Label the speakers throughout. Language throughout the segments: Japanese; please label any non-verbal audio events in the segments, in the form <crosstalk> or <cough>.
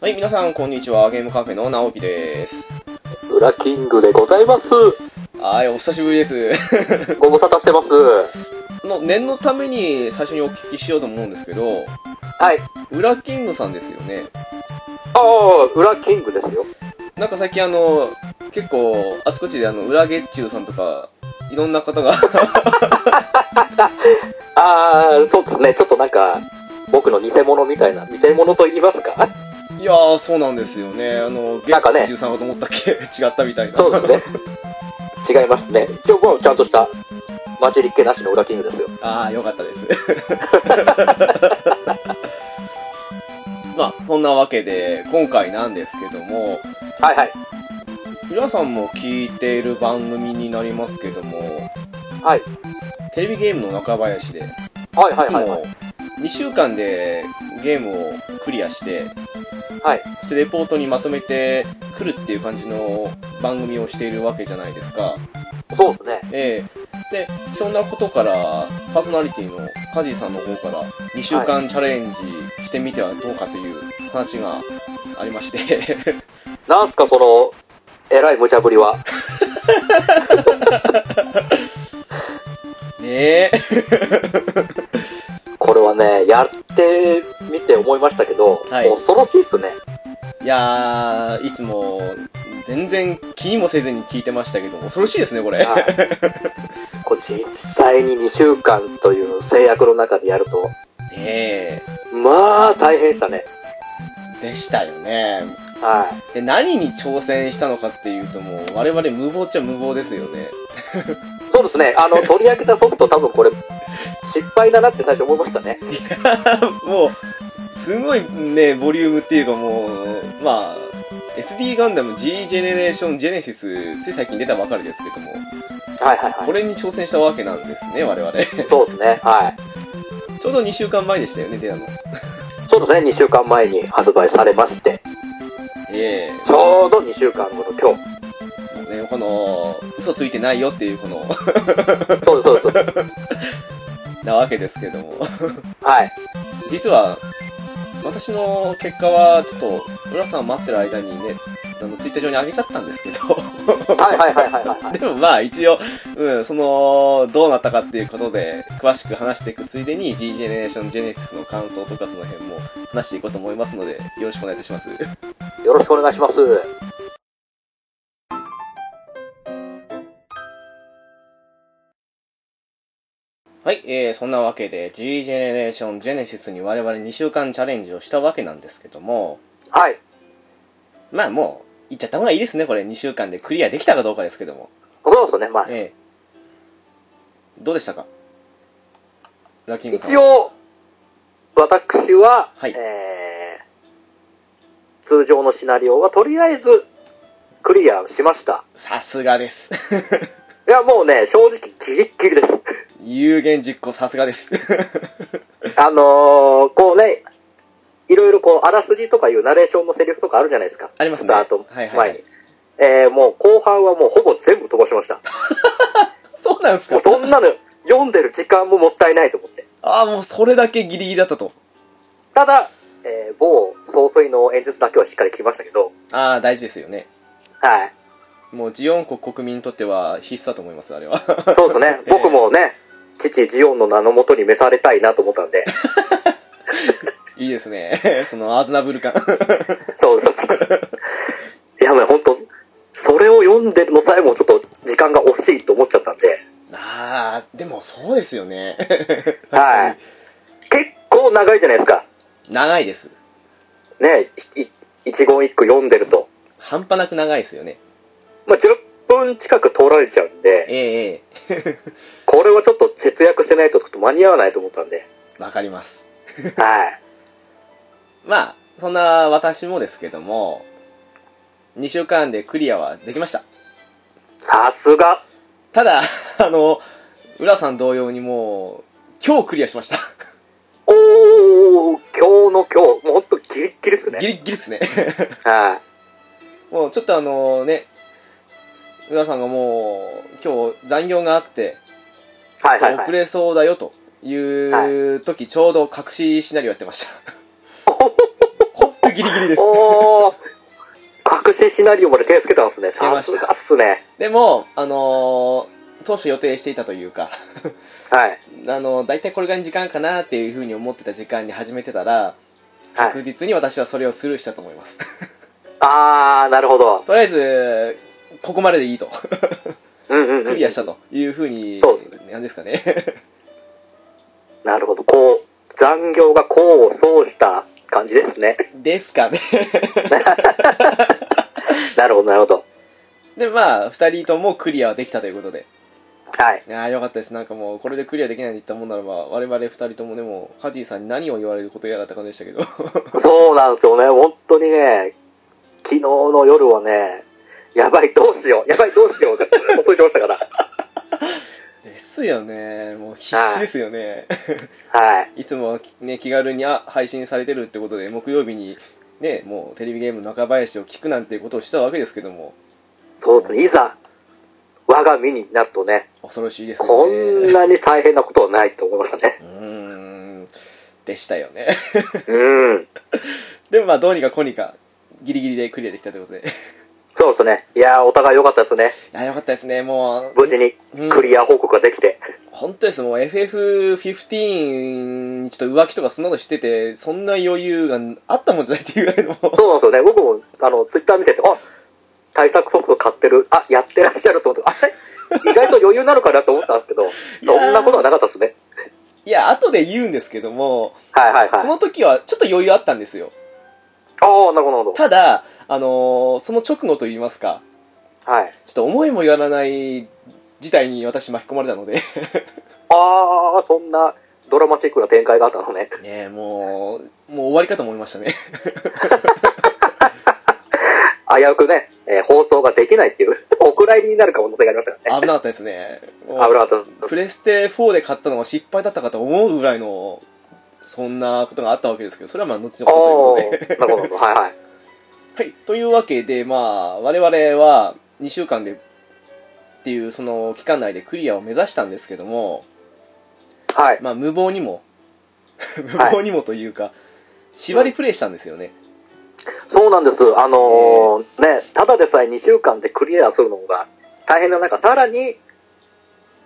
Speaker 1: はい、皆さん、こんにちは。ゲームカフェの直樹です。
Speaker 2: ウラキングでございます。
Speaker 1: はい、お久しぶりです。 <laughs>
Speaker 2: ご無沙汰してます。
Speaker 1: の念のために最初にお聞きしようと思うんですけど、
Speaker 2: はい。
Speaker 1: ウラキングさんですよね。
Speaker 2: ああ、ウラキングですよ。
Speaker 1: なんか最近あの、結構、あちこちであの、ウラゲッチューさんとか、いろんな方が、 <laughs>
Speaker 2: ああ、そうですね。ちょっとなんか、僕の偽物みたいな、偽物と言いますか
Speaker 1: いやー、そうなんですよね。あの、ゲ
Speaker 2: なんかね
Speaker 1: ッチューさんかと思ったっけ <laughs> 違ったみたいな。
Speaker 2: そうです <laughs> ね。違いますね。一応、もうちゃんとした、混じりっ気なしのウラキングですよ。
Speaker 1: <laughs> ああ、よかった
Speaker 2: <laughs>
Speaker 1: です。 <laughs> まあ、そんなわけで、今回なんですけども、
Speaker 2: はいはい。
Speaker 1: 皆さんも聞いている番組になりますけども、
Speaker 2: はい。
Speaker 1: テレビゲームの中林で、い
Speaker 2: はいはい
Speaker 1: つ
Speaker 2: はい、はい
Speaker 1: も。2週間でゲームをクリアして、
Speaker 2: はい。
Speaker 1: そしてレポートにまとめてくるっていう感じの番組をしているわけじゃないですか。
Speaker 2: そうですね。
Speaker 1: ええで、ひょんなことから、パーソナリティのカジーさんの方から、2週間チャレンジしてみてはどうかという話がありまして、 <laughs>
Speaker 2: なんすか、その、えらい無茶ぶりは。
Speaker 1: ねえ、
Speaker 2: これはね、やってみて思いましたけど、
Speaker 1: はい
Speaker 2: 恐ろしいっすね。
Speaker 1: いやー、いつも、全然気にもせずに聞いてましたけど、恐ろしいですね、これ。
Speaker 2: はい、こう実際に2週間という制約の中でやると、
Speaker 1: <laughs> ねえ、
Speaker 2: まあ大変でしたね。
Speaker 1: でしたよね。
Speaker 2: は
Speaker 1: で、何に挑戦したのかっていうと、もう、我々無謀っちゃ無謀ですよね。
Speaker 2: い。そうですね、あの、取り上げたソフト多分これ、失敗だなって最初思いましたね。
Speaker 1: <laughs> もう、すごいね、ボリュームっていうかもう、まあ、SD ガンダム G ジェネレーションジェネシス、つい最近出たばかりですけども、
Speaker 2: はいはいは
Speaker 1: これに挑戦したわけなんですね、 <laughs> 我々。ち
Speaker 2: い。そうですね、はい。
Speaker 1: ょうど2週間前でしたよね、出たの。
Speaker 2: そうですね、2週間前に発売されまして、
Speaker 1: ええ
Speaker 2: ちょうど2週間後の
Speaker 1: <laughs> も
Speaker 2: 今日。
Speaker 1: うね、この、嘘ついてないよっていう、この、
Speaker 2: そうです、そうです。
Speaker 1: なわけですけども。 <laughs>
Speaker 2: はい。
Speaker 1: 実は、私の結果は、ちょっと、浦さん待ってる間にね、あの、ツイッター上に上げちゃったんですけど。 <laughs>
Speaker 2: はいはいはいはいはいはい。
Speaker 1: でもまあ一応、うん、その、どうなったかっていうことで、詳しく話していくついでに、G ジェネレーションジェネシスの感想とかその辺も話していこうと思いますので、よろしくお願いいたし <laughs> ます。
Speaker 2: よろしくお願いします。
Speaker 1: はい、えー、そんなわけで、G ジェネレーションジェネシスに我々2週間チャレンジをしたわけなんですけども、
Speaker 2: はい。
Speaker 1: まあもう、言っちゃった方がいいですね、これ2週間でクリアできたかどうかですけども。
Speaker 2: そうですね、まあ。
Speaker 1: ええどうでしたかラッキングさん
Speaker 2: 一
Speaker 1: は。
Speaker 2: 応、私は、
Speaker 1: はい
Speaker 2: えー通常のシナリオはとりあえずクリアしました。
Speaker 1: さすがです。 <laughs>
Speaker 2: いや、もうね、正直ギリッギリです。 <laughs>
Speaker 1: 有言実行さすがです。 <laughs>
Speaker 2: あのー、こうね、いろいろこう、あらすじとかいうナレーションのセリフとかあるじゃないですか。
Speaker 1: ありますね
Speaker 2: スタート
Speaker 1: はい
Speaker 2: 前に。
Speaker 1: はいはい
Speaker 2: えーもう後半はもうほぼ全部飛ばし
Speaker 1: <laughs>
Speaker 2: ました。
Speaker 1: そうなんです
Speaker 2: も
Speaker 1: か
Speaker 2: うそんなの読んでる時間ももったいないと思って。
Speaker 1: ああ、もうそれだけギリギリだったと。
Speaker 2: ただ、えー某総帥の演説だけはしっかり聞きましたけど、
Speaker 1: ああ、大事ですよね。
Speaker 2: はい。
Speaker 1: もうジオン国国民にとっては必須だと思います、あれは。 <laughs>。
Speaker 2: そうですね
Speaker 1: ええ
Speaker 2: 僕もね、父ジオンの名のもとに召されたいなと思った
Speaker 1: <laughs>
Speaker 2: んで。
Speaker 1: いいですね。 <laughs> そのアズナブル感。
Speaker 2: そうそうそう。いや、もう本当それを読んでるのさえもちょっと時間が惜しいと思っちゃったんで、
Speaker 1: ああ、でもそうですよね。 <laughs>
Speaker 2: はい結構長いじゃないですか。
Speaker 1: 長いです。
Speaker 2: ね、いい一言一句読んでると。
Speaker 1: 半端なく長いですよね。
Speaker 2: まあ、10分近く取られちゃうんで、
Speaker 1: えええ
Speaker 2: これはちょっと節約してないとちょっと間に合わないと思ったんで。
Speaker 1: <laughs> えわかります。
Speaker 2: はい。
Speaker 1: まあ、そんな私もですけども、2週間でクリアはできました。
Speaker 2: さすが。
Speaker 1: ただ、 <laughs> あの、浦さん同様にもう、今日クリアしました。
Speaker 2: おー、今日の今日、もうほんとギリッギリっすね。
Speaker 1: ギリッギリですね。 <laughs>
Speaker 2: はい。
Speaker 1: もうちょっとあのね、浦さんがもう、今日残業があって、
Speaker 2: はいはいは
Speaker 1: 遅
Speaker 2: い。
Speaker 1: れそうだよと
Speaker 2: <laughs>
Speaker 1: いう時、ちょうど隠しシナリオやってました。ほんとギギリギリです。
Speaker 2: おー隠しシナリオまで手つけたんですね。
Speaker 1: つけました
Speaker 2: さすがっすね。
Speaker 1: でも、あのー当初予定していたというか、
Speaker 2: はい。
Speaker 1: あの大体これぐらいの時間かなっていうふうに思ってた時間に始めてたら、
Speaker 2: はい
Speaker 1: 確実に私はそれをスルーしたと思います。 <laughs>
Speaker 2: あー、なるほど。
Speaker 1: とりあえず、ここまででい
Speaker 2: <laughs>
Speaker 1: いと、
Speaker 2: うんうん、うん。
Speaker 1: クリアしたというふうに
Speaker 2: そうで、
Speaker 1: なんですかね。
Speaker 2: なるほど。こう、残業が功を奏した感じですね。
Speaker 1: ですかね。 <laughs>
Speaker 2: なるほど、なるほど。
Speaker 1: で、まあ、二人ともクリアはできたということで。
Speaker 2: はい。
Speaker 1: ああ、よかったです。なんかもう、これでクリアできないと言ったもんならば、我々二人ともでも、カジーさんに何を言われることやらって感じでしたけど。 <laughs>
Speaker 2: そうなんですよね。本当にね、昨日の夜はね、やばい、どうしよう、やばい、どうしようって、襲いてましたから。
Speaker 1: ですよね。もう必死ですよね。
Speaker 2: はい。
Speaker 1: いつもはね、気軽に、あ、配信されてるってことで、木曜日に、ね、もうテレビゲームの中林を聞くなんてことをしたわけですけども、
Speaker 2: そうですね。いざ、我が身になるとね、
Speaker 1: 恐ろしいです
Speaker 2: こ
Speaker 1: よ
Speaker 2: ん
Speaker 1: ね。
Speaker 2: なに大変なことはないと思いましたね。
Speaker 1: うーん、でしたよね。 <laughs>
Speaker 2: うん。
Speaker 1: でもまあ、どうにかこうにか、ギリギリでクリアできたということで。 <laughs>
Speaker 2: そうですね。いやー、お互い良かったですね。
Speaker 1: あ、よかったですね。もう、
Speaker 2: 無事に
Speaker 1: うん
Speaker 2: クリア報告ができて。
Speaker 1: 本当です。もう FF15 にちょっと浮気とかそんなのしてて、そんな余裕があったもんじゃないっていうぐらいの。
Speaker 2: そうなんですよね。僕も、あの、ツイッター見てて、あ対策ソフト買ってる、あやってらっしゃると思って、あれ意外と余裕なのかなと思ったんですけど、そんなことはなかったですね。
Speaker 1: いや、後で言うんですけども、
Speaker 2: はいはいはい。
Speaker 1: その時はちょっと余裕あったんですよ。
Speaker 2: ああ、なるほど、なるほ
Speaker 1: ただ、あのーその直後といいますか、
Speaker 2: ど。はい。
Speaker 1: ちょっと思いもよらない事態に私巻き込まれたので、 <laughs> ね
Speaker 2: ああ、そんなドラマチックな展開があったのね。
Speaker 1: えもう、もう終わりかと思いま <laughs> したね。
Speaker 2: 危うくね、えー放送ができないっていう、 <laughs> お蔵入りになる可能性がありましたからね。
Speaker 1: 危なかったですね。もう
Speaker 2: 危なかった。
Speaker 1: プレステ4で買ったのは失敗だったかと思うぐらいの、そんなことがあったわけですけど、それはまあ後のことということで。
Speaker 2: おー、なるほどなるほど、はいはい。
Speaker 1: <laughs> はい、というわけで、まあ、我々は2週間でっていうその期間内でクリアを目指したんですけども、
Speaker 2: はい。
Speaker 1: まあ、無謀にも、 <laughs> 無謀にもというか、縛りプレイしたんですよね。
Speaker 2: そうなんです。あのーね、ただでさえ2週間でクリアするのが大変な中、さらに、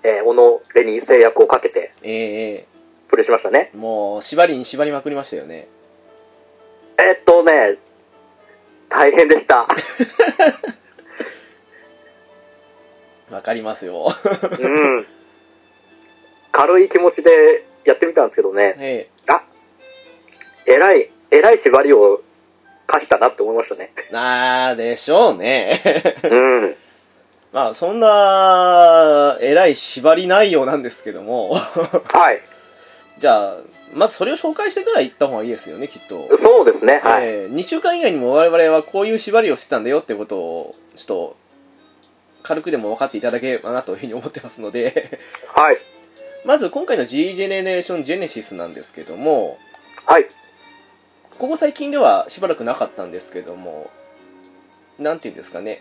Speaker 2: えー、おのれに制約をかけて
Speaker 1: ええ
Speaker 2: プレイしましたね。
Speaker 1: もう、縛りに縛りまくりましたよね。
Speaker 2: えーっとね、大変で <laughs> した。
Speaker 1: わかりますよ。 <laughs>
Speaker 2: うん。軽い気持ちでやってみたんですけどね、
Speaker 1: え
Speaker 2: あえらい、えらい縛りを課したなって思いました <laughs> ね。
Speaker 1: えあー、でしょうね。 <laughs>
Speaker 2: うん。
Speaker 1: まあ、そんな、えらい縛り内容なんですけども、 <laughs>
Speaker 2: はい。
Speaker 1: じゃあ、まずそれを紹介してから行った方がいいですよね、きっと。
Speaker 2: そうですね。はい。
Speaker 1: え2週間以外にも我々はこういう縛りをしてたんだよってことをちょっと軽くでも分かっていただければなというふうに思ってますので <laughs>
Speaker 2: はい。
Speaker 1: まず今回の G ジェネレーションジェネシスなんですけども
Speaker 2: はい。
Speaker 1: ここ最近ではしばらくなかったんですけどもなんていうんですかね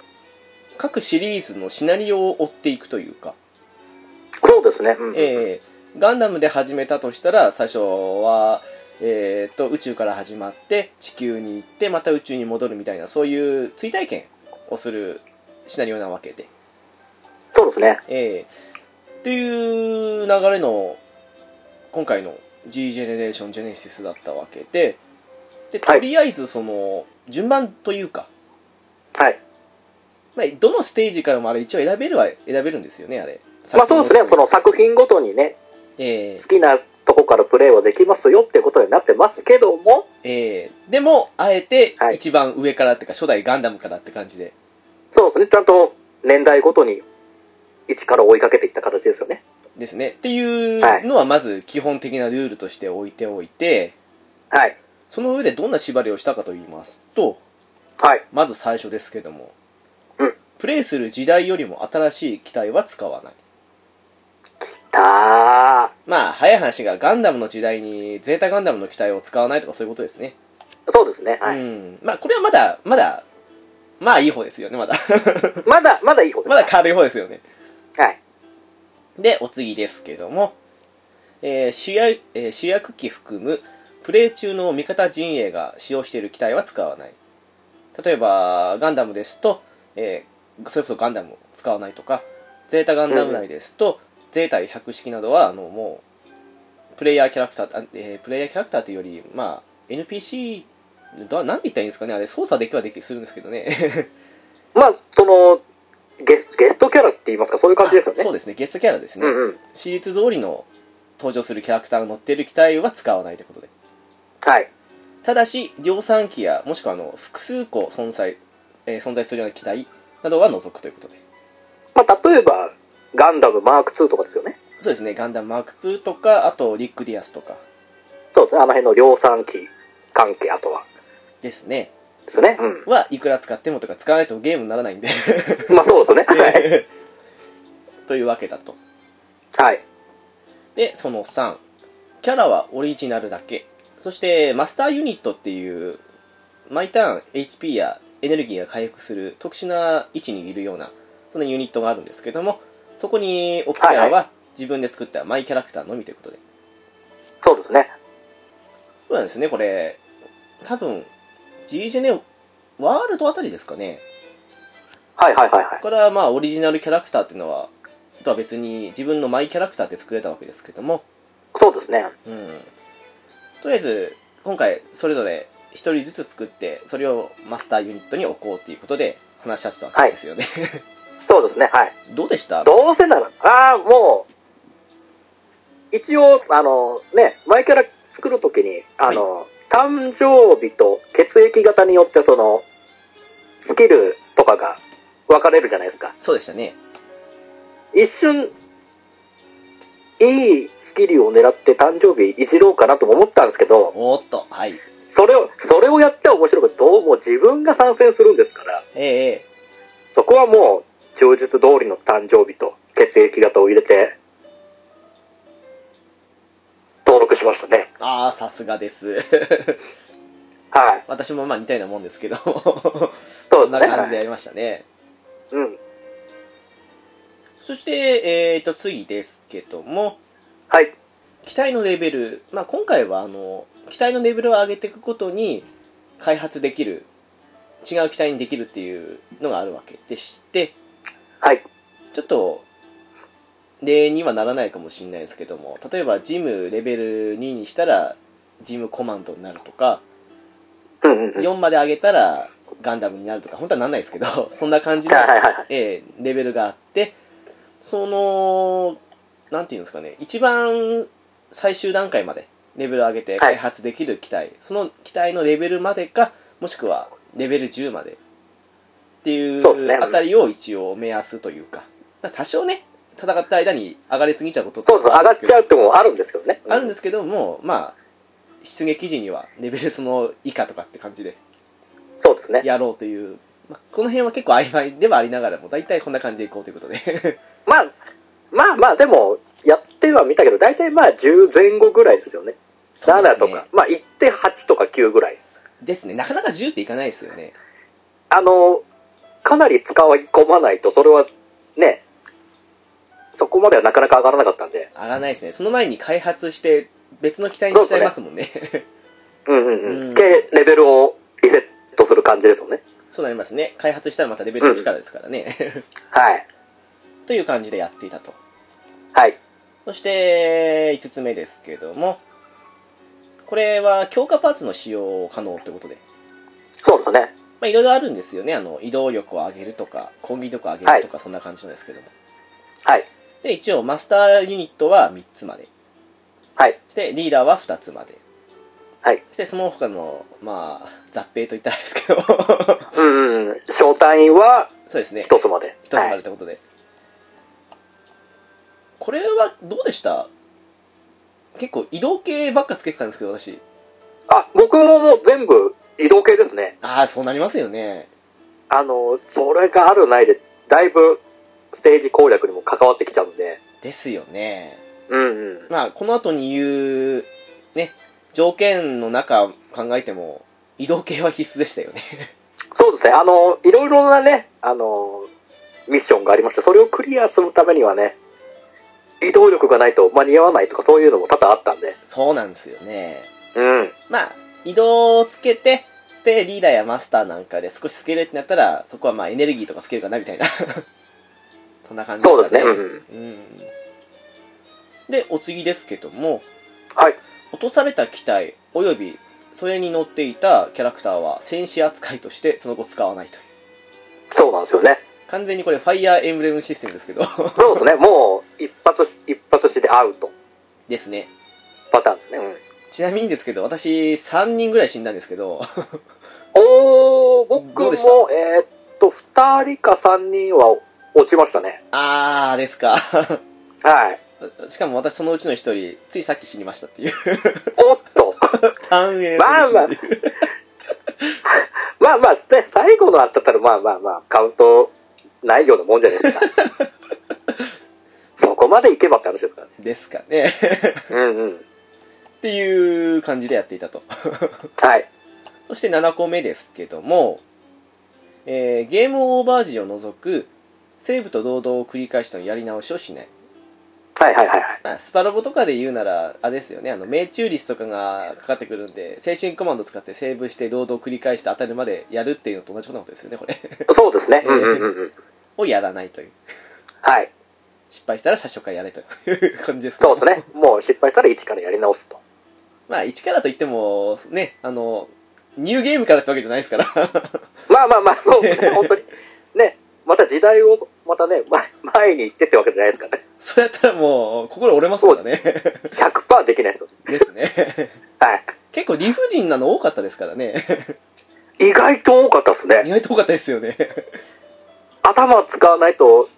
Speaker 1: 各シリーズのシナリオを追っていくというか、
Speaker 2: そうですね。うん
Speaker 1: えーガンダムで始めたとしたら最初は、えーっと宇宙から始まって地球に行ってまた宇宙に戻るみたいなそういう追体験をするシナリオなわけで、
Speaker 2: そうですね。
Speaker 1: えーっていう流れの今回の G ジェネレーションジェネシスだったわけでで
Speaker 2: は
Speaker 1: と
Speaker 2: い
Speaker 1: りあえずその順番というか、
Speaker 2: はい。
Speaker 1: まあ、どのステージからもあれ一応選べるは選べるんですよねあれ
Speaker 2: まあそうですね。その作品ごとにね、
Speaker 1: えー
Speaker 2: 好きなとこからプレイはできますよってことになってますけども、
Speaker 1: えーでも、あえて
Speaker 2: はい
Speaker 1: 一番上からっていうか、初代ガンダムからって感じで。
Speaker 2: そうですね。ちゃんと年代ごとに一から追いかけていった形ですよね。
Speaker 1: ですね。ってい
Speaker 2: は
Speaker 1: う
Speaker 2: い
Speaker 1: のはまず基本的なルールとして置いておいて、
Speaker 2: はい。
Speaker 1: その上でどんな縛りをしたかと言いますと、
Speaker 2: はい。
Speaker 1: まず最初ですけども、
Speaker 2: うん
Speaker 1: プレイする時代よりも新しい機体は使わない。
Speaker 2: た
Speaker 1: まあ、早い話がガンダムの時代にゼータガンダムの機体を使わないとかそういうことですね。
Speaker 2: ー。そうですね。は
Speaker 1: う
Speaker 2: い。
Speaker 1: ん。まあ、これはまだ、まだ、まあいい方ですよね、まだ。
Speaker 2: まだ、まだいい方で
Speaker 1: <laughs>
Speaker 2: す。
Speaker 1: まだ軽い方ですよね。
Speaker 2: はい。
Speaker 1: で、お次ですけども、えー主役えー主役機含むプレイ中の味方陣営が使用している機体は使わない例えばガンダムですと、えーそれこそガンダムを使わないとかゼータガンダム内ですと、ゼータ100式などはあのもうプレイヤーキャラクター、あえープレイヤーキャラクターというより、まあ、NPC だなんて言ったらいいんですかねあれ操作できはできするんですけどね
Speaker 2: まあ、そのゲス、ゲストキャラって言いますか、そういう感じですよ
Speaker 1: <laughs>
Speaker 2: ね。
Speaker 1: そうですねゲストキャラですね、
Speaker 2: うんうん。
Speaker 1: 史実通りの登場するキャラクターが乗っている機体は使わないということで
Speaker 2: はい。
Speaker 1: ただし量産機やもしくはあの複数個存在,、えー存在するような機体などは除くということで
Speaker 2: まあ、例えば、ガンダムマーク2とかですよね。
Speaker 1: そうですねガンダムマーク2とかあとリック・ディアスとか
Speaker 2: そうですね。あの辺の量産機関係、あとは。
Speaker 1: ですね
Speaker 2: ですね。うん。
Speaker 1: はいくら使ってもとか使わないとゲームにならないんで <laughs>
Speaker 2: まあ、そうですね。はい。
Speaker 1: というわけだと
Speaker 2: はい。
Speaker 1: でその3キャラはオリジナルだけそしてマスターユニットっていう毎ターン HP やエネルギーが回復する特殊な位置にいるようなそのユニットがあるんですけどもそこに置くキャラ
Speaker 2: はいは
Speaker 1: は自分で作ったマイキャラクターのみということで
Speaker 2: そうですね。
Speaker 1: そうなんですねこれ多分 G ジェネワールドあたりですかね
Speaker 2: はいはいはいはい。
Speaker 1: これはまあオリジナルキャラクターっていうのはとは別に自分のマイキャラクターって作れたわけですけども
Speaker 2: そうですね。
Speaker 1: うん、とりあえず今回それぞれ1人ずつ作ってそれをマスターユニットに置こうということで話し合ってたわけですよね、
Speaker 2: そうですね。はい。
Speaker 1: どうでした
Speaker 2: どうせなら、ああ、もう、一応、あの、ね、前から作るときに、あの、誕生日と血液型によって、その、スキルとかが分かれるじゃないですか。
Speaker 1: そうでしたね
Speaker 2: 一瞬、いいスキルを狙って誕生日いじろうかなとも思ったんですけど、
Speaker 1: おーっとはい
Speaker 2: それを、それをやっては面白いけど、どうも自分が参戦するんですから、
Speaker 1: えええ
Speaker 2: そこはもう、忠実通りの誕生日と血液型を入れて、登録しましたね。
Speaker 1: えああさすがです <laughs>
Speaker 2: はい。
Speaker 1: 私もまあ似たようなもんですけど
Speaker 2: そ
Speaker 1: こ
Speaker 2: うんで
Speaker 1: な
Speaker 2: すね。
Speaker 1: 感じでやりましたね
Speaker 2: はいうん。
Speaker 1: そしてえっ、と次ですけども
Speaker 2: はい。
Speaker 1: 機体のレベル、まあ、今回はあの機体のレベルを上げていくことに開発できる違う機体にできるっていうのがあるわけでして
Speaker 2: はい。
Speaker 1: ちょっと例にはならないかもしれないですけども例えばジムレベル2にしたらジムコマンドになるとか
Speaker 2: うんうんうん。
Speaker 1: 4まで上げたらガンダムになるとか本当はなんないですけどそんな感じの
Speaker 2: はいはいはいはい。
Speaker 1: えーレベルがあってそのなんていうんですかね一番最終段階までレベルを上げて開発できる機体、その機体のレベルまでかもしくはレベル10までってい
Speaker 2: そうですね
Speaker 1: うあたりを一応目安というかまあ多少ね戦った間に上がりすぎちゃうこと
Speaker 2: そうそう、上がっちゃ
Speaker 1: う
Speaker 2: うってもあるんですけどね。。
Speaker 1: あるんですすけどもまあ出撃時にはレベルその以下とかって感じで
Speaker 2: そうですね。
Speaker 1: やろうという、まあ、この辺は結構曖昧ではありながらも大体こんな感じでいこうということで
Speaker 2: まあ、まあまあ、でも、やっては見たけど、大体まあ10前後ぐらいですよね。
Speaker 1: そうです
Speaker 2: 7
Speaker 1: ね
Speaker 2: とか。まあ1.8とか9ぐらい。
Speaker 1: ですねなかなか10っていかないですよね
Speaker 2: あの、かなり使い込まないと、それはね、そこまではなかなか上がらなかったんで。
Speaker 1: 上がらないですねその前に開発して別の機体にしちゃいますもんね <laughs>
Speaker 2: うんう
Speaker 1: う
Speaker 2: んう
Speaker 1: ん
Speaker 2: ん。で、レベルをリセットする感じですよね。
Speaker 1: そうなりますね開発したらまたレベル1からですからね <laughs>
Speaker 2: はい。
Speaker 1: という感じでやっていたと
Speaker 2: はい。
Speaker 1: そして5つ目ですけどもこれは強化パーツの使用可能ってことで
Speaker 2: そうですね。
Speaker 1: まあいろいろあるんですよねあの移動力を上げるとか攻撃力を上げるとかそんな感じなんですけども、
Speaker 2: はい。
Speaker 1: で一応マスターユニットは3つまで
Speaker 2: はい。
Speaker 1: そしてリーダーは2つまで
Speaker 2: はい。
Speaker 1: そしてその他のまあ雑兵といったらですけど
Speaker 2: <laughs> うんうん。小単位は
Speaker 1: そうですね
Speaker 2: 一つまで。
Speaker 1: 一つま
Speaker 2: は
Speaker 1: で
Speaker 2: い
Speaker 1: ってことで、これはどうでした結構移動系ばっかつけてたんですけど私
Speaker 2: あ、僕ももう全部移動系ですね。
Speaker 1: ああそうなりますよね
Speaker 2: あの、それがあるないで、だいぶステージ攻略にも関わってきちゃうんで。
Speaker 1: ですよね
Speaker 2: うんうん。
Speaker 1: まあこの後に言うね条件の中考えても移動系は必須でしたよね
Speaker 2: そうですね、あの、いろいろなね、あの、ミッションがありまして、それをクリアするためにはね、移動力がないと間に合わないとか、そういうのも多々あったんで、
Speaker 1: そうなんですよね
Speaker 2: うん。
Speaker 1: まあ、移動をつけて、そしてリーダーやマスターなんかで少しスケールってなったら、そこはまあエネルギーとかスケールかなみたいな。 <laughs> そんな感じ
Speaker 2: そうですね。
Speaker 1: か
Speaker 2: うん。
Speaker 1: うん。で、お次ですけども、
Speaker 2: はい。
Speaker 1: 落とされた機体、およびそれに乗っていたキャラクターは戦士扱いとしてその後使わないという。
Speaker 2: そうなんですよね。
Speaker 1: 完全にこれファイヤーエンブレムシステムですけど。 <laughs>
Speaker 2: そうですね。もう、一発し、一発してアウト。
Speaker 1: ですね。
Speaker 2: パターンですね。うん。
Speaker 1: ちなみにですけど、私3人ぐらい死んだんですけど、 <laughs>
Speaker 2: おー、僕
Speaker 1: どう
Speaker 2: も
Speaker 1: でした、
Speaker 2: えーっと、二人か三人は落ちましたね。
Speaker 1: あーですか。 <laughs>
Speaker 2: はい。
Speaker 1: しかも私そのうちの一人、ついさっき死にましたっていう。
Speaker 2: おっと。
Speaker 1: 単影
Speaker 2: まあまあ
Speaker 1: 選手っていう
Speaker 2: まあまあ、ね、最後のあっちゃったら、まあまあまあ、カウントないようなもんじゃない <laughs> ですか。そこまでいけばって話ですからね。
Speaker 1: ですかね。 <laughs>
Speaker 2: うんうん。
Speaker 1: っていう感じでやっていたと。
Speaker 2: はい。
Speaker 1: そして7個目ですけども、えーゲームオーバー時を除く、セーブと堂々を繰り返してのやり直しをしない。
Speaker 2: はいはいはいはい。
Speaker 1: まあ、スパロボとかで言うなら、あれですよね、あの、命中率とかがかかってくるんで、精神コマンド使ってセーブして堂々繰り返して当たるまでやるっていうのと同じようなことですよね、これ。 <laughs>
Speaker 2: そうですね。
Speaker 1: う
Speaker 2: うんん
Speaker 1: う
Speaker 2: うんん
Speaker 1: う
Speaker 2: うんんうん。
Speaker 1: をやらないという。
Speaker 2: はい。
Speaker 1: 失敗したら最初からやれという <laughs> 感じですか
Speaker 2: そうですね。もう失敗したら一からやり直すと。
Speaker 1: まあ、一からといっても、ね、あの、ニューゲームからってわけじゃないですから。
Speaker 2: まあまあまあ、そうですね。本 <laughs> 当に。ね。また時代を、またね、前前に行ってってわけじゃないですからね。
Speaker 1: それやったらもう、心折れますからね。
Speaker 2: 100%できないですよ。
Speaker 1: ですね。
Speaker 2: はい。
Speaker 1: 結構理不尽なの多かったですからね。
Speaker 2: 意外と多かったです
Speaker 1: 意
Speaker 2: ね。
Speaker 1: 外と多かったですよね。
Speaker 2: 頭使わないと、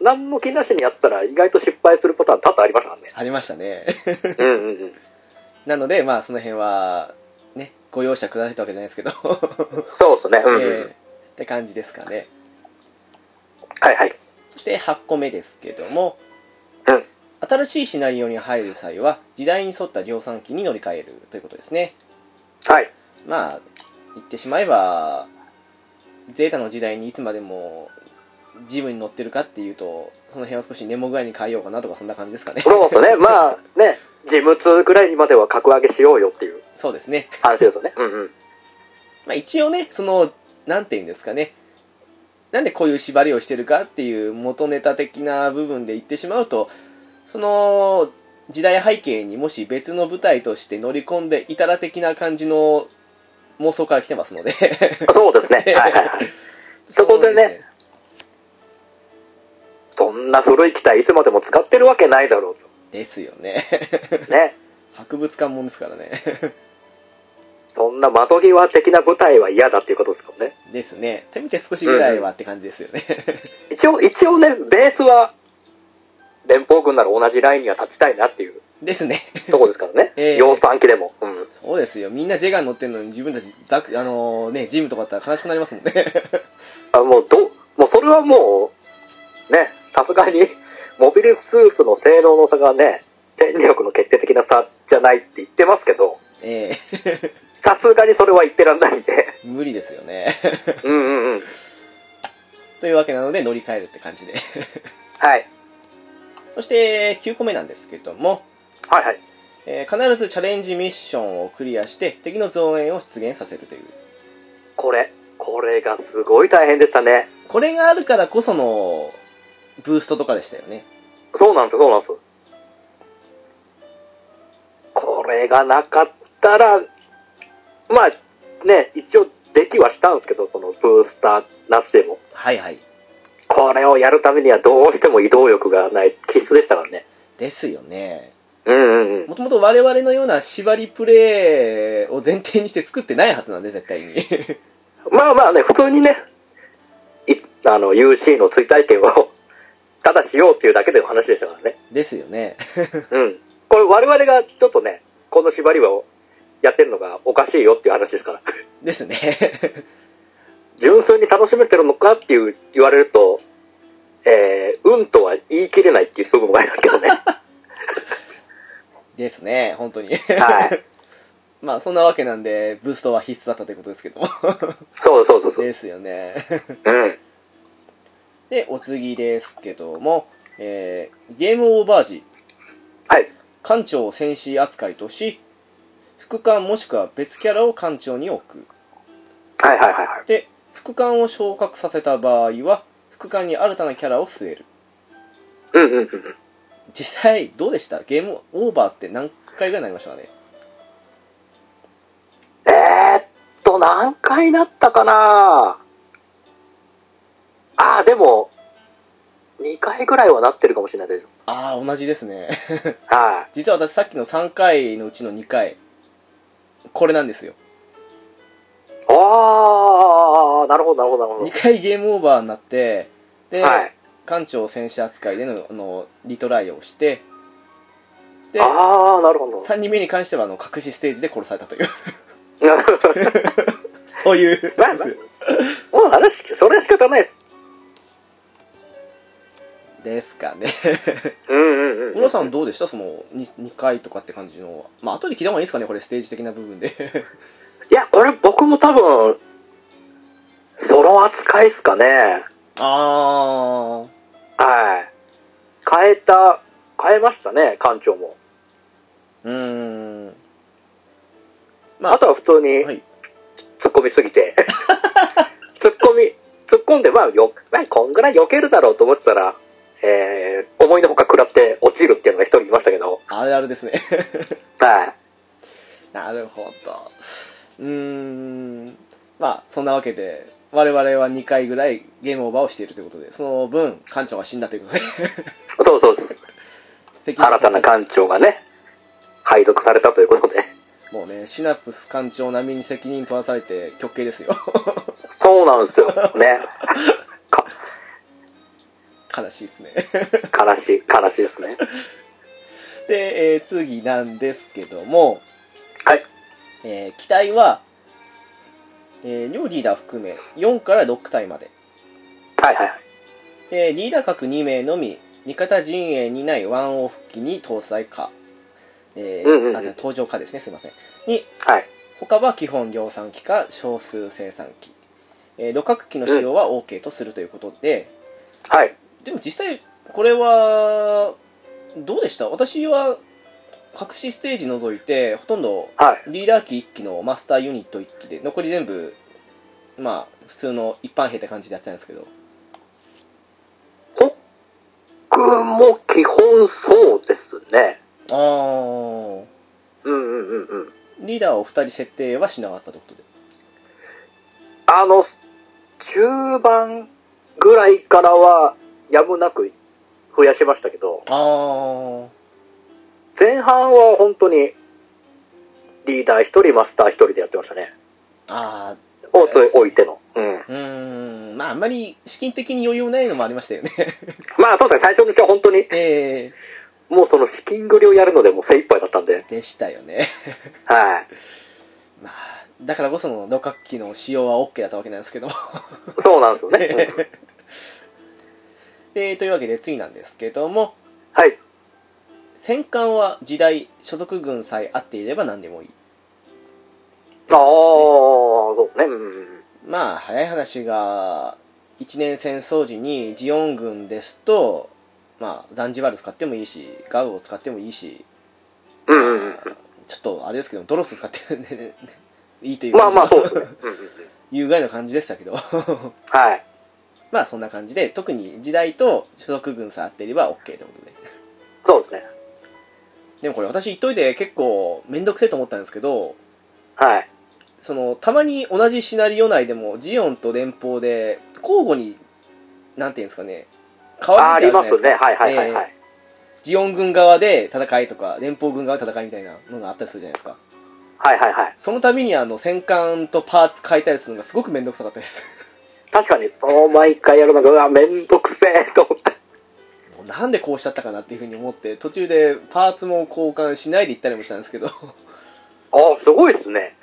Speaker 2: 何の気なしにやってたら意外と失敗するパターン多々ありました <laughs> からね。
Speaker 1: ありましたね。
Speaker 2: うんうんうん。
Speaker 1: なので、まあ、その辺は、ね、ご容赦くださいってわけじゃないですけど。
Speaker 2: そうですね。うん、うん
Speaker 1: えーって感じですかね。
Speaker 2: はいはい。
Speaker 1: そして8個目ですけども、
Speaker 2: うん
Speaker 1: 新しいシナリオに入る際は、時代に沿った量産機に乗り換えるということですね。
Speaker 2: はい。
Speaker 1: まあ、言ってしまえば、ゼータの時代にいつまでもジムに乗ってるかっていうと、その辺は少しネモ具合に変えようかなとか、そんな感じですかね。
Speaker 2: そうですね。まあね、事務通ぐらいにまでは格上げしようよっていう <laughs>
Speaker 1: そうですね。
Speaker 2: 話ですよね。うんうん。
Speaker 1: まあ、一応ね、その、なんていうんですかね、なんでこういう縛りをしてるかっていう元ネタ的な部分で言ってしまうと、その、時代背景にもし別の舞台として乗り込んでいたら的な感じの妄想から来てますので
Speaker 2: そうですね。はいはい <laughs> はい。そこ
Speaker 1: <laughs>
Speaker 2: でね
Speaker 1: うす
Speaker 2: そんな古い機体いつまでも使ってるわけないだろう
Speaker 1: ですよね
Speaker 2: と。ね。
Speaker 1: 博物館もんですからね <laughs>
Speaker 2: そんな窓際的な舞台は嫌だっていうことですからね。
Speaker 1: ですねせめて少しぐらいはって感じですよね <laughs>
Speaker 2: 一応、一応ね、ベースは、連邦軍なら同じラインには立ちたいなっていう
Speaker 1: ですね。
Speaker 2: とこですからね
Speaker 1: <laughs> ええ
Speaker 2: 洋産機でも。うん。
Speaker 1: そうですよみんなジェガー乗ってるのに自分たちザクあのねジムとかだったら悲しくなりますもんね <laughs>
Speaker 2: あもうど、もうそれはもう、ね、さすがに、 <laughs> モビルスーツの性能の差がね、戦力の決定的な差じゃないって言ってますけど、
Speaker 1: ええ
Speaker 2: さすがにそれは言ってらんないんで。
Speaker 1: <laughs> 無理ですよね
Speaker 2: うんうんうん。
Speaker 1: というわけなので乗り換えるって感じで
Speaker 2: はい。
Speaker 1: そして9個目なんですけども、
Speaker 2: はいはい。
Speaker 1: えー必ずチャレンジミッションをクリアして敵の増援を出現させるという
Speaker 2: これ、これがすごい大変でしたね。
Speaker 1: これがあるからこそのブーストとかでしたよね
Speaker 2: そうなんですよ、そうなんですよ。これがなかったら、まあ、ね、一応できはしたんですけど、そのブースターなしでも。
Speaker 1: はいはい
Speaker 2: これをやるためにはどうしても移動力がない必須でしたからね。
Speaker 1: ですよね
Speaker 2: うんうんうん。
Speaker 1: もともと我々のような縛りプレイを前提にして作ってないはずなんで絶対に <laughs>
Speaker 2: まあまあね、普通にね、いあの、UC の追体験を、 <laughs> ただしようっていうだけでの話でしたからね。
Speaker 1: ですよね
Speaker 2: うん。これ我々がちょっとね、この縛りをやってるのがおかしいよっていう話ですから。
Speaker 1: ですね <laughs>
Speaker 2: 純粋に楽しめてるのかっていう言われると、えー、うんとは言い切れないっていう部分がありますけどね。
Speaker 1: <laughs> ですね本当に <laughs>
Speaker 2: はい。
Speaker 1: まあそんなわけなんでブーストは必須だったということですけども <laughs>
Speaker 2: そうそうそうそう。
Speaker 1: ですよね
Speaker 2: うん。
Speaker 1: で、お次ですけども、えーゲームオーバー時、
Speaker 2: はい。
Speaker 1: 艦長戦士扱いとし、副官もしくは別キャラを艦長に置く
Speaker 2: はいはいはいはい。
Speaker 1: で副官を昇格させた場合は副官に新たなキャラを据える
Speaker 2: うんうんうんうん。
Speaker 1: 実際どうでしたゲームオーバーって何回ぐらいになりましたかね
Speaker 2: えー、っと、何回なったかなああ、でも、2回ぐらいはなってるかもしれないです。
Speaker 1: ああ同じですね
Speaker 2: は
Speaker 1: <laughs> 実は私さっきの3回のうちの2回これなんですよ
Speaker 2: い。ああ、なるほど、なるほど、なるほ
Speaker 1: 2回ゲームオーバーになってで、
Speaker 2: ど。はい。
Speaker 1: 艦長戦士扱いでのあのリトライをしてで
Speaker 2: ああ、なるほど。
Speaker 1: 3人目に関してはあの隠しステージで殺されたという <laughs>
Speaker 2: なるほど
Speaker 1: そういう
Speaker 2: まあま <laughs> もう話、それは仕方ないです。
Speaker 1: ですかね <laughs>
Speaker 2: うんうんうん。
Speaker 1: 浦さんどうでしたその 2, 回とかって感じのまあ後で聞いた方がいいですかねこれステージ的な部分で <laughs>
Speaker 2: いや、これ僕も多分、その扱いっすかね。
Speaker 1: ああ
Speaker 2: はい。変えた、変えましたね、館長も。
Speaker 1: うーんまあ
Speaker 2: あとは普通に
Speaker 1: はい、
Speaker 2: 突っ込みす
Speaker 1: <laughs>
Speaker 2: ぎて。突っ込み、突っ込んで、まあ、よ、まあ、こんぐらい避けるだろうと思ってたら、えー、思いのほか食らって落ちるっていうのが一人いましたけど。
Speaker 1: あれあれですね <laughs>
Speaker 2: はい。
Speaker 1: なるほどうーんまあそんなわけで我々は2回ぐらいゲームオーバーをしているということでその分艦長が死んだということで <laughs>
Speaker 2: そうそうそう。
Speaker 1: 責任
Speaker 2: 新たな
Speaker 1: 感
Speaker 2: 館長がね、配属されたということ
Speaker 1: <laughs>
Speaker 2: で。
Speaker 1: もうねシナプス艦長並みに責任取らされて極刑ですよ <laughs>
Speaker 2: そうなんですよ。ね。か
Speaker 1: 悲しいですね <laughs>
Speaker 2: 悲しい、悲しいですね。
Speaker 1: で、えー次なんですけども、
Speaker 2: はい
Speaker 1: えー機体は、えー両リーダー含め4から6体まで
Speaker 2: はいはいはい。
Speaker 1: でリーダー各2名のみ味方陣営にないワンオフ機に搭載か、えー
Speaker 2: うんうんうん
Speaker 1: あすいません搭乗かですねすいませんに
Speaker 2: はい。
Speaker 1: 他は基本量産機か少数生産機、えー、旅客機の使用は OK とするということで、
Speaker 2: はい。
Speaker 1: でも実際これはどうでした私は隠しステージ除いてほとんど
Speaker 2: はい。
Speaker 1: リーダー機1機のマスターユニット1機で残り全部まあ普通の一般兵って感じでやってたんですけど
Speaker 2: 僕も基本そうですね。
Speaker 1: ああ
Speaker 2: うんうんうんうん。
Speaker 1: リーダーを2人設定はしなかったということで
Speaker 2: あの、中盤ぐらいからは、やむなく増やしましたけど、
Speaker 1: あ
Speaker 2: 前半は本当に、リーダー1人、マスター1人でやってましたね。
Speaker 1: ああ
Speaker 2: をつ置いての。うん。
Speaker 1: うーんまああんまり資金的に余裕ないのもありました <laughs> よね
Speaker 2: まあ、そうですね、最初のうちは本当に、
Speaker 1: ええ
Speaker 2: もうその資金繰りをやるのでもう精一杯だったんで、
Speaker 1: でしたよね <laughs>
Speaker 2: はい。
Speaker 1: まあだからこその六角機の使用は OK だったわけなんですけど
Speaker 2: そうなんですよね。うん
Speaker 1: <laughs> えーというわけで次なんですけども
Speaker 2: はい。
Speaker 1: 戦艦は時代所属軍さえ合っていれば何でもいい
Speaker 2: ああ、そうですね。うん。
Speaker 1: まあ早い話が一年戦争時にジオン軍ですとまあザンジバル使ってもいいしガウを使ってもいいし
Speaker 2: うんうんうん。
Speaker 1: ちょっとあれですけどドロス使ってんでいいという
Speaker 2: ま
Speaker 1: 感
Speaker 2: あ
Speaker 1: じ
Speaker 2: まあ、そうですね。うんうんうん。
Speaker 1: いうぐらいの感じでしたけど <laughs>
Speaker 2: はい。
Speaker 1: まあそんな感じで特に時代と所属軍さえ合っていれば OK ということで
Speaker 2: そうですね。
Speaker 1: でもこれ私言っといて結構面倒くせえと思ったんですけど
Speaker 2: はい。
Speaker 1: そのたまに同じシナリオ内でもジオンと連邦で交互になんていうんですかね変
Speaker 2: あ
Speaker 1: わ
Speaker 2: あ
Speaker 1: る
Speaker 2: り
Speaker 1: みたいなじゃないで
Speaker 2: ま
Speaker 1: すすか
Speaker 2: ね。はいはいはいはい。
Speaker 1: ジオン軍側で戦いとか連邦軍側で戦いみたいなのがあったりするじゃないですか
Speaker 2: はいはいはい。
Speaker 1: その度にあの戦艦とパーツ変えたりするのがすごく面倒くさかったです
Speaker 2: 確かに、その毎回やるのが、うわ、めんどくせえと思って。
Speaker 1: もうなんでこうしちゃったかなっていうふうに思って途中でパーツも交換しないで行ったりもしたんですけど <laughs>
Speaker 2: ああ、すごいですね。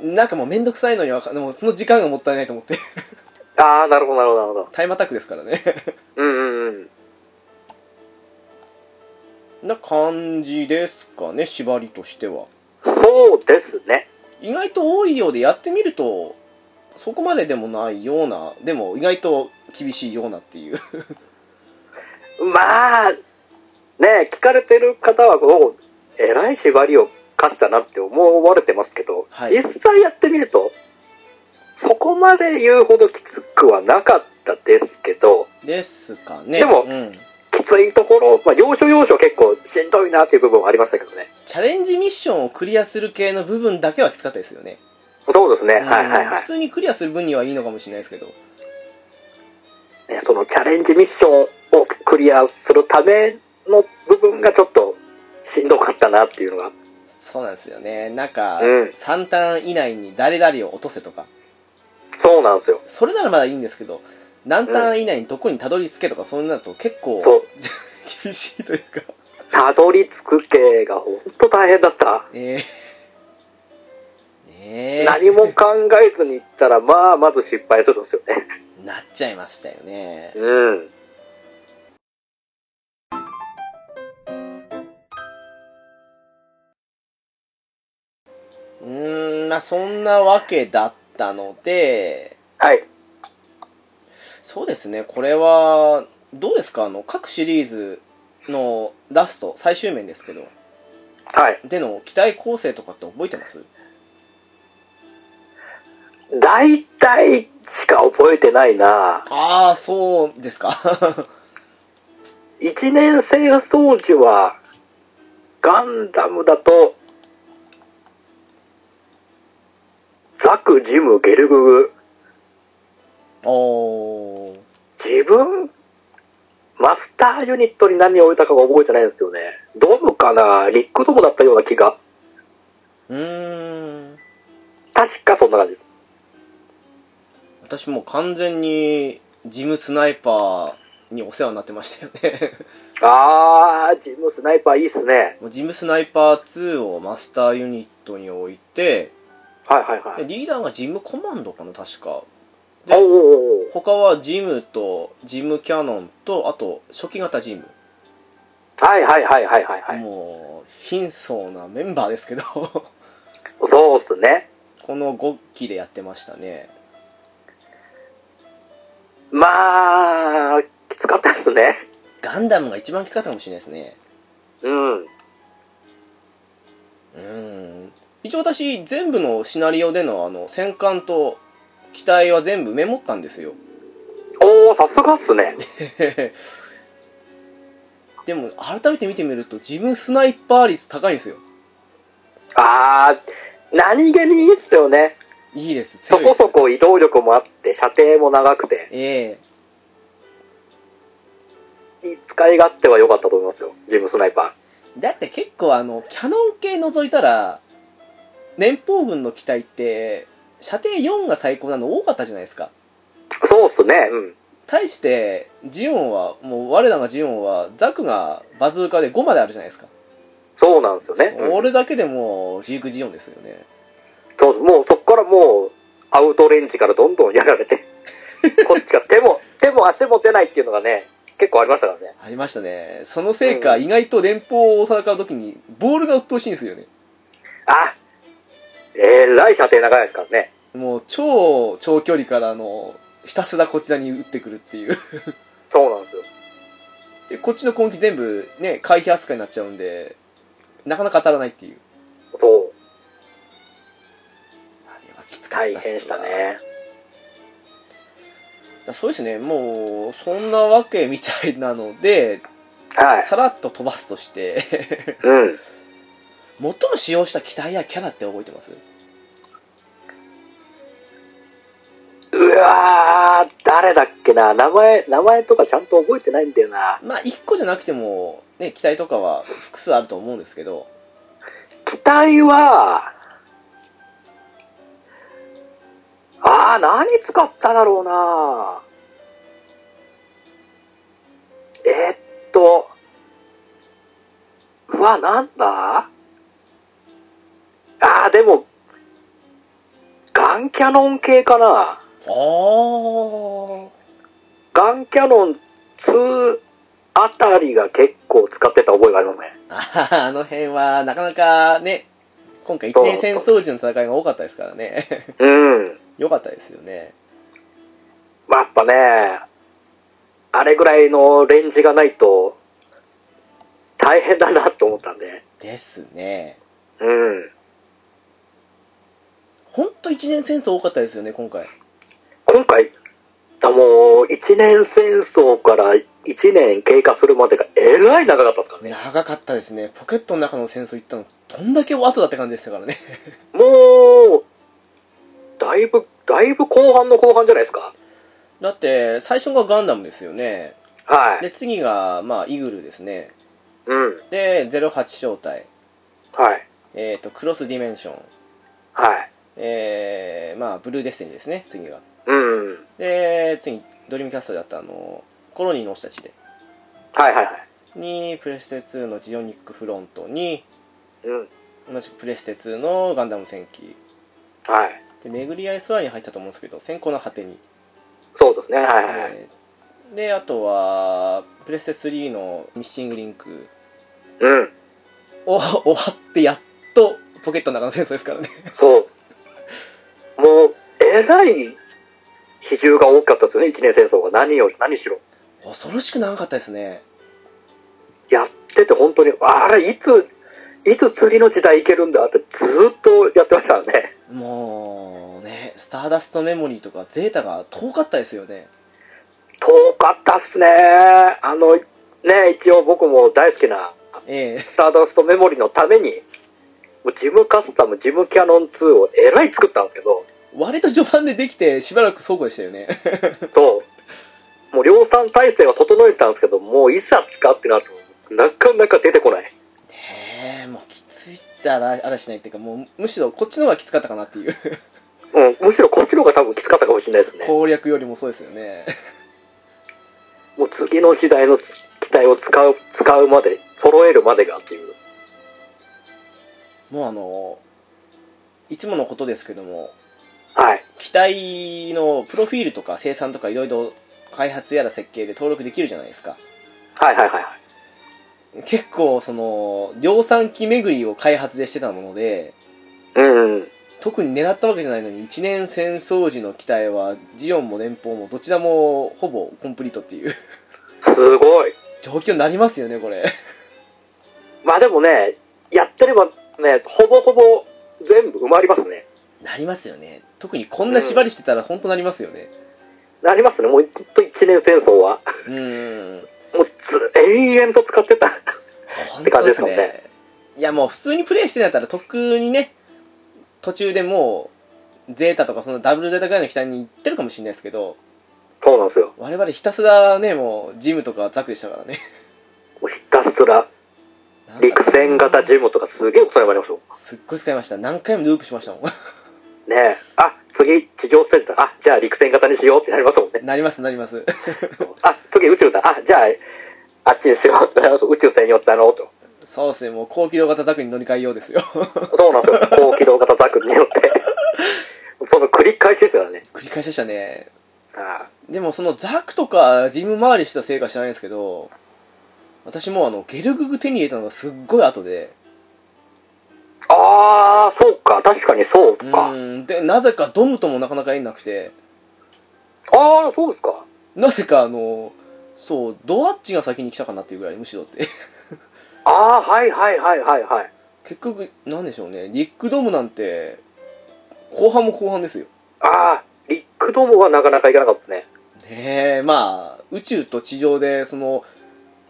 Speaker 1: なんかもう面倒くさいのにわかでもその時間がもったいないと思って
Speaker 2: ああ、なるほどなるほどなるほど。
Speaker 1: タイムアタックですからね <laughs>
Speaker 2: うんうんうん。
Speaker 1: な感じですかね縛りとしては
Speaker 2: そうですね。
Speaker 1: 意外と多いようでやってみるとそこまででもないようなでも意外と厳しいようなっていう <laughs>
Speaker 2: まあ、ね、聞かれてる方は、おえらい縛りを価値だなって思われてますけど、
Speaker 1: はい
Speaker 2: 実際やってみると、そこまで言うほどきつくはなかったですけど、
Speaker 1: ですかね。
Speaker 2: でも
Speaker 1: うん、
Speaker 2: きついところ、まあ、要所要所結構しんどいなっていう部分はありましたけどね。
Speaker 1: チャレンジミッションをクリアする系の部分だけはきつかったですよね。
Speaker 2: そうですね、はいはい
Speaker 1: うん
Speaker 2: はい
Speaker 1: 普。通にクリアする分にはいいのかもしれないですけど。
Speaker 2: ねそのチャレンジミッションをクリアするための部分がちょっとしんどかったなっていうのが。
Speaker 1: そうなんですよね。なんか、
Speaker 2: うん
Speaker 1: 3ターン以内に誰々を落とせとか、
Speaker 2: そうなんですよ。
Speaker 1: それならまだいいんですけど、何ターン以内にどこにたどり着けとか、そうなると結構
Speaker 2: そう
Speaker 1: 厳しいというか、
Speaker 2: たどり着く系が本当大変だった。
Speaker 1: えー、ねえ
Speaker 2: 何も考えずに行ったら、まあ、まず失敗するんですよね。
Speaker 1: なっちゃいましたよね。
Speaker 2: うん。
Speaker 1: うーん、まあそんなわけだったので、
Speaker 2: はい。
Speaker 1: そうですね、これは、どうですか、あの、各シリーズのラスト、最終面ですけど、
Speaker 2: はい。
Speaker 1: での機体構成とかって覚えてます
Speaker 2: 大体しか覚えてないな。
Speaker 1: ああ、そうですか。 <laughs>
Speaker 2: 一年生掃除は、ガンダムだと、ザク、ジム、ゲルググ。
Speaker 1: おー
Speaker 2: 自分、マスターユニットに何を置いたかが覚えてないんですよね。ドムかなリックドムだったような気が。
Speaker 1: うーん。
Speaker 2: 確かそんな感じです。
Speaker 1: 私もう完全に、ジムスナイパーにお世話になってましたよね。 <laughs>
Speaker 2: あー、ジムスナイパーいいっすね。
Speaker 1: もうジムスナイパー2をマスターユニットに置いて、
Speaker 2: はいはいは
Speaker 1: で
Speaker 2: い。
Speaker 1: リーダーがジムコマンドかな、確か。で
Speaker 2: おお
Speaker 1: 他はジムと、ジムキャノンと、あと、初期型ジム。
Speaker 2: はいはいはいはいはいはい。
Speaker 1: もう、貧相なメンバーですけど、 <laughs> こ
Speaker 2: そうっすね。
Speaker 1: の5期でやってましたね。
Speaker 2: まあ、きつかったですね。
Speaker 1: ガンダムが一番きつかったかもしれないですね。
Speaker 2: うん。
Speaker 1: うーん。一応私、全部のシナリオでの、あの、戦艦と機体は全部メモったんですよ。 <laughs>
Speaker 2: おおさすがっすね。
Speaker 1: でも、改めて見てみると、自分スナイパー率高いんですよ。
Speaker 2: あー、何気にいいっすよね。
Speaker 1: いいです、
Speaker 2: そ
Speaker 1: 強いで
Speaker 2: こ
Speaker 1: す。
Speaker 2: そこ移動力もあって、射程も長くて、
Speaker 1: ええ
Speaker 2: いい使い勝手は良かったと思いますよ。ジムスナイパ
Speaker 1: だって結構あのキャノン系除いたら年俸軍の機体って射程4が最高なの多かったじゃないですか
Speaker 2: ー。そうっすね。うん。
Speaker 1: 対してジオンはもう我らがジオンはザクがバズーカで5まであるじゃないですか
Speaker 2: そうなんですよね。うん
Speaker 1: それだけでもうジークジオンですよね
Speaker 2: そうもうそこからもうアウトレンジからどんどんやら
Speaker 1: <laughs>
Speaker 2: れてこっちが手も手も足も出ないっていうのがね結構ありましたからね
Speaker 1: ありましたねそのせいか
Speaker 2: うん
Speaker 1: 意外と連邦を戦う時にボールが鬱陶しいんですよね
Speaker 2: あえらい射程長いですからね
Speaker 1: もう超長距離からのひたすらこちらに打ってくるっていう <laughs>
Speaker 2: そうなんですよ
Speaker 1: でこっちの攻撃全部ね回避扱いになっちゃうんでなかなか当たらないっていう
Speaker 2: そう
Speaker 1: あれはきつかっ
Speaker 2: 大
Speaker 1: た
Speaker 2: 変
Speaker 1: っ
Speaker 2: ですし
Speaker 1: わ
Speaker 2: たね
Speaker 1: だそうですねもうそんなわけみたいなので
Speaker 2: はい
Speaker 1: さらっと飛ばすとして <laughs>
Speaker 2: うん
Speaker 1: 最も使用した機体やキャラって覚えてます
Speaker 2: うわー誰だっけな名前名前とかちゃんと覚えてないんだよな
Speaker 1: まあ1個じゃなくてもね機体とかは複数あると思うんですけど
Speaker 2: 機体はああ何使っただろうなえーっとうわなんだああでもガンキャノン系かな
Speaker 1: ああ
Speaker 2: ガンキャノン2あたりが結構使ってた覚えがありますね
Speaker 1: ああの辺はなかなかね今回一年戦争時の戦いが多かったですからね <laughs>
Speaker 2: うん
Speaker 1: 良かったですよね
Speaker 2: まあ、やっぱね、あれぐらいのレンジがないと、大変だなと思ったんで。
Speaker 1: ですね
Speaker 2: うん。
Speaker 1: ほんと一年戦争多かったですよね、今回。
Speaker 2: 今回、あもう、一年戦争から一年経過するまでがえらい長かったですからね。
Speaker 1: 長かったですね。ポケットの中の戦争行ったの、どんだけ後だって感じでしたからね。
Speaker 2: もう、だいぶ、だいぶ後半の後半じゃないですか。
Speaker 1: だって、最初がガンダムですよね。
Speaker 2: はい。
Speaker 1: で、次が、まあ、イグルですね。
Speaker 2: うん。
Speaker 1: で、08正体。
Speaker 2: はい。
Speaker 1: えっ、と、クロスディメンション。
Speaker 2: はい。
Speaker 1: えー、まあ、ブルーデスティニーですね、次が。
Speaker 2: うん。
Speaker 1: で、次、ドリームキャストだったあの、コロニーの推し達で。
Speaker 2: はいはいはい。
Speaker 1: に、プレステ2のジオニックフロントに、
Speaker 2: うん。
Speaker 1: 同じくプレステ2のガンダム戦記。
Speaker 2: はい。
Speaker 1: で、巡り合い空に入ったと思うんですけど、先行の果てに。
Speaker 2: そうですね。はいはいはい。
Speaker 1: えーで、あとは、プレステ3のミッシングリンク
Speaker 2: うん。
Speaker 1: を <laughs> 終わって、やっと、ポケットの中の戦争ですからね。
Speaker 2: そう。もう、えらい比重が大きかったですよね、一年戦争が。何を、何しろ。
Speaker 1: 恐ろしく長かったですね。
Speaker 2: やってて本当に、あれ、いつ、いつ釣りの時代行けるんだってずーっとやってましたよね。
Speaker 1: もうね、スターダストメモリーとかゼータが遠かったですよね。
Speaker 2: 遠かったっすね。あの、ね、一応僕も大好きな、
Speaker 1: ええ
Speaker 2: スターダストメモリのために、もうジムカスタム、ジムキャノン2をえらい作ったんですけど、
Speaker 1: 割と序盤でできてしばらく倉庫でしたよね。
Speaker 2: そう、もう量産体制は整えたんですけど、もういざ使ってなると、なかなか出てこない。
Speaker 1: へえ、もうきついったらあらしないっていうか、もうむしろこっちの方がきつかったかなっていう。
Speaker 2: うん、むしろこっちの方が多分きつかったかもしれないですね。
Speaker 1: 攻略よりもそうですよね。
Speaker 2: もう次の時代の機体を使う、使うまで、揃えるまでがっていう。
Speaker 1: もうあの、いつものことですけども、
Speaker 2: はい。
Speaker 1: 機体のプロフィールとか生産とかいろいろ開発やら設計で登録できるじゃないですか。
Speaker 2: はいはいはいはい。
Speaker 1: 結構その、量産機巡りを開発でしてたもので、
Speaker 2: うん。
Speaker 1: 特に狙ったわけじゃないのに1年戦争時の機体はジオンも連邦もどちらもほぼコンプリートっていう
Speaker 2: すごい。
Speaker 1: 状況になりますよねこ
Speaker 2: <laughs>
Speaker 1: れ
Speaker 2: まあでもね、やってればね、ほぼほぼ全部埋まりますね。
Speaker 1: なりますよね特にこんな縛りしてたら本当なりますよね
Speaker 2: なりますね、もうほんと一年戦争は。
Speaker 1: うーん
Speaker 2: もうず、延々と使ってた。
Speaker 1: 本
Speaker 2: て
Speaker 1: 当で
Speaker 2: 感じです
Speaker 1: す
Speaker 2: もんね
Speaker 1: ねいやもう普通にプレイしてんだったらとっくにね途中でもうゼータとかそのダブルゼータぐらいの機体に行ってるかもしれないですけど
Speaker 2: そうなんですよ。
Speaker 1: 我々ひたすらねもうジムとかザクでしたからね
Speaker 2: もうひたすら、
Speaker 1: なんか
Speaker 2: 陸戦型ジムとかすげえ使いまりましょ
Speaker 1: すっごい使いました何回もループしましたもん <laughs>
Speaker 2: う。ねえ。あ、次、地上ステージだ。あ、じゃあ陸戦型にしようってなりますもん
Speaker 1: <laughs>
Speaker 2: ね。
Speaker 1: なりますなります
Speaker 2: あ、次宇宙だ。あ、じゃあ、あっちにしようってな
Speaker 1: <laughs>
Speaker 2: ります。宇宙船に寄ったのと。
Speaker 1: そうですね、もう高機動型ザクに乗り換えようですよ。 <laughs>
Speaker 2: そうなんですよ。高機動型ザクによって。その繰り返しですからね。
Speaker 1: 繰り返しでしたね。
Speaker 2: あ
Speaker 1: でもそのザクとかジム周りしてたせいか知らないですけど、私もうあの、ゲルググ手に入れたのがすっごい後で、
Speaker 2: あー、そうか。確かにそう
Speaker 1: う
Speaker 2: か。あ
Speaker 1: ーん、で、なぜかドムともなかなか縁なくて、
Speaker 2: あー、そうですか。
Speaker 1: なぜかあの、そう、ドアッチが先に来たかなっていうぐらい、むしろって。 <laughs>
Speaker 2: あー、はいはいはいはいはい。
Speaker 1: 結局、なんでしょうね、リックドムなんて、後半も後半ですよ。
Speaker 2: ああ、リックドームはなかなかいかなかったですね。
Speaker 1: ねえまあ宇宙と地上でその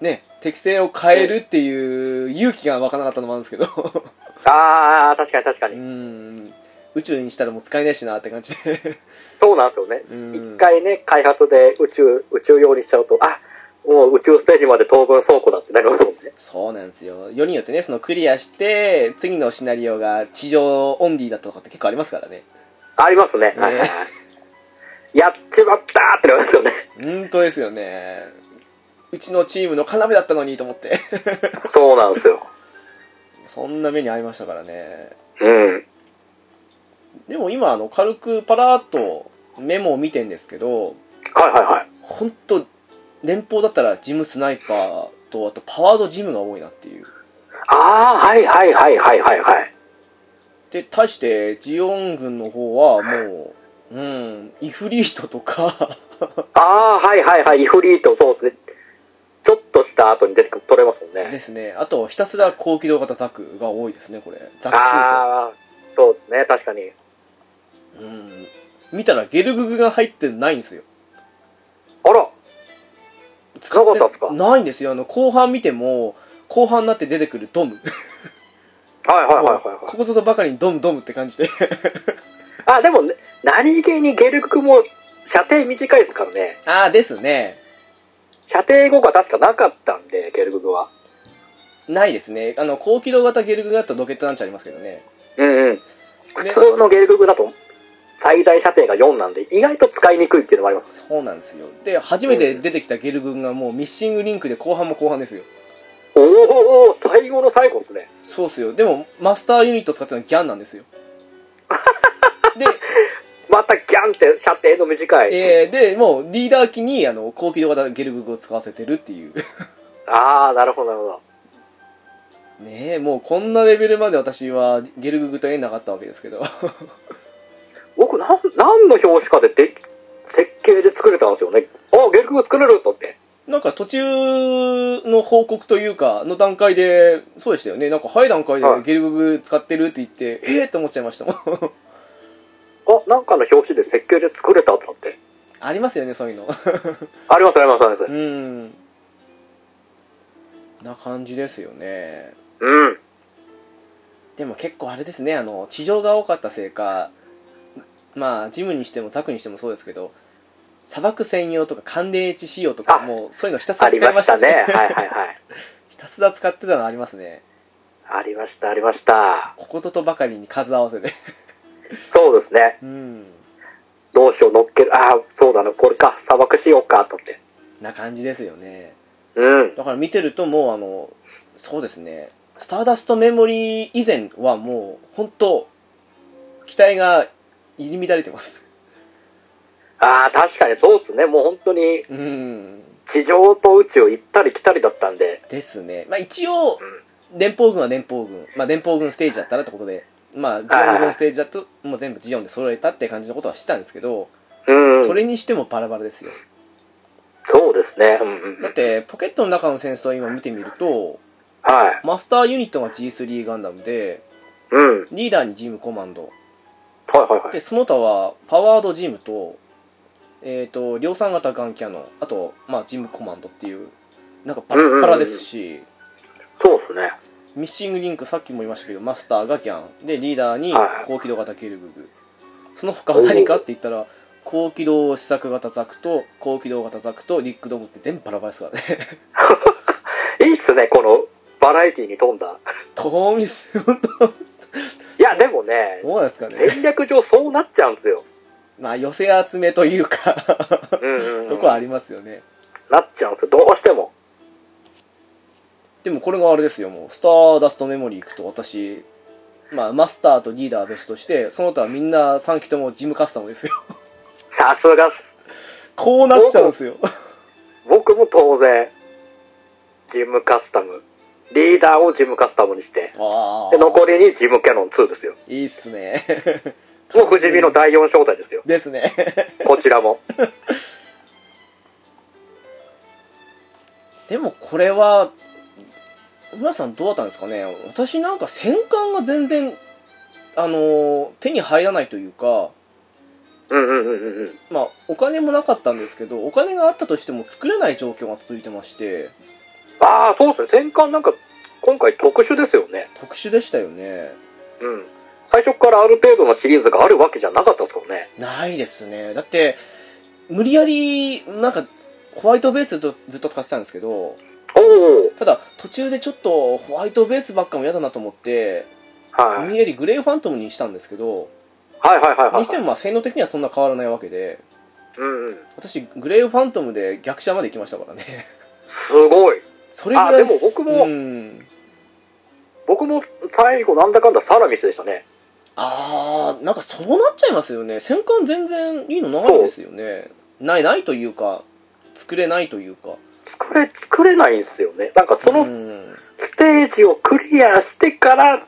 Speaker 1: ね適性を変えるっていう勇気が湧かなかったのもあるんですけど
Speaker 2: ああ、確かに確か
Speaker 1: う
Speaker 2: に。
Speaker 1: ん宇宙にしたらもう使えないしなって感じで <laughs>
Speaker 2: そうなんです
Speaker 1: う
Speaker 2: よ
Speaker 1: ん
Speaker 2: ね。一回ね、開発で宇宙、宇宙用にしちゃうと、あもう宇宙ステージまで当分倉庫だってなりますもんね。
Speaker 1: そうなんですよよりによってねそのクリアして次のシナリオが地上オンリーだったとかって結構ありますからね
Speaker 2: ありますね。はいはいはいやっちまったーってなりますよ
Speaker 1: <laughs>
Speaker 2: ね。
Speaker 1: 本当ですよねうちのチームの要だったのにと思って <laughs>
Speaker 2: そうなんですよ。
Speaker 1: そんな目に遭いましたからね
Speaker 2: うん。
Speaker 1: でも今あの軽くパラーっとメモを見てんですけど
Speaker 2: はいはいはい。
Speaker 1: 本当連邦だったらジムスナイパーとあとパワードジムが多いなっていう
Speaker 2: ああ、はいはいはいはいはいはい。
Speaker 1: で対してジオン軍の方はもううんイフリートとか
Speaker 2: <laughs> ああ、はいはいはい。イフリート、そうですね。ちょっとした後に出てくる取れますもん
Speaker 1: で
Speaker 2: ね。
Speaker 1: すねあとひたすら高機動型ザクが多いですねこれザク2
Speaker 2: ああ、そうですね、確かに。
Speaker 1: とうん見たらゲルググが入ってないんですよ
Speaker 2: あら、
Speaker 1: 使
Speaker 2: なかったっすか
Speaker 1: ないんですよあの後半見ても後半になって出てくるドム
Speaker 2: はいはいはいはいはい。
Speaker 1: ここぞとばかりにドムドムって感
Speaker 2: <laughs>
Speaker 1: じで
Speaker 2: あ、でもね、何気にゲルクも射程短いですからね。
Speaker 1: ああですね
Speaker 2: 射程5が確かなかったんで、ゲルクは。
Speaker 1: ないですねあの高機動型ゲルググだとロケットランチャーありますけどね
Speaker 2: うんうん。普通のゲルクだと最大射程が4なんで、意外と使いにくいっていうのもあります。
Speaker 1: そうなんですよで初めて出てきたゲルググがもうミッシングリンクで後半も後半ですよ
Speaker 2: おーおーおー最後の最後ですね。
Speaker 1: そうっすよでもマスターユニット使ってるのはギャンなんですよで
Speaker 2: またギャンって射程の短い。
Speaker 1: えーでもうリーダー機にあの高機動型ゲルググを使わせてるっていう <laughs>
Speaker 2: ああ、なるほどなるほど。
Speaker 1: ねえもうこんなレベルまで私はゲルググと縁なかったわけですけど <laughs>
Speaker 2: 僕、なん、何の表紙かでで、設計で作れたんですよね。あゲルク作れるとって。
Speaker 1: なんか途中の報告というかの段階でそうでしたよねなんか早い段階で
Speaker 2: はい
Speaker 1: ゲルググ使ってるって言って、ええー、って思っちゃいましたもん <laughs>
Speaker 2: あ、なんかの表紙で設計で作れたとって。
Speaker 1: ありますよねそういうの
Speaker 2: ありますありますあります
Speaker 1: う。んな感じですよね
Speaker 2: うん。
Speaker 1: でも結構あれですねあの地上が多かったせいかまあジムにしてもザクにしてもそうですけど砂漠専用とか寒冷地仕様とか
Speaker 2: あ
Speaker 1: もうそういうのひたす
Speaker 2: あ
Speaker 1: ら使
Speaker 2: り
Speaker 1: いま
Speaker 2: ま
Speaker 1: した
Speaker 2: したね。はい
Speaker 1: ね
Speaker 2: はいはい。
Speaker 1: <laughs> ひたすら使ってたのありますね
Speaker 2: ありました、ありました。
Speaker 1: ここととばかりに数合わせで
Speaker 2: そうですね。
Speaker 1: うん
Speaker 2: どうしよう、乗っける。ああ、そうだね。これか。砂漠しようか、とって。
Speaker 1: な感じですよね
Speaker 2: うん。
Speaker 1: だから見てるともうあのそうですねスターダストメモリー以前はもう本当機体が入り乱れてます
Speaker 2: ああ、確かにそうですね。もう本当に、
Speaker 1: うん
Speaker 2: 地上と宇宙行ったり来たりだったんで。
Speaker 1: ですね、まあ、一応、連邦軍は連邦軍、まあ、連邦軍ステージだったらってことで、まあ、ジオン軍ステージだと、もう全部ジオンで揃えたって感じのことはしてたんですけど、
Speaker 2: うん。
Speaker 1: それにしてもバラバラですよ。
Speaker 2: そうですね。うんうんう
Speaker 1: だっ
Speaker 2: ん。
Speaker 1: て、ポケットの中の戦争を今見てみると、
Speaker 2: はい。
Speaker 1: マスターユニットが G3 ガンダムで、
Speaker 2: うん。はい
Speaker 1: リーダーにジムコマンド、
Speaker 2: はいは
Speaker 1: で、
Speaker 2: い。
Speaker 1: その他はパワードジムと、えっ、と、量産型ガンキャノン、あと、まあ、ジムコマンドっていう、なんかバラッバラですし、
Speaker 2: そうですね。
Speaker 1: ミッシングリンクさっきも言いましたけどマスターがギャンでリーダーに
Speaker 2: はい
Speaker 1: 高機動型ゲルググその他は何かって言ったら高機動試作型ザクと高機動型ザクとリックドムって全部バラバラですからね <laughs>
Speaker 2: いいっすね、この、バラエティに富んだ。
Speaker 1: トーミス本当
Speaker 2: いや、でもね、
Speaker 1: どうなんですかね
Speaker 2: 戦略上そうなっちゃうんですよ。
Speaker 1: まあ寄せ集めというか
Speaker 2: うんうんうん、
Speaker 1: とこはありますよね
Speaker 2: なっちゃうんですよ。どうしても。
Speaker 1: でもこれがあれですよもうスターダストメモリー行くと私まあマスターとリーダーは別としてその他はみんな3機ともジムカスタムですよ
Speaker 2: さすがっす。
Speaker 1: こうなっちゃうんですよ
Speaker 2: 僕も当然、ジムカスタム。リーダーをジムカスタムにして、
Speaker 1: あ
Speaker 2: で残
Speaker 1: あ
Speaker 2: りにジムキャノン2ですよ。
Speaker 1: <laughs> いいっすね <laughs>
Speaker 2: もう不死身の第4招待ですよ。
Speaker 1: ですね
Speaker 2: こちらも。
Speaker 1: でもこれは村さんどうだったんですかね私なんか戦艦が全然あのー手に入らないというか
Speaker 2: うんうんうんうんうん。
Speaker 1: まあお金もなかったんですけどお金があったとしても作れない状況が続いてまして
Speaker 2: ああ、そうですね。戦艦なんか、今回特殊ですよね。
Speaker 1: 特殊でしたよね
Speaker 2: うん。最初からある程度のシリーズがあるわけじゃなかったですからね。
Speaker 1: ないですねだって無理やりなんかホワイトベースずっとずっと使ってたんですけど
Speaker 2: おお。
Speaker 1: ただ途中でちょっとホワイトベースばっかも嫌だなと思って
Speaker 2: はい
Speaker 1: 無。理やりグレーファントムにしたんですけど
Speaker 2: はいはいはいはい。
Speaker 1: にしてもまあ性能的にはそんな変わらないわけで
Speaker 2: うんうん。
Speaker 1: 私グレーファントムで逆車まで行きましたからね <laughs>
Speaker 2: すごい。
Speaker 1: それぐらい
Speaker 2: あでも僕も
Speaker 1: うん
Speaker 2: 僕も最後なんだかんだサラミスでしたね。
Speaker 1: ああなんかそうなっちゃいますよね戦艦全然いいのないですよねないないというか作れないというか
Speaker 2: 作れ、作れないんですよね。なんかそうの
Speaker 1: ん
Speaker 2: ステージをクリアしてから、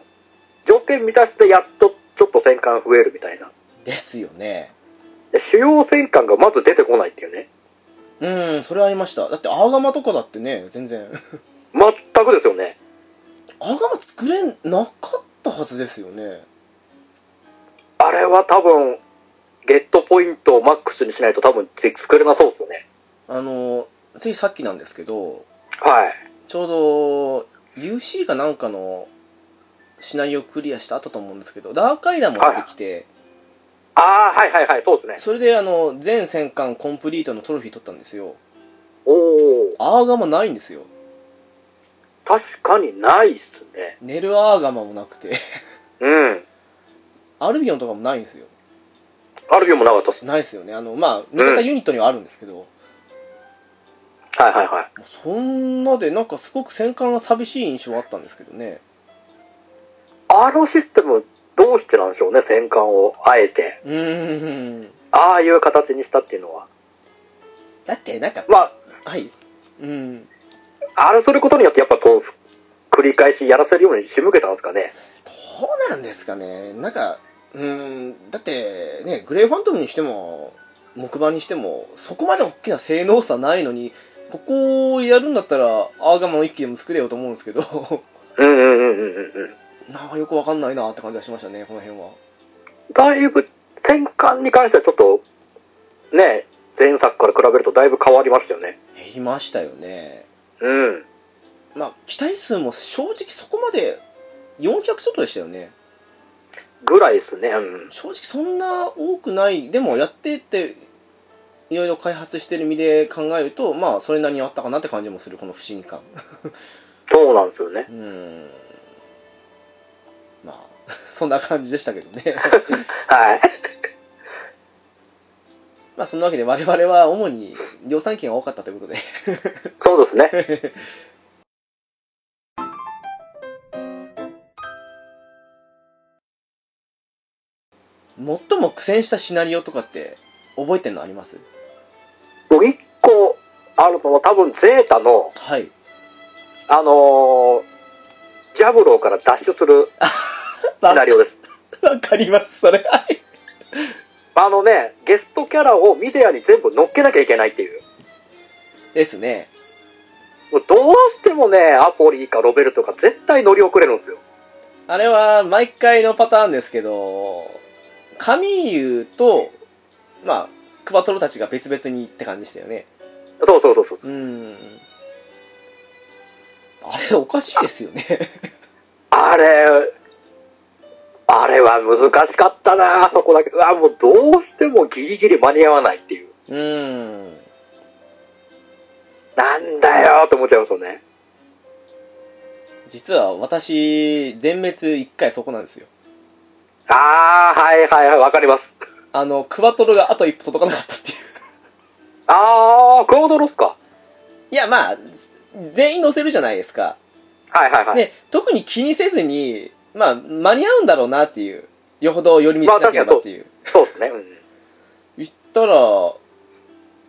Speaker 2: 条件満たしてやっとちょっと戦艦増えるみたいな。
Speaker 1: ですよね
Speaker 2: で主要戦艦がまず出てこないっていうね。
Speaker 1: うんそれありましただって青釜とかだってね全然
Speaker 2: 全くですよね。
Speaker 1: 青釜作れなかったはずですよね
Speaker 2: あれは多分、ゲットポイントをマックスにしないと多分つ作れなそうですよね。
Speaker 1: あのついさっきなんですけど
Speaker 2: はい。
Speaker 1: ちょうど UC かなんかのシナリオクリアした後と思うんですけどダークアイランも出てきて、
Speaker 2: ああ、はいはいはい、そうですね。
Speaker 1: それであの全戦艦コンプリートのトロフィー取ったんですよ
Speaker 2: おお、
Speaker 1: アーガマないんですよ
Speaker 2: 確かにないっすね。
Speaker 1: ネルアーガマもなくて <laughs>
Speaker 2: うん。
Speaker 1: アルビオンとかもないんですよ
Speaker 2: アルビオンもなかったっす。
Speaker 1: ないですよねあのまあ味方ユニットにはあるんですけど、も
Speaker 2: はいはいはい。
Speaker 1: うそんなでなんかすごく戦艦が寂しい印象はあったんですけどね
Speaker 2: あのシステム、どうしてなんでしょうね、戦艦を、あえて。
Speaker 1: うーん
Speaker 2: ああいう形にしたっていうのは。
Speaker 1: だってなんか
Speaker 2: ま
Speaker 1: はいうん
Speaker 2: あ、あれすることによって、やっぱこう、繰り返しやらせるように仕向けたんですかね。
Speaker 1: どうなんですかねなんかうーんだってねグレイファントムにしても木馬にしてもそこまで大きな性能差ないのにここをやるんだったらアーガマンを一機でも作れよと思うんですけど <laughs>
Speaker 2: うんうんうんうんうんうん。
Speaker 1: なんかよくわかんないなって感じがしましたねこの辺は
Speaker 2: だいぶ、戦艦に関してはちょっと、ね、前作から比べるとだいぶ変わりましたよね。
Speaker 1: 減りましたよね
Speaker 2: うん。
Speaker 1: まあ期待数も正直そこまで400ちょっとでしたよね
Speaker 2: ぐらいですね。うん。
Speaker 1: 正直そんな多くないでもやってっていろいろ開発してる身で考えるとまあそれなりにあったかなって感じもするこの不思議感
Speaker 2: そうなんですよね。
Speaker 1: うーんまあ <laughs> そんな感じでしたけどね <laughs>
Speaker 2: はい。
Speaker 1: まあそんなわけで我々は主に量産権が多かったということで
Speaker 2: そうですね。
Speaker 1: 最も苦戦したシナリオとかって覚えてるのあります
Speaker 2: もう一個あるのは多分ゼータの、
Speaker 1: はい
Speaker 2: あのージャブローから脱出するシナリオです。
Speaker 1: <laughs> わかりますそれはい
Speaker 2: あのね、ゲストキャラをミディアに全部乗っけなきゃいけないっていう。
Speaker 1: ですね
Speaker 2: もうどうしてもね、アポリかロベルトか絶対乗り遅れるんですよ。
Speaker 1: あれは毎回のパターンですけどカミーユとまあクバトロたちが別々にって感じでしたよね
Speaker 2: そうそうそうそう。
Speaker 1: うんあれおかしいですよね <laughs>
Speaker 2: あれ、あれは難しかったな、あそこだけ。うわ、もうどうしてもギリギリ間に合わないっていう。
Speaker 1: うん
Speaker 2: なんだよと思っちゃいますよね。
Speaker 1: 実は私全滅1回そこなんですよ
Speaker 2: あー、はいはいはい、わかります。
Speaker 1: あのクバトロがあと一歩届かなかったっていう
Speaker 2: あー、クロードロスか。
Speaker 1: <laughs> いやまあ全員乗せるじゃないですか
Speaker 2: はいはいはい。
Speaker 1: ね、特に気にせずに、まあ、間に合うんだろうなっていう、よほど寄り道しなければっていう。
Speaker 2: そうですね。うん。
Speaker 1: 言ったら、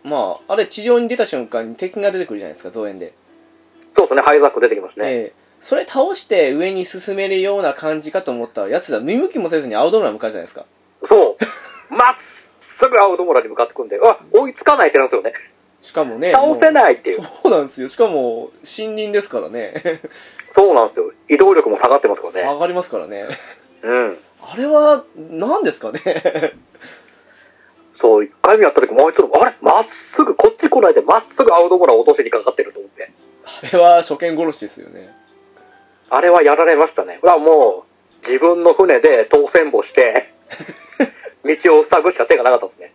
Speaker 1: まあ、あれ、地上に出た瞬間に敵が出てくるじゃないですか、増援で。
Speaker 2: そうですね、ハイザック出てきますね。
Speaker 1: ええそれ倒して上に進めるような感じかと思ったら、やつら見向きもせずに青ドラ向かうじゃないですか。
Speaker 2: そう。まっすぐ青ドモラに向かってくんで、うわ、追いつかないってなるんですよね。
Speaker 1: しかもね、
Speaker 2: 倒せないっていう
Speaker 1: も。そうなんですよ。しかも、森林ですからね。
Speaker 2: そうなんですよ。移動力も下がってますから
Speaker 1: 下
Speaker 2: ね。
Speaker 1: がりますからね。
Speaker 2: うん。
Speaker 1: あれは、何ですかね。
Speaker 2: そう、一回目やった時もあいつら、あれまっすぐ、こっち来ないで、まっすぐ青ドモラを落としにかかってると思って。
Speaker 1: あれは初見殺しですよね。
Speaker 2: あれはやられましたね。うわ、もう、自分の船で当選簿して、道を塞ぐしか手がなかったですね。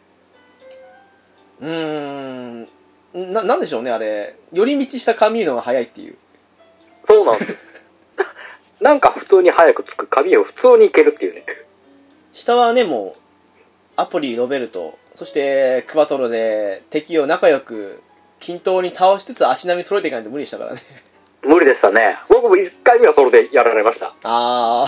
Speaker 1: うーんななんでしょうねあれ寄り道した髪のが早いっていう
Speaker 2: そうなんですよ。なんか普通に早く着く、髪を普通に行けるっていうね。
Speaker 1: 下はねもうアポリロベルトそしてクバトロで敵を仲良く均等に倒しつつ足並み揃えていかないと無理でしたからね
Speaker 2: 無理でしたね。僕も1回目はそれでやられました。
Speaker 1: ああ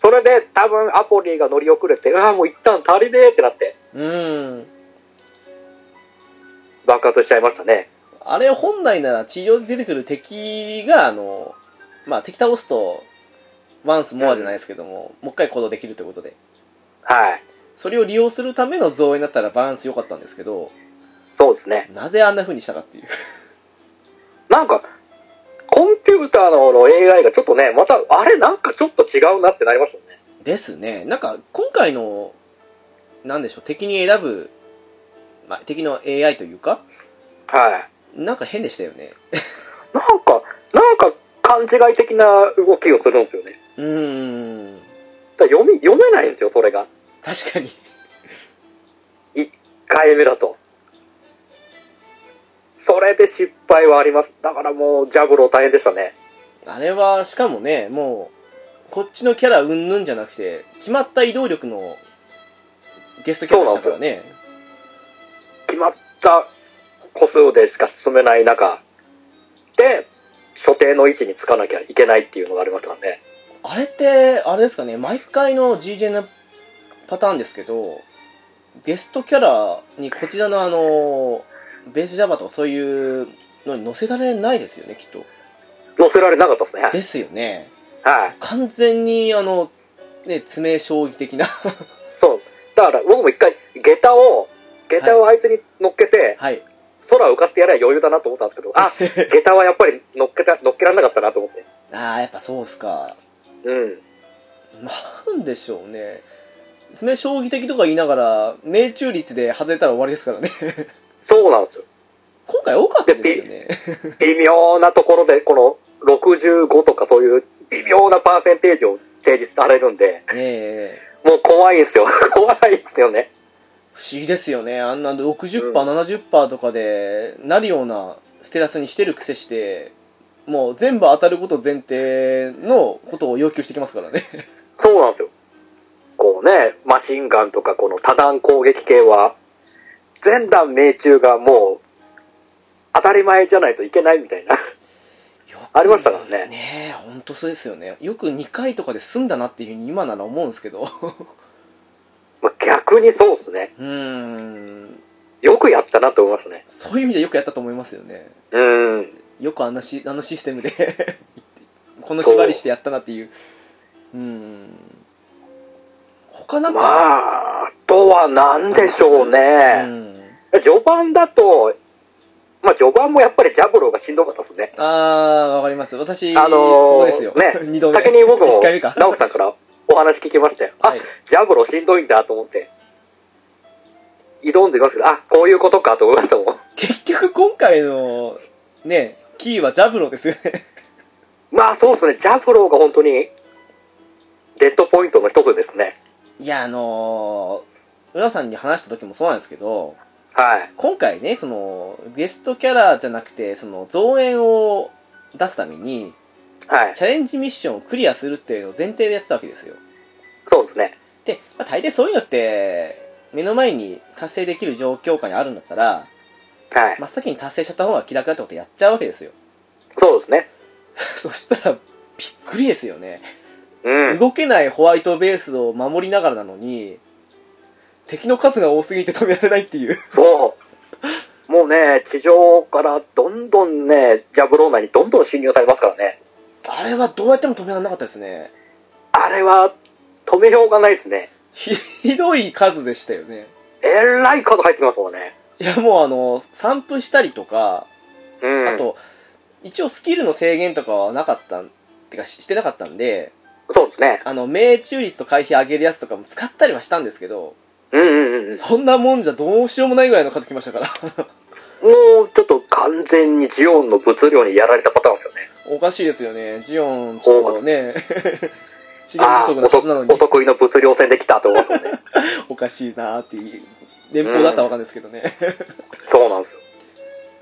Speaker 2: それで多分アポリーが乗り遅れて、ああ、もう一旦足りねえってなって
Speaker 1: うーん
Speaker 2: 爆発しちゃいましたね。
Speaker 1: あれ本来なら地上で出てくる敵があのまあ敵倒すとワンスモアじゃないですけども、もう一回行動できるということで
Speaker 2: はい。
Speaker 1: それを利用するための増援だったらバランス良かったんですけど
Speaker 2: そうですね。
Speaker 1: なぜあんな風にしたかっていう。
Speaker 2: なんか、コンピューターのの AI がちょっとね、また、あれなんかちょっと違うなってなりましたね。
Speaker 1: ですね。なんか、今回の、なんでしょう、敵に選ぶ、まあ、敵の AI というか、
Speaker 2: はい。
Speaker 1: なんか変でしたよね。
Speaker 2: なんか、なんか勘違い的な動きをするんですよね。
Speaker 1: うーん。
Speaker 2: だから読み、読めないんですよ、それが。
Speaker 1: 確かに。
Speaker 2: 1回目だと。それで失敗はあります。だからもう、ジャブロー大変でしたね。
Speaker 1: あれは、しかもね、もう、こっちのキャラうんぬんじゃなくて、決まった移動力のゲストキャラでしたからね。
Speaker 2: 決まった個数でしか進めない中で所定の位置につかなきゃいけないっていうのがありましたからね
Speaker 1: あれって、あれですかね、毎回の GJ のパターンですけど、ゲストキャラにこちらのあの、ベースジャバとかそういうのに載せられないですよね、きっと。
Speaker 2: 載せられなかったですねはい
Speaker 1: ですよね。
Speaker 2: はい
Speaker 1: 完全にあの、ね、詰め将棋的な。 <laughs>
Speaker 2: そうだから僕も一回下駄を下駄をあいつに乗っけて、
Speaker 1: はい。
Speaker 2: 空を浮かせてやれば余裕だなと思ったんですけど <laughs> あ下駄はやっぱり乗っけた乗っけられなかったなと思って
Speaker 1: ああ、やっぱそうっすか。
Speaker 2: うん
Speaker 1: なんでしょうね。詰め将棋的とか言いながら、命中率で外れたら終わりですからね。 <laughs>
Speaker 2: そうなんですよ
Speaker 1: 今回多かったですよね。
Speaker 2: 微妙なところでこの65とかそういう微妙なパーセンテージを提示されるんで
Speaker 1: ええ
Speaker 2: もう怖いんですよ <laughs> 怖いんですよね
Speaker 1: 不思議ですよね。あんな60%、
Speaker 2: うん
Speaker 1: 70%とかでなるようなステラスにしてる癖して、もう全部当たること前提のことを要求してきますからね。
Speaker 2: そうなんですよ。こうね、マシンガンとかこの多段攻撃系は、全弾命中がもう、当たり前じゃないといけないみたいな。
Speaker 1: よく
Speaker 2: <laughs> ありましたからね
Speaker 1: ねえ、ほんとそうですよね。よく2回とかで済んだなっていうふうに今なら思うんですけど。 <laughs> う
Speaker 2: まあ逆にそうですね。
Speaker 1: ーん。
Speaker 2: よくやったなと思いましたね。
Speaker 1: そういう意味でよくやったと思いますよね。
Speaker 2: うん。
Speaker 1: よくあんなしあのシステムで <laughs> この縛りしてやったなっていう。うーん。他なん
Speaker 2: ま
Speaker 1: か、
Speaker 2: あ、あとは何でしょう
Speaker 1: う
Speaker 2: ね。
Speaker 1: ん。
Speaker 2: 序盤だと、まあ序盤もやっぱりジャブローがしんどかったですね。
Speaker 1: あー、わかります。私、
Speaker 2: あのー
Speaker 1: そうですよ。
Speaker 2: ね
Speaker 1: <laughs> 二度目。
Speaker 2: 先に僕も
Speaker 1: 一回目か、。
Speaker 2: 直樹さんからお話聞きましたよ。あ
Speaker 1: はい、
Speaker 2: ジャブローしんどいんだと思って、挑んでみますけど、あ、こういうことかと思いましたもん。 <laughs>
Speaker 1: 結局今回の、ね、キーはジャブロですよね。
Speaker 2: まあそうですね、ジャブローが本当に、デッドポイントの一つですね。
Speaker 1: <laughs> いや、あのー、浦さんに話した時もそうなんですけど、
Speaker 2: はい。
Speaker 1: 今回ね、その、ゲストキャラじゃなくて、その、増援を出すために、
Speaker 2: はい。
Speaker 1: チャレンジミッションをクリアするっていうのを前提でやってたわけですよ。
Speaker 2: そうですね。
Speaker 1: で、まあ、大抵そういうのって、目の前に達成できる状況下にあるんだったら、
Speaker 2: はい。
Speaker 1: 真っ先に達成しちゃった方が気楽だってことやっちゃうわけですよ。
Speaker 2: そうですね。
Speaker 1: <laughs> そしたら、びっくりですよね。
Speaker 2: うん。
Speaker 1: 動けないホワイトベースを守りながらなのに、敵の数が多すぎて止められないっていう。
Speaker 2: そう。もうね、地上からどんどんね、ジャブロー内にどんどん侵入されますからね。
Speaker 1: <laughs> あれはどうやっても止められなかったですね。
Speaker 2: あれは、止めようがないですね。
Speaker 1: ひひどい数でしたよね。
Speaker 2: えらい数入ってきますもんね。
Speaker 1: いや、もうあの、散布したりとか、
Speaker 2: うん。
Speaker 1: あ、と、一応スキルの制限とかはなかったん、てかししてなかったんで、
Speaker 2: そうですね。
Speaker 1: あの、命中率と回避上げるやつとかも使ったりはしたんですけど、
Speaker 2: うんうんうん。
Speaker 1: そんなもんじゃどうしようもないぐらいの数来ましたから。
Speaker 2: もうちょっと完全にジオンの物量にやられたパターンですよね。
Speaker 1: おかしいですよね。ジオン、ちょっとね、資源
Speaker 2: あ
Speaker 1: 不
Speaker 2: あ
Speaker 1: 足なはずなの
Speaker 2: ー、お
Speaker 1: に、
Speaker 2: 得意の物量戦で来たと思うんですよね。
Speaker 1: おかしいなーっていう、年俸だったらわかるんですけどね。
Speaker 2: そうなんですよ。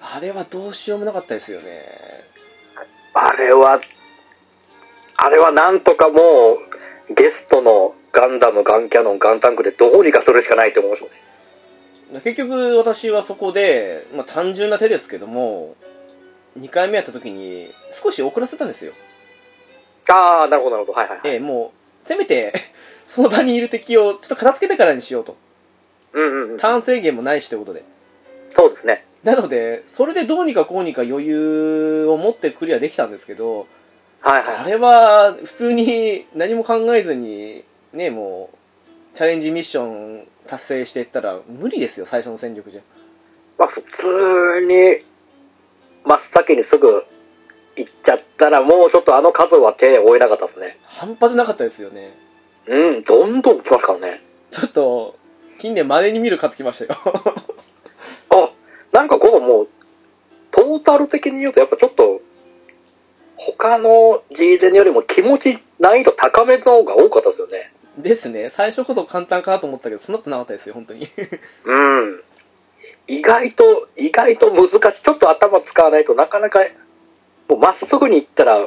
Speaker 1: あれはどうしようもなかったですよね。
Speaker 2: あれは、あれはなんとかもう、ゲストのガンダム、ガンキャノン、ガンタンクでどうにかするしかないと思いましたね。
Speaker 1: 結局、私はそこで、まあ単純な手ですけども、2回目やった時に、少し遅らせたんですよ。
Speaker 2: ああ、なるほど、なるほど。はいはい、はい。
Speaker 1: ええ、もう、せめて、 <laughs> その場にいる敵をちょっと片付けてからにしようと。
Speaker 2: うんうんうん。
Speaker 1: ターン制限もないしということで。
Speaker 2: そうですね。
Speaker 1: なので、それでどうにかこうにか余裕を持ってクリアできたんですけど、
Speaker 2: はい
Speaker 1: あ
Speaker 2: はい。
Speaker 1: れは普通に何も考えずに、ね、もう、チャレンジミッション達成していったら無理ですよ、最初の戦力じゃ。
Speaker 2: まあ普通に、真っ先にすぐ行っちゃったら、もうちょっとあの数は手を負えなかったですね。
Speaker 1: 半端じゃなかったですよね
Speaker 2: うん、どんどん来ますからね。
Speaker 1: ちょっと近年まれに見る数来ましたよ <laughs>
Speaker 2: あ、なんかこうもう、トータル的に言うとやっぱちょっと、他の G ゼンよりも気持ち難易度高めの方が多かったですよね。
Speaker 1: ですね最初こそ簡単かなと思ったけどそんなことなかったですよ本当に <laughs>
Speaker 2: うん。意外と、意外と難しい。ちょっと頭使わないとなかなか、もうまっすぐに行ったら、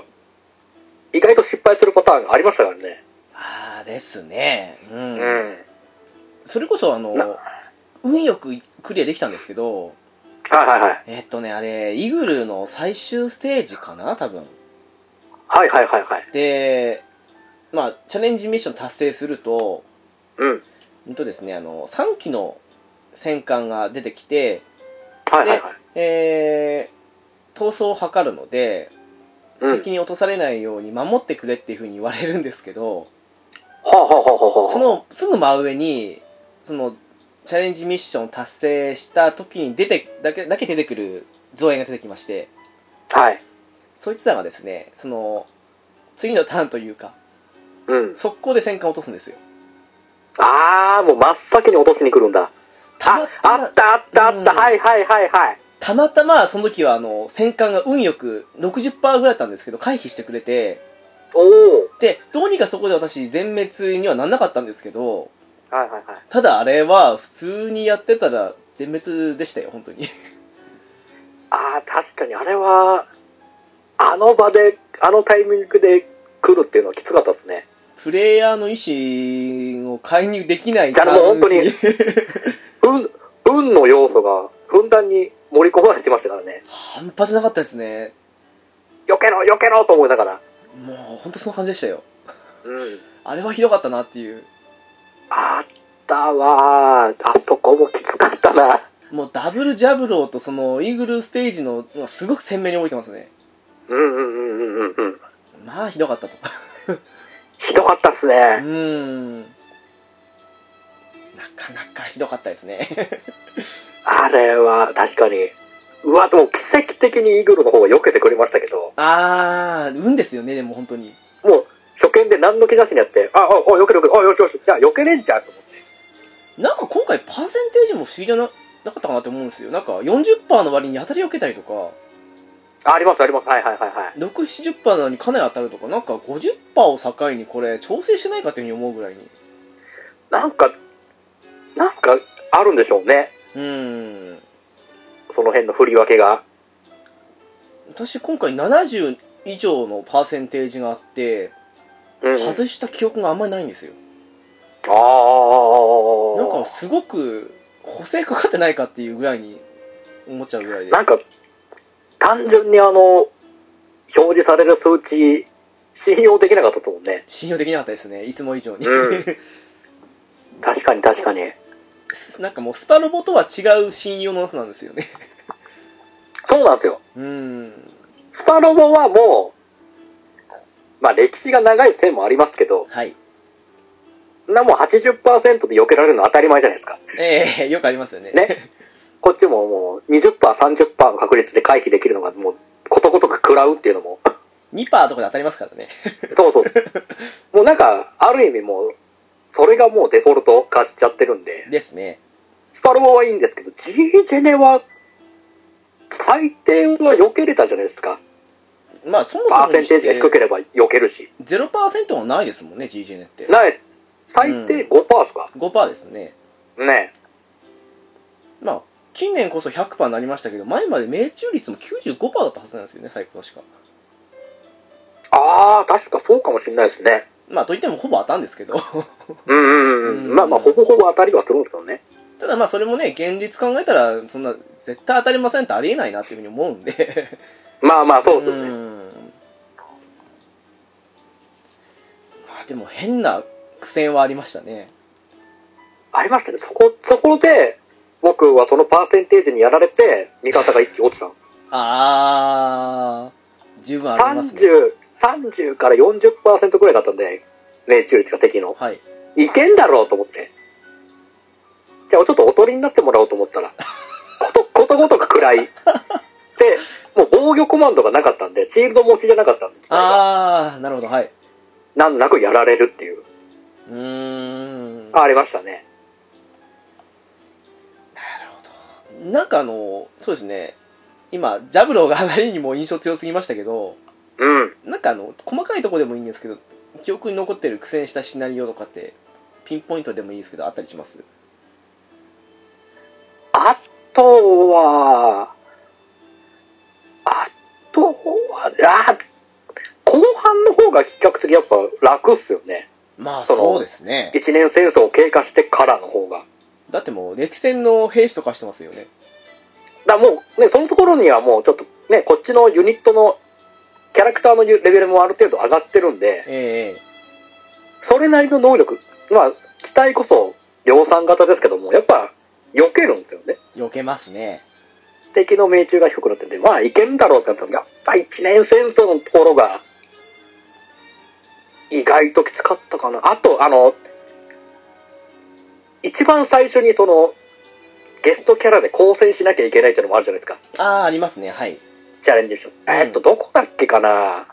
Speaker 2: 意外と失敗するパターンがありましたからね。
Speaker 1: ああですねう、
Speaker 2: うんん。
Speaker 1: それこそあの
Speaker 2: な
Speaker 1: 運よくクリアできたんですけど
Speaker 2: はいはいはい。
Speaker 1: えっとねあれイグルの最終ステージかな多分
Speaker 2: はいはいはいはい。
Speaker 1: でまあチャレンジミッション達成すると
Speaker 2: うん。
Speaker 1: うんとですねあの3機の戦艦が出てきて
Speaker 2: はいはいはい。
Speaker 1: えー逃走を図るので
Speaker 2: うん。は
Speaker 1: 敵に落とされないように守ってくれっていうふうに言われるんですけど、
Speaker 2: あはあはあはあはあ。
Speaker 1: そ、のすぐ真上にそのチャレンジミッション達成した時に出てだけだけ出てくる造影が出てきまして
Speaker 2: はい。
Speaker 1: そいつらがですねその次のターンというか
Speaker 2: うん。
Speaker 1: 速攻で戦艦を落とすんですよ
Speaker 2: ああ、もう真っ先に落としに来るんだ。
Speaker 1: た
Speaker 2: あ
Speaker 1: ま、た
Speaker 2: あ
Speaker 1: ま
Speaker 2: ったあったあった。
Speaker 1: うん
Speaker 2: はいはいはいはい。
Speaker 1: たまたまその時はあの戦艦が運よく60%ぐらいだったんですけど回避してくれて
Speaker 2: おお。
Speaker 1: でどうにかそこで私全滅にはなんなかったんですけど
Speaker 2: はいはいはい。
Speaker 1: ただあれは普通にやってたら全滅でしたよ本当に <laughs>
Speaker 2: ああ、確かにあれは、あの場で、あのタイミングで来るっていうのはきつかったですね。
Speaker 1: プレイヤーの意思を介入できない
Speaker 2: じゃあもう本当
Speaker 1: 感
Speaker 2: に
Speaker 1: じ
Speaker 2: 運、運の要素がふんだんに盛り込まれてましたからね。
Speaker 1: <laughs> 半端じゃなかったですね
Speaker 2: 避けろ避けろと思いながら。
Speaker 1: もう本当そんな感じでしたよ
Speaker 2: うん。
Speaker 1: あれはひどかったなっていう
Speaker 2: あったわー。あそこもきつかったな。
Speaker 1: もうダブルジャブローとそのイーグルステージのがすごく鮮明に覚えてますね
Speaker 2: うんうんうんうんうんうん。
Speaker 1: まあひどかったと
Speaker 2: ひどかったっす
Speaker 1: う
Speaker 2: ね。
Speaker 1: ーんなかなかひどかったですね <laughs>
Speaker 2: あれは確かに。うわ、でも奇跡的にイーグルの方が避けてくれましたけど、
Speaker 1: ああ運ですよねでも本当に
Speaker 2: もう初見で何の気なしにやって、あ、あ、あ、避ける避ける、あ、よしよし、じゃあ避けねえんじゃんと思って。
Speaker 1: なんか今回パーセンテージも不思議じゃななかったかなって思うんですよなんか40%の割に当たり避けたりとか
Speaker 2: あありますあります、はいはいはいはい。
Speaker 1: 670%なのにかなり当たるとかなんか50%を境にこれ調整してないかっていうふうに思うぐらいに
Speaker 2: なんか、なんかあるんでしょうね。
Speaker 1: うーん
Speaker 2: その辺の振り分けが。
Speaker 1: 私今回70以上のパーセンテージがあって
Speaker 2: うん。あ
Speaker 1: 外した記憶があんまりないんですよ
Speaker 2: あー
Speaker 1: なんかすごく補正かかってないかっていうぐらいに思っちゃうぐらいで
Speaker 2: なんか、単純にあの、表示される数値、信用できなかったですもんね。
Speaker 1: 信用できなかったですねいつも以上に、 <laughs>
Speaker 2: うん確かに確かに。
Speaker 1: なんかもうスパロボとは違う信用のなさなんですよね
Speaker 2: そうなんですよ。
Speaker 1: うん
Speaker 2: スパロボはもう、まあ歴史が長い線もありますけど、
Speaker 1: はい
Speaker 2: そんなもう80%で避けられるのは当たり前じゃないですか。
Speaker 1: ええよくありますよね <laughs>
Speaker 2: ね。こっちももう20%、30%の確率で回避できるのがもうことごとく食らうっていうのも、
Speaker 1: 2%とかで当たりますからね
Speaker 2: そ
Speaker 1: <laughs>
Speaker 2: うそう。もうなんか、ある意味もう、それがもうデフォルト化しちゃってるんで、
Speaker 1: ですね
Speaker 2: スパロボはいいんですけど、G ジェネは、大抵は避けれたじゃないですか。
Speaker 1: まあそもそ
Speaker 2: パ
Speaker 1: も
Speaker 2: ーセ
Speaker 1: にし
Speaker 2: ンテージが
Speaker 1: て
Speaker 2: 低ければ避けるし。
Speaker 1: 0%はないですもんね GGN って
Speaker 2: ないです。最低5%ですか、
Speaker 1: 5%ですね
Speaker 2: ね
Speaker 1: まあ近年こそ100%になりましたけど前まで命中率も95%だったはずなんですよね最高しか
Speaker 2: ああ、確かそうかもしれないですね。
Speaker 1: まあといってもほぼ当たんですけど <laughs>
Speaker 2: うんうん
Speaker 1: う
Speaker 2: うんん。まあまあ、ほぼほぼ当たりはするんですけどね。
Speaker 1: ただまあそれもね現実考えたらそんな絶対当たりませんってありえないなっていうふうに思うんで
Speaker 2: まあまあ、そうですよね。
Speaker 1: んまあでも変な苦戦はありましたね
Speaker 2: ありましたね。そこ、そこで、僕はそのパーセンテージにやられて、味方が一気に落ちたんです。
Speaker 1: あー十分ありますね
Speaker 2: 30、30から40%くらいだったんで、命中率が敵の。
Speaker 1: はい
Speaker 2: いけん <laughs> だろうと思って。じゃあ、ちょっとおとりになってもらおうと思ったら、こと、こことごとく暗い。で、もう防御コマンドがなかったんで、シールド持ちじゃなかったんで、機体が
Speaker 1: ああなるほどはい
Speaker 2: 難なくやられるっていう、
Speaker 1: うーん
Speaker 2: ありましたね。
Speaker 1: なるほどなんかあのそうですね今ジャブローがあまりにも印象強すぎましたけど
Speaker 2: うん。
Speaker 1: なんかあの細かいとこでもいいんですけど記憶に残ってる苦戦したシナリオとかってピンポイントでもいいですけどあったりします
Speaker 2: あとは、あとは、あ後半の方が比較的やっぱ楽っすよね。
Speaker 1: まあ
Speaker 2: その
Speaker 1: そうですね
Speaker 2: 一年戦争を経過してからの方が。
Speaker 1: だってもう歴戦の兵士とかしてますよね
Speaker 2: だからもうね、そのところにはもうちょっとね、こっちのユニットのキャラクターのレベルもある程度上がってるんで、
Speaker 1: え
Speaker 2: それなりの能力、まあ、機体こそ量産型ですけども、やっぱ避けるんですよね。
Speaker 1: え避けますね
Speaker 2: 敵の命中が低くなってて、まあいけるだろうってなったんですが、やっぱ一年戦争のところが、意外ときつかったかな。あと、あの、一番最初にその、ゲストキャラで構成しなきゃいけないっていうのもあるじゃないですか。
Speaker 1: ああありますねはい
Speaker 2: チャレンジミッション。
Speaker 1: うん
Speaker 2: えーっと、どこだっけかな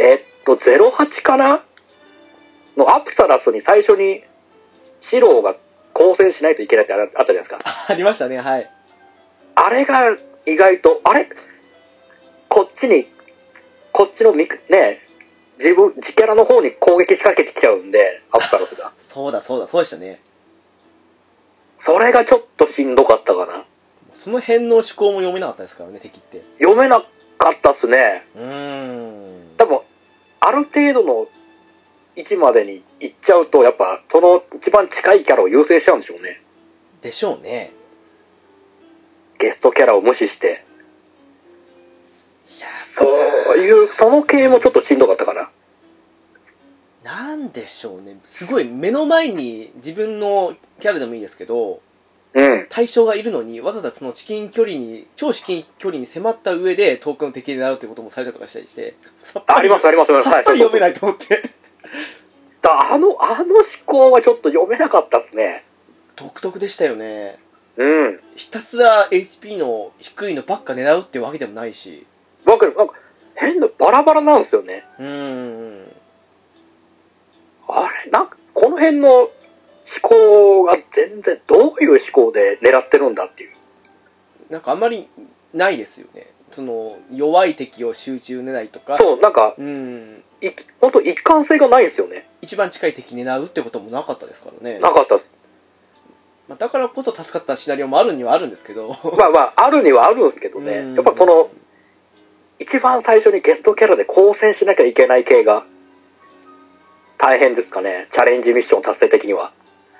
Speaker 2: えーっと、08かなのアプサラスに最初に、シローが光線しないといけないってあれあったじゃないですか。
Speaker 1: <laughs> ありましたねはい
Speaker 2: あれが意外と、あれこっちに、こっちのミク、ね、自分、自キャラの方に攻撃仕掛けてきちゃうんで、アプサラスが。
Speaker 1: そうだそうだそうでしたね
Speaker 2: それがちょっとしんどかったかな。
Speaker 1: その辺の思考も読めなかったですからね敵って
Speaker 2: 読めなかったっすね。
Speaker 1: うーん
Speaker 2: 多分ある程度の位置までに行っちゃうとやっぱその一番近いキャラを優先しちゃうんでしょうね
Speaker 1: でしょうね
Speaker 2: ゲストキャラを無視して
Speaker 1: いや
Speaker 2: そういうその系もちょっとしんどかったかな
Speaker 1: なんでしょうねすごい目の前に自分のキャラでもいいですけど
Speaker 2: うん
Speaker 1: 対象がいるのにわざわざその至近距離に超至近距離に迫った上で遠くの敵になるということもされたりとかしたりしてさっ
Speaker 2: ありますありますあります
Speaker 1: さっぱり読めないいと思って
Speaker 2: あのあの思考はちょっと読めなかったっすね
Speaker 1: 独特でしたよね
Speaker 2: うん
Speaker 1: ひたすら HP の低いのばっか狙うってわけでもないし
Speaker 2: 僕なんか変なバラバラなんですよね
Speaker 1: うーん
Speaker 2: あれなんかこの辺の思考が全然どういう思考で狙ってるんだっていう
Speaker 1: なんかあんまりないですよねその弱い敵を集中狙いとか
Speaker 2: そうなんか
Speaker 1: うん
Speaker 2: い本当一貫性がないですよね
Speaker 1: 一番近い敵狙うってこともなかったですからね
Speaker 2: なかったっす
Speaker 1: まあ、だからこそ助かったシナリオもあるにはあるんですけど <laughs>
Speaker 2: まあまあ、あるにはあるんですけど
Speaker 1: う
Speaker 2: ね
Speaker 1: ん、
Speaker 2: やっぱこの、一番最初にゲストキャラで光戦しなきゃいけない系が、大変ですかね、チャレンジミッション達成的には。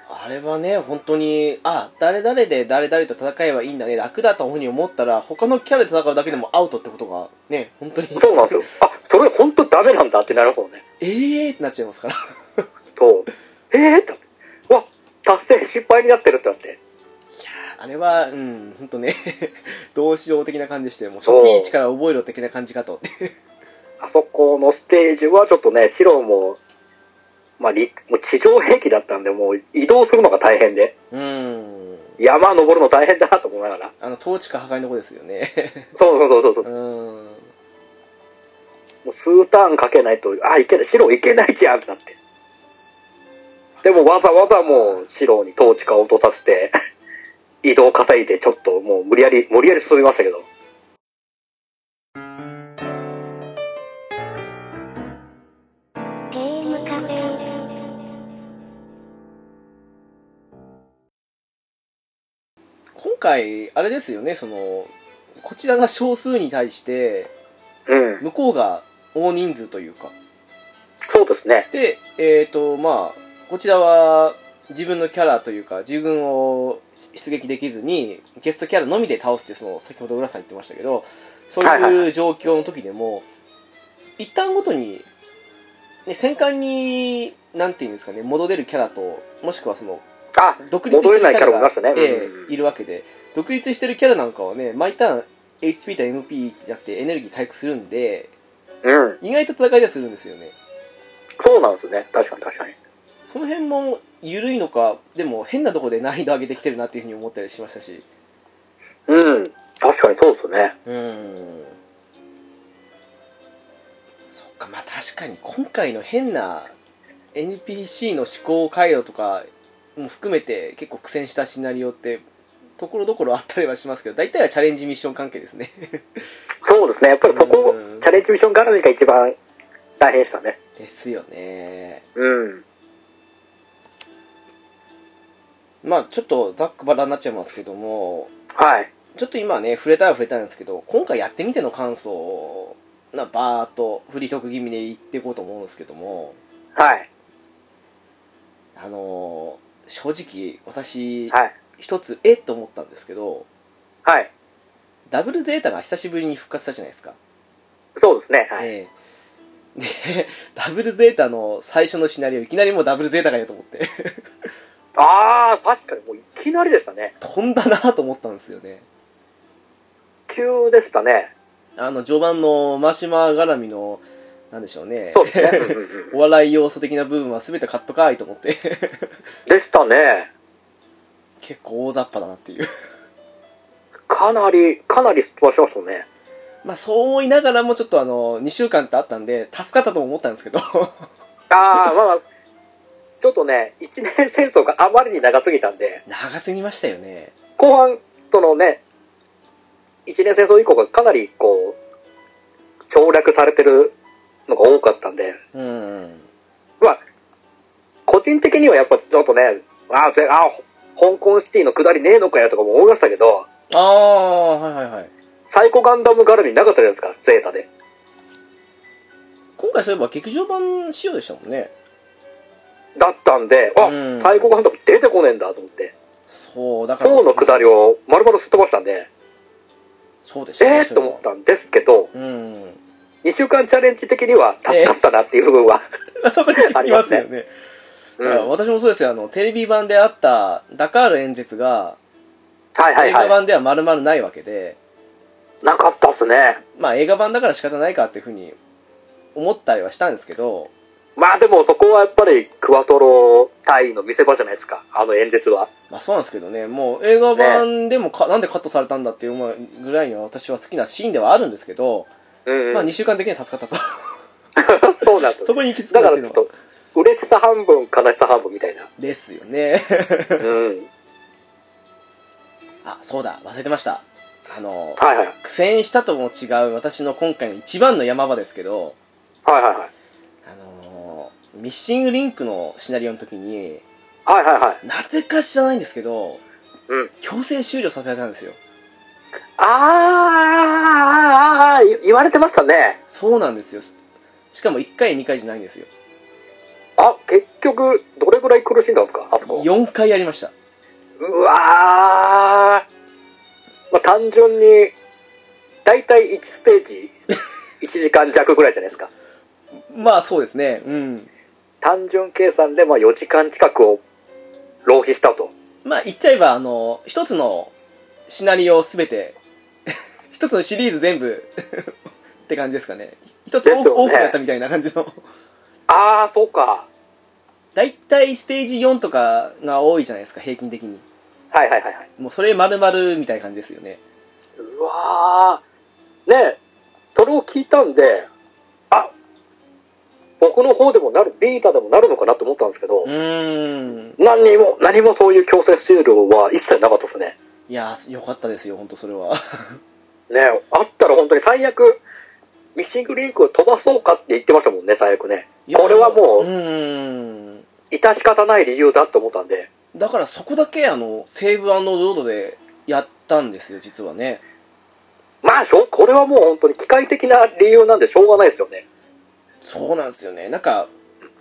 Speaker 1: あれはね本当にあ誰々で誰々と戦えばいいんだね楽だというふうに思ったら他のキャラで戦うだけでもアウトってことがね本当に <laughs>
Speaker 2: そうなんですよ。あ、それ本当ダメなんだってなるほどね。
Speaker 1: ええーってなっちゃいますから <laughs>
Speaker 2: と、えーって、うわ、達成失敗になってるってなって。
Speaker 1: あれはうん本当ね <laughs> どうしよう的な感じでしてもう初期位置から覚えろ的な感じかと <laughs> って
Speaker 2: あそこのステージはちょっとね、白も、まあ、りもう地上兵器だったんで、もう移動するのが大変で、
Speaker 1: うん
Speaker 2: 山登るの大変だなと思いながら。
Speaker 1: あの統治か破壊の子ですよね <laughs>
Speaker 2: そうそうそうそうそう
Speaker 1: う。ん
Speaker 2: もう数ターンかけないと、あ、いけない、白いけないじゃんってなって。でもわざわざもう白に統治下を落とさせて、 <laughs> 移動を稼いでちょっともう無理やり、無理やり進みましたけど。
Speaker 3: ゲームカフェ。
Speaker 1: 今回あれですよねそのこちらが少数に対して
Speaker 2: うん。
Speaker 1: 向こうが大人数というか
Speaker 2: そうですね。
Speaker 1: で、えっ、と、まあ、こちらは自分のキャラというか、自分を出撃できずに、ゲストキャラのみで倒すっていう、その、先ほど浦さん言ってましたけど、そう
Speaker 2: はいはい
Speaker 1: いう状況の時でも、一旦ごとに、ね、戦艦に、なんていうんですかね、戻れるキャラと、もしくはその、
Speaker 2: あ、
Speaker 1: 独立してるキャラ
Speaker 2: 戻れないキャラもい
Speaker 1: が
Speaker 2: ましたねうん
Speaker 1: ええいるわけで、独立してるキャラなんかはね、毎ターン、HP と MP じゃなくてエネルギー回復するんで、
Speaker 2: うん。
Speaker 1: 意外と戦いではするんですよね。
Speaker 2: そうなんですね。確かに確かに。
Speaker 1: その辺も緩いのかでも変なとこで難易度上げてきてるなっていうふうに思ったりしましたし
Speaker 2: うん。確かにそうですね。
Speaker 1: うーんそっかまあ確かに今回の変な NPC の思考回路とかも含めて結構苦戦したシナリオってところどころあったりはしますけど大体はチャレンジミッション関係ですね
Speaker 2: そうですね。やっぱりそこ、
Speaker 1: うん
Speaker 2: チャレンジミッション絡みが一番大変でしたね。
Speaker 1: ですよね
Speaker 2: うん。
Speaker 1: まあちょっとざっくばらになっちゃいますけども
Speaker 2: はい。
Speaker 1: ちょっと今ね触れたら触れたんですけど今回やってみての感想をなバーっと振り得気味で言っていこうと思うんですけども
Speaker 2: はい。
Speaker 1: あのー正直私、
Speaker 2: はい。
Speaker 1: 一つえっと思ったんですけど
Speaker 2: はい。
Speaker 1: ダブルゼータが久しぶりに復活したじゃないですか、
Speaker 2: そうですね。はい。
Speaker 1: ええで <laughs> ダブルゼータの最初のシナリオいきなりもうダブルゼータがいると思って
Speaker 2: ああ、確かにもういきなりでしたね。
Speaker 1: 飛んだなと思ったんですよね
Speaker 2: 急でしたね。
Speaker 1: あの序盤のマシュマ絡みのなんでしょうね
Speaker 2: そうですね。うんうんう
Speaker 1: お
Speaker 2: ん
Speaker 1: 笑い要素的な部分は全てカットかーいと思って <laughs>
Speaker 2: でしたね。
Speaker 1: 結構大雑把だなっていう <laughs>
Speaker 2: かなり、かなりすっ飛ばしましたね。
Speaker 1: まあそう思いながらもちょっとあの2週間ってあったんで助かったとも思ったんですけど <laughs>
Speaker 2: ああ、まあまあ、ちょっとね、一年戦争があまりに長すぎたんで、
Speaker 1: 長すぎましたよね
Speaker 2: 後半とのね、一年戦争以降がかなりこう、省略されてるのが多かったんで、
Speaker 1: うん
Speaker 2: まあ、個人的にはやっぱちょっとね、あーぜあー、ほ香港シティの下りねえのかよとかも思いましたけど、
Speaker 1: ああはいはいはい
Speaker 2: サイコガンダム絡みなかったじゃないですか、ゼータで。
Speaker 1: 今回そういえば劇場版仕様でしたもんね
Speaker 2: だったんで、あ、
Speaker 1: うん
Speaker 2: サイコガンダム出てこねえんだと思って、
Speaker 1: そうだから
Speaker 2: 今日の下りを丸々すっ飛ばしたんで、
Speaker 1: そうでしたね
Speaker 2: えー、と思ったんですけど、
Speaker 1: うん <laughs>
Speaker 2: 2週間チャレンジ的には助かったなっていう部分は、
Speaker 1: そこに気づきますよねだから
Speaker 2: うん
Speaker 1: 私もそうですよあのテレビ版であったダカール演説が
Speaker 2: はいは
Speaker 1: 映
Speaker 2: い
Speaker 1: 画
Speaker 2: は
Speaker 1: 版では丸々ないわけで、
Speaker 2: い。なかったっすね。
Speaker 1: まあ映画版だから仕方ないかっていうふうに思ったりはしたんですけど
Speaker 2: まあでもそこはやっぱりクワトロ隊の見せ場じゃないですか、あの演説は。
Speaker 1: まあそうなんですけどねもう映画版でもか、なんでカットされたんだっていう思いぐらいには私は好きなシーンではあるんですけど、
Speaker 2: うん、
Speaker 1: まあ2週間的には助かったと
Speaker 2: <laughs> そうなんです
Speaker 1: そ
Speaker 2: よ
Speaker 1: こに行き着く
Speaker 2: だ
Speaker 1: な
Speaker 2: か
Speaker 1: って
Speaker 2: ら
Speaker 1: いう
Speaker 2: ちょ
Speaker 1: の
Speaker 2: っ
Speaker 1: は
Speaker 2: と、嬉しさ半分、悲しさ半分みたいな。
Speaker 1: ですよね
Speaker 2: うん。
Speaker 1: あそうだ忘れてましたあの
Speaker 2: はいはい。
Speaker 1: 苦戦したとも違う私の今回の一番の山場ですけど
Speaker 2: はいはいはい。
Speaker 1: あのーミッシングリンクのシナリオの時に
Speaker 2: はいはいはい。
Speaker 1: なぜか知らないんですけど、
Speaker 2: うん
Speaker 1: 強制終了させられたんですよ
Speaker 2: あーあーあーあー、言われてましたね。
Speaker 1: そうなんですよししかも1回2回じゃないんですよ
Speaker 2: あ、結局、どれぐらい苦しんだんですか、あそこ。
Speaker 1: 4回やりました
Speaker 2: うわー、まあ、単純に、大体1ステー <laughs> ジ、1時間弱ぐらいじゃないですか。
Speaker 1: まあそうですねうん
Speaker 2: 単純計算でまあ4時間近くを浪費したと。
Speaker 1: まあ言っちゃえばあの一つのシナリオすべて <laughs> 一つのシリーズ全部 <laughs> って感じですかね一つ多
Speaker 2: ですよ
Speaker 1: く
Speaker 2: ね
Speaker 1: 多くやったみたいな感じの
Speaker 2: ああ、そうか。
Speaker 1: 大体ステージ4とかが多いじゃないですか平均的に
Speaker 2: はいはいはいはい。
Speaker 1: もうそれ丸々みたいな感じですよね
Speaker 2: うわー、ねえそれを聞いたんで、あ僕の方でもなる、リーダーでもなるのかなと思ったんですけど
Speaker 1: う、ーん
Speaker 2: 何にも、何もそういう強制終了は一切なかったですね。
Speaker 1: いやーよかったですよ本当それ
Speaker 2: <laughs>
Speaker 1: は
Speaker 2: ねえあったら本当に最悪、ミッシングリンクを飛ばそうかって言ってましたもんね、最悪ね。
Speaker 1: いや
Speaker 2: これはもう
Speaker 1: うーん
Speaker 2: 致し方ない理由だと思ったんで。
Speaker 1: だからそこだけあのセーブロードでやったんですよ実はね
Speaker 2: まあ、しょうこれはもう本当に機械的な理由なんでしょうがないですよね。
Speaker 1: そうなんですよねなんか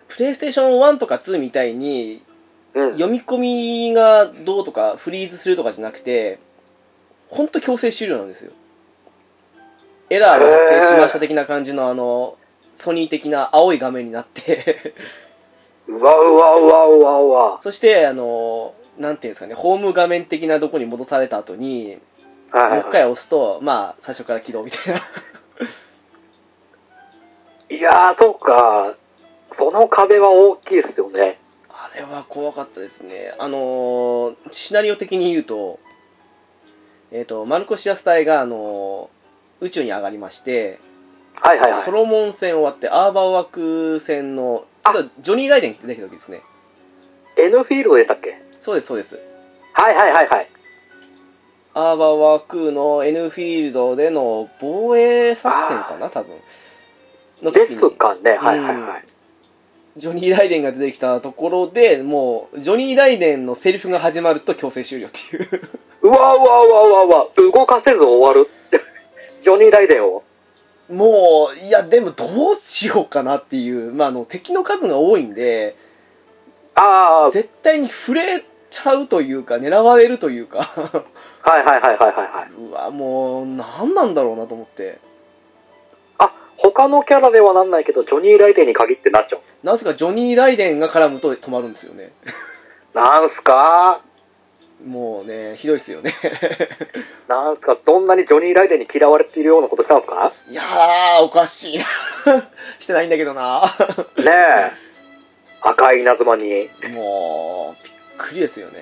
Speaker 1: プレイステーション1とか2みたいに
Speaker 2: うん。
Speaker 1: 読み込みがどうとかフリーズするとかじゃなくて本当強制終了なんですよエラーが発生しました的な感じのあのソニー的な青い画面になって <laughs>
Speaker 2: うわうわうわうわうわ。
Speaker 1: そしてあのなんていうんですかねホーム画面的なとこに戻された後にも
Speaker 2: は
Speaker 1: う
Speaker 2: い
Speaker 1: 一
Speaker 2: は
Speaker 1: 回押すとまあ最初から起動みたいな
Speaker 2: い。いやー、そうか。その壁は大きいですよね。
Speaker 1: あれは怖かったですねあのシナリオ的に言うとえー、とマルコシアス隊が、あのー宇宙に上がりまして、
Speaker 2: はいはいは
Speaker 1: ソ
Speaker 2: い。
Speaker 1: ロモン戦終わってアーバーワク戦のちょっとジョニー・ライデン来て出てきた時ですね
Speaker 2: N フィールドでしたっけ
Speaker 1: そうですそうです
Speaker 2: はいはいはいはい。
Speaker 1: アーバーワクの N フィールドでの防衛作戦かな多分の
Speaker 2: で
Speaker 1: 時に
Speaker 2: すかね。はいはいはい。
Speaker 1: ジョニー・ライデンが出てきたところでもうジョニー・ライデンのセリフが始まると強制終了っていう
Speaker 2: うわうわうわうわうわ、動かせず終わる。ジョニー・ライデンを。
Speaker 1: もういやでもどうしようかなっていう、まあ、あの敵の数が多いんで
Speaker 2: あ
Speaker 1: 絶対に触れちゃうというか狙われるというか <laughs>
Speaker 2: あ、はいはいはいはいはいはい。
Speaker 1: うわもう何なんだろうなと思って
Speaker 2: あ、他のキャラではなんないけど、ジョニー・ライデンに限ってなっちゃう。
Speaker 1: なぜかジョニー・ライデンが絡むと止まるんですよね
Speaker 2: なんすか
Speaker 1: もうねひどいっすよね <laughs>
Speaker 2: なんすかどんなにジョニー・ライデンに嫌われているようなことしたんすか
Speaker 1: いやーおかしいな <laughs> してないんだけどな
Speaker 2: ねえ。 <laughs> 赤い稲妻に。
Speaker 1: もうびっくりですよね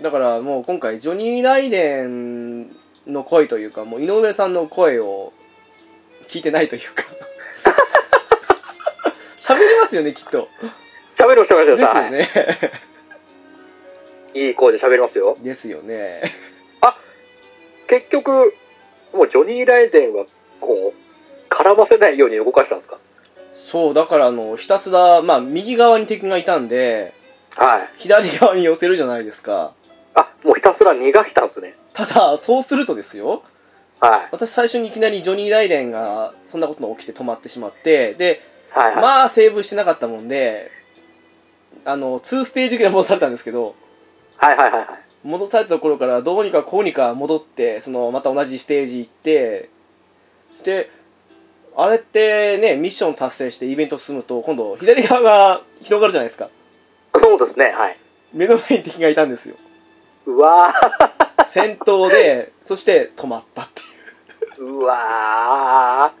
Speaker 1: だからもう今回ジョニー・ライデンの声というかもう井上さんの声を聞いてないというか <laughs> 喋りますよねきっと
Speaker 2: 喋るおしゃべり
Speaker 1: です
Speaker 2: ださ
Speaker 1: よ
Speaker 2: い。
Speaker 1: ね
Speaker 2: いい声で喋りますよ。
Speaker 1: ですよね
Speaker 2: 結局、もうジョニー・ライデンは、こう、絡ませないように動かしたんですか
Speaker 1: そうだからあのひたすら、まあ、右側に敵がいたんで
Speaker 2: はい。
Speaker 1: 左側に寄せるじゃないですか
Speaker 2: あ、もうひたすら逃がしたんですね。
Speaker 1: ただそうするとですよ
Speaker 2: はい。
Speaker 1: 私最初にいきなりジョニー・ライデンがそんなことが起きて止まってしまってで
Speaker 2: はい、はい。
Speaker 1: <laughs> まあセーブしてなかったもんであの2ステージぐらい戻されたんですけど
Speaker 2: はいはいはいはい。
Speaker 1: 戻されたところからどうにかこうにか戻ってそのまた同じステージ行ってであれってねミッション達成してイベント進むと今度左側が広がるじゃないですか
Speaker 2: そうですね、はい。
Speaker 1: 目の前に敵がいたんですよ
Speaker 2: うわー
Speaker 1: 戦闘でそして止まったっていう
Speaker 2: うわー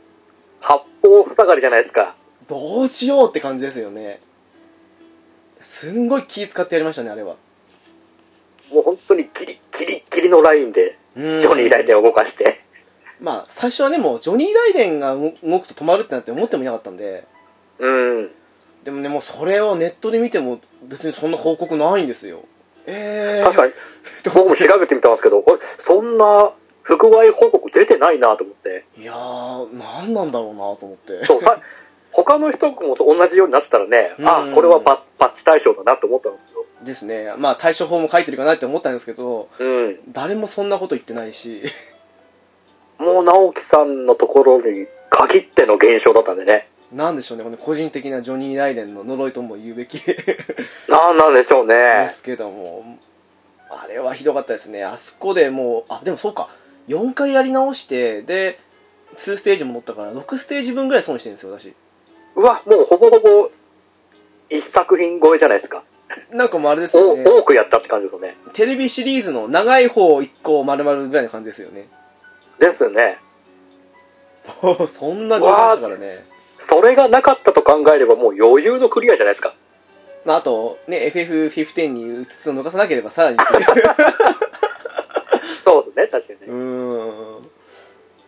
Speaker 2: 八方塞がりじゃないですか。
Speaker 1: どうしようって感じですよねすんごい気使ってやりましたねあれは
Speaker 2: もう本当にギリギリギリのラインで、
Speaker 1: ジ
Speaker 2: ジョニー・ライデンを動かして。
Speaker 1: まあ最初はねもうジョニー・ライデンが動動くと止まるってなんて思ってもいなかったんで
Speaker 2: うん。
Speaker 1: でもねもうそれをネットで見ても別にそんな報告ないんですよえー、
Speaker 2: 確かに、僕も調べてみたんですけど、あれそんな不具合報告出てないなと思って。
Speaker 1: いやー何なんだろうなと思って <laughs>
Speaker 2: そう、さ他の人もと同じようになってたらね、
Speaker 1: う
Speaker 2: あ
Speaker 1: ん、
Speaker 2: これはパパッチ対象だなと思ったんですけど。
Speaker 1: ですねまあ対処法も書いてるかなって思ったんですけど
Speaker 2: うん。
Speaker 1: 誰もそんなこと言ってないし <laughs>
Speaker 2: もう直樹さんのところに限っての現象だったんでね。
Speaker 1: なんでしょうねこの個人的なジョニー・ライデンの呪いとも言うべき
Speaker 2: なんなんでしょう
Speaker 1: で
Speaker 2: ね。
Speaker 1: すけども、あれはひどかったですね、あそこでもう、あでもそうか、4回やり直して、で、2ステージ戻ったから、6ステージ分ぐらい損してるんですよ、私。
Speaker 2: うわ、もうほぼほぼ一作品超えじゃないですか。
Speaker 1: なんかもうあれですよね、
Speaker 2: お多くやったって感じですよね。
Speaker 1: テレビシリーズの長い方1個丸々ぐらいの感じですよね。
Speaker 2: ですよね。
Speaker 1: もうそんな状況でしたからね。
Speaker 2: それがなかったと考えればもう余裕のクリアじゃないですか。
Speaker 1: まあ、あと、ね、FF15 にうつつを抜かさなければさらにっていう
Speaker 2: そうですね、確かにね。
Speaker 1: <laughs> うーん。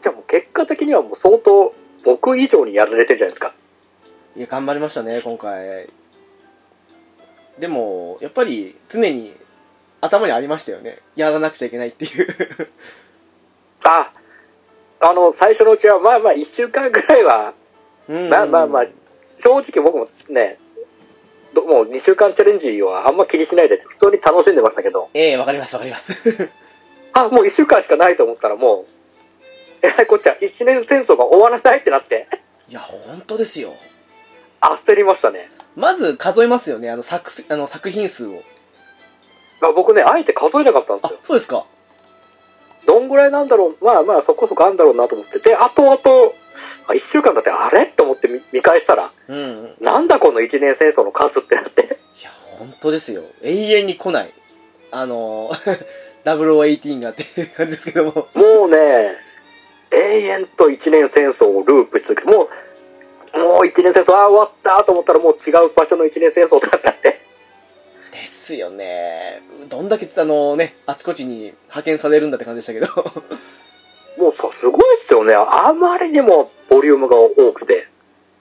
Speaker 2: じゃあもう結果的にはもう相当僕以上にやられてるじゃないですか。
Speaker 1: いや、頑張りましたね、今回。でも、やっぱり常に頭にありましたよね。やらなくちゃいけないっていう。 <laughs>
Speaker 2: あ、あの、最初のうちはまあまあ1週間ぐらいは、
Speaker 1: うん
Speaker 2: まあまあまあ正直僕もね、どもう2週間チャレンジはあんま気にしないで普通に楽しんでましたけど、
Speaker 1: ええわかりますわかります <laughs>
Speaker 2: あ、もう1週間しかないと思ったらもう、えらいこっちゃ1年戦争が終わらないってなって、
Speaker 1: いや本当ですよ
Speaker 2: 焦りましたね。ま
Speaker 1: まず数えますよねあの作すあの作品数を
Speaker 2: あ僕ね、あえて数えなかったんで
Speaker 1: あ
Speaker 2: すよ。
Speaker 1: そうですか
Speaker 2: どんぐらいなんだろう、まあまあそこそこあるんだろうなと思って、で、あとあと、1週間だってあれと思って見見返したら、
Speaker 1: うんうんい
Speaker 2: なんだこの1年戦争の数ってなって。 <laughs>
Speaker 1: や本当ですよ永遠に来ないあの <laughs> 0018がっていう感じですけども
Speaker 2: もうね、永遠と1年戦争をループし続けて、もう、もう1年戦争、ああ、終わったと思ったらもう違う場所の1年戦争だなって。
Speaker 1: ですですよねどんだけあのねあちこちに派遣されるんだって感じでしたけど
Speaker 2: もうさ、すごいですよね。あまりにもボリュームが多くて、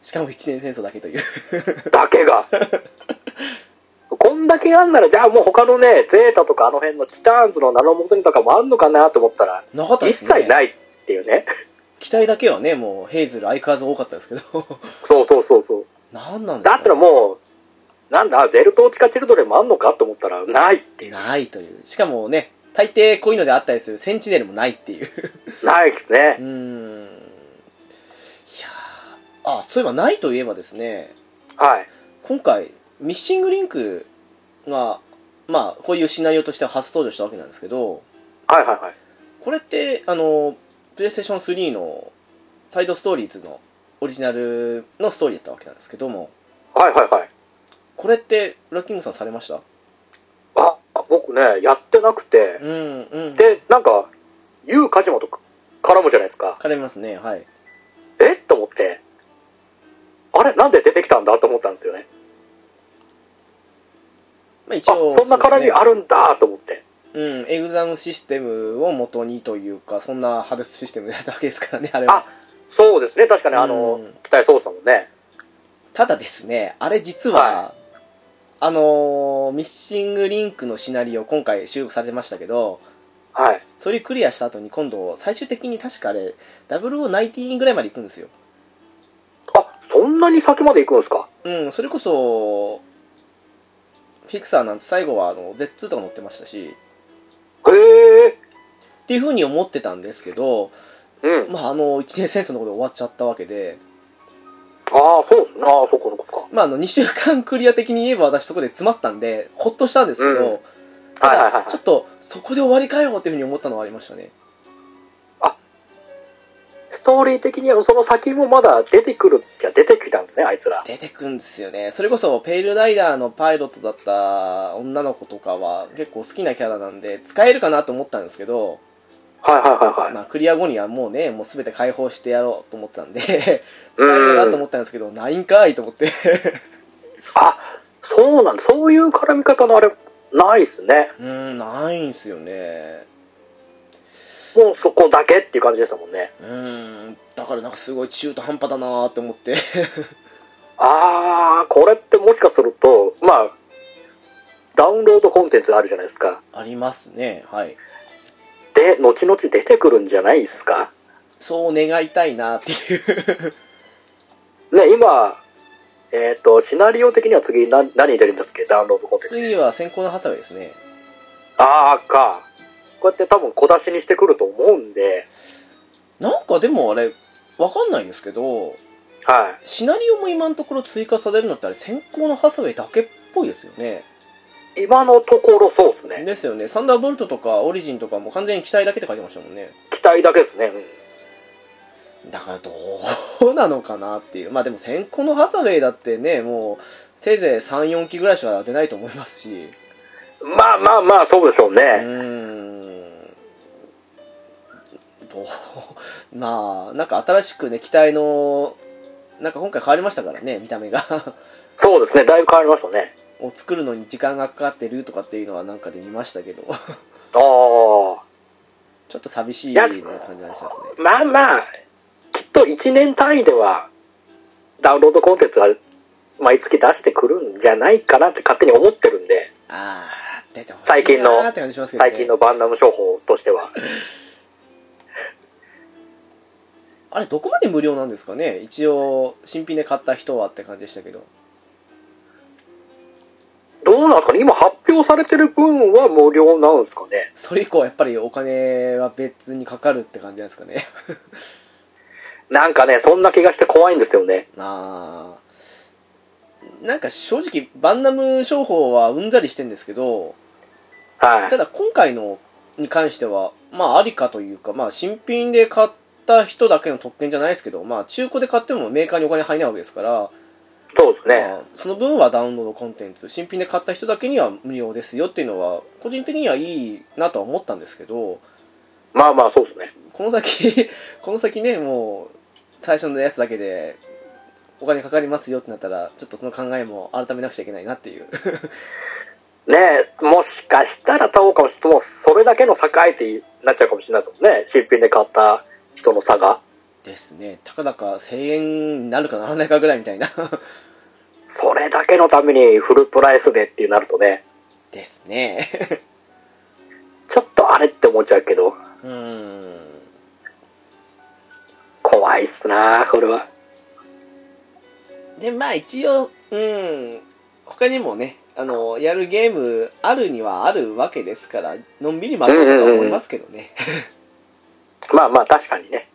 Speaker 1: しかも一年戦争だけという <laughs>
Speaker 2: だけが。こんだけあんなら、じゃあもう他のね、ゼータとかあの辺のチターンズのナノモトニとかもあんのかなと思ったら、
Speaker 1: なかったで
Speaker 2: 一
Speaker 1: すね
Speaker 2: 切ないっていうね。
Speaker 1: 期待だけはねもうヘイズル相変わらず多かったですけど <laughs>
Speaker 2: そうそうそうそう。
Speaker 1: 何なんですか、
Speaker 2: だったらもう、なんだ、ベルト落ちかチルドレンもあんのかと思ったら、ないっていう。
Speaker 1: ないというしかもね大抵こういうのであったりするセンチネルもないっていう <laughs>
Speaker 2: ないです
Speaker 1: う
Speaker 2: ね。
Speaker 1: ーんいやーあそういえばないといえばですね
Speaker 2: はい。
Speaker 1: 今回ミッシングリンクがまあこういうシナリオとしては初登場したわけなんですけど
Speaker 2: はいはいはい。
Speaker 1: これってあのプレイステーション3のサイドストーリーズのオリジナルのストーリーだったわけなんですけども
Speaker 2: はいはいはい。
Speaker 1: これってラッキングさんされました
Speaker 2: あ、僕ね、やってなくて、
Speaker 1: うんうん
Speaker 2: で、なんか、ユウカジモとか絡むじゃないですか。
Speaker 1: 絡みますねはい
Speaker 2: えと思って、あれなんで出てきたんだと思ったんですよね。
Speaker 1: まあ一
Speaker 2: あ、
Speaker 1: 応
Speaker 2: そんな絡みあるんだと思って。
Speaker 1: うん、エグザムシステムを元にというか、そんなハデスシステムだったわけですからね、あれは。
Speaker 2: そうですね、確かにあの
Speaker 1: う、ん
Speaker 2: 期待操作もね。
Speaker 1: ただですね、あれ実は、
Speaker 2: は
Speaker 1: あのーミッシングリンクのシナリオ、今回収録されてましたけど、
Speaker 2: はい。
Speaker 1: それクリアした後に今度、最終的に確かあれ、0019ぐらいまで行くんですよ。
Speaker 2: あ、そんなに先まで行くんですか
Speaker 1: うん、それこそ、フィクサーなんて最後はあの Z2 とか乗ってましたし、
Speaker 2: へえ。
Speaker 1: っていうふうに思ってたんですけど、
Speaker 2: うん。
Speaker 1: まあ、あの、一年戦争のことで終わっちゃったわけで、
Speaker 2: ああ、そうですね。ああ、そうか、そうかそ
Speaker 1: まあ、あの2週間クリア的に言えば私そこで詰まったんでほっとしたんですけど、
Speaker 2: うんうか。
Speaker 1: た
Speaker 2: はいはいは
Speaker 1: だ
Speaker 2: い
Speaker 1: ちょ。っとそこで終わりかよっていうふうに思ったのはありましたね
Speaker 2: ストーリー的にはその先もまだ出てくる、いや、出てきたんですね、あいつら。
Speaker 1: 出てくんですよねそれこそペイルライダーのパイロットだった女の子とかは結構好きなキャラなんで使えるかなと思ったんですけど、
Speaker 2: はいはいはいはい。
Speaker 1: まあ、クリア後にはもうねもう全て解放してやろうと思ってたんで <laughs> 使えるかなと思ったんですけどないんかいと思って
Speaker 2: あ、そうなんだ。そういう絡み方のあれ、ないですね。
Speaker 1: うーんないんすよね
Speaker 2: もうそこだけっていう感じでしたもんね。
Speaker 1: うーんだからなんかすごい中途半端だなーって思って <laughs>
Speaker 2: ああ、これってもしかすると、まあ、ダウンロードコンテンツがあるじゃないですか。
Speaker 1: ありますねはい
Speaker 2: で、後々出てくるんじゃないですか。
Speaker 1: そう願いたいなっていう <laughs>
Speaker 2: ね、今、えっ、と、シナリオ的には次何何出るんですっけダウンロードコンテンツ。
Speaker 1: 次は先行のハサウェイですね
Speaker 2: ああ、か。こうやって多分小出しにしてくると思うんで、
Speaker 1: なんかでもあれわかんないんですけど
Speaker 2: はい。
Speaker 1: シナリオも今のところ追加されるのってあれ先行のハサウェイだけっぽいですよね
Speaker 2: 今のところそうですね。
Speaker 1: ですよねサンダーボルトとかオリジンとかも完全に期待だけって書いてましたもんね
Speaker 2: 期待だけですね。うん
Speaker 1: だからどうなのかなっていうまあでも先行のハサウェイだってねもうせいぜい34期ぐらいしか出ないと思いますし
Speaker 2: まあまあまあ、そうでしょう
Speaker 1: う
Speaker 2: ね。
Speaker 1: ーんどう <laughs> まあなんか新しくね機体のなんか今回変わりましたからね見た目が <laughs>
Speaker 2: そうですね。だいぶ変わりましたね。
Speaker 1: を作るのに時間がかかってるとかっていうのはなんかで見ましたけど <laughs>
Speaker 2: ああ。
Speaker 1: ちょっと寂しいなって感じがしますね
Speaker 2: まあまあ、きっと1年単位では、ダウンロードコンテンツは毎月出してくるんじゃないかなって勝手に思ってるんで、
Speaker 1: ああ出てほしい
Speaker 2: 最近の
Speaker 1: なーって感じしますけど、ね、
Speaker 2: 最近のバンダム商法としては。
Speaker 1: あれどこまで無料なんですかね一応新品で買った人はって感じでしたけど
Speaker 2: どうなんですかね今発表されてる分は無料なんですかね
Speaker 1: それ以降やっぱりお金は別にかかるって感じなんですかね
Speaker 2: なんかね、そんな気がして怖いんですよね。
Speaker 1: あーなんか正直バンナム商法はうんざりしてんですけど
Speaker 2: はい
Speaker 1: た。だ今回のに関してはまあありかというかまあ新品で買った人だけの特権じゃないですけどまあ中古で買ってもメーカーにお金入らないわけですから、
Speaker 2: そうですね。
Speaker 1: まあ、その分はダウンロードコンテンツ新品で買った人だけには無料ですよっていうのは個人的にはいいなとは思ったんですけど
Speaker 2: まあまあ、そうですね。
Speaker 1: この先 <laughs> この先ねもう最初のやつだけでお金かかりますよってなったらちょっとその考えも改めなくちゃいけないなっていう
Speaker 2: ねえ、もしかしたら買おうかもしれない。もうそれだけの差かいってなっちゃうかもしれないですもんね。新品で買った人の差が。
Speaker 1: <laughs> ですねたかだか1000円になるかならないかぐらいみたいな <laughs>
Speaker 2: それだけのためにフルプライスでってなるとね、
Speaker 1: ですね <laughs>
Speaker 2: ちょっとあれって思っちゃうけど、
Speaker 1: うーん
Speaker 2: 怖いっすなこれは。
Speaker 1: でまあ一応うん他にもねあのやるゲームあるにはあるわけですからのんびり待とうとは思いますけどね、 <laughs>
Speaker 2: まあまあ確かにね。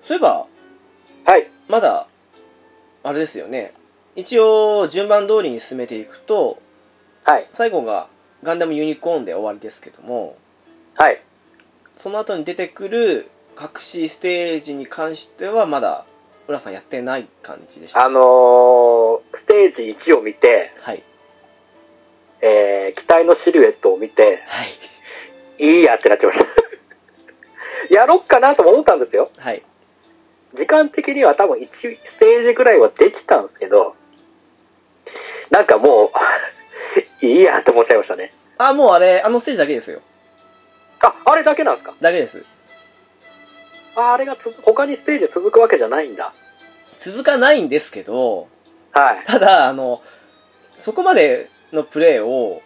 Speaker 1: そういえば
Speaker 2: はい。
Speaker 1: まだあれですよね一応順番通りに進めていくと
Speaker 2: はい。
Speaker 1: 最後が「ガンダムユニコーン」で終わりですけども
Speaker 2: はい。
Speaker 1: その後に出てくる隠しステージに関してはまだ浦さんやってない感じでした
Speaker 2: あのー、ステージ1を見て、
Speaker 1: はい
Speaker 2: えー、機体のシルエットを見て、
Speaker 1: はい
Speaker 2: いいやってなっちゃいました。 <laughs> やろっかなとも思ったんですよ。
Speaker 1: はい
Speaker 2: 時間的には多分1ステージぐらいはできたんですけど、なんかもう、 <laughs> いいやって思っちゃいましたね。
Speaker 1: あもうあれあのステージだけですよ
Speaker 2: あ、あれだけなんですか
Speaker 1: だけです
Speaker 2: ああれがつ他にステージ続くわけじゃないんだ。
Speaker 1: 続かないんですけど
Speaker 2: はい。
Speaker 1: ただあのそこまでのプレーを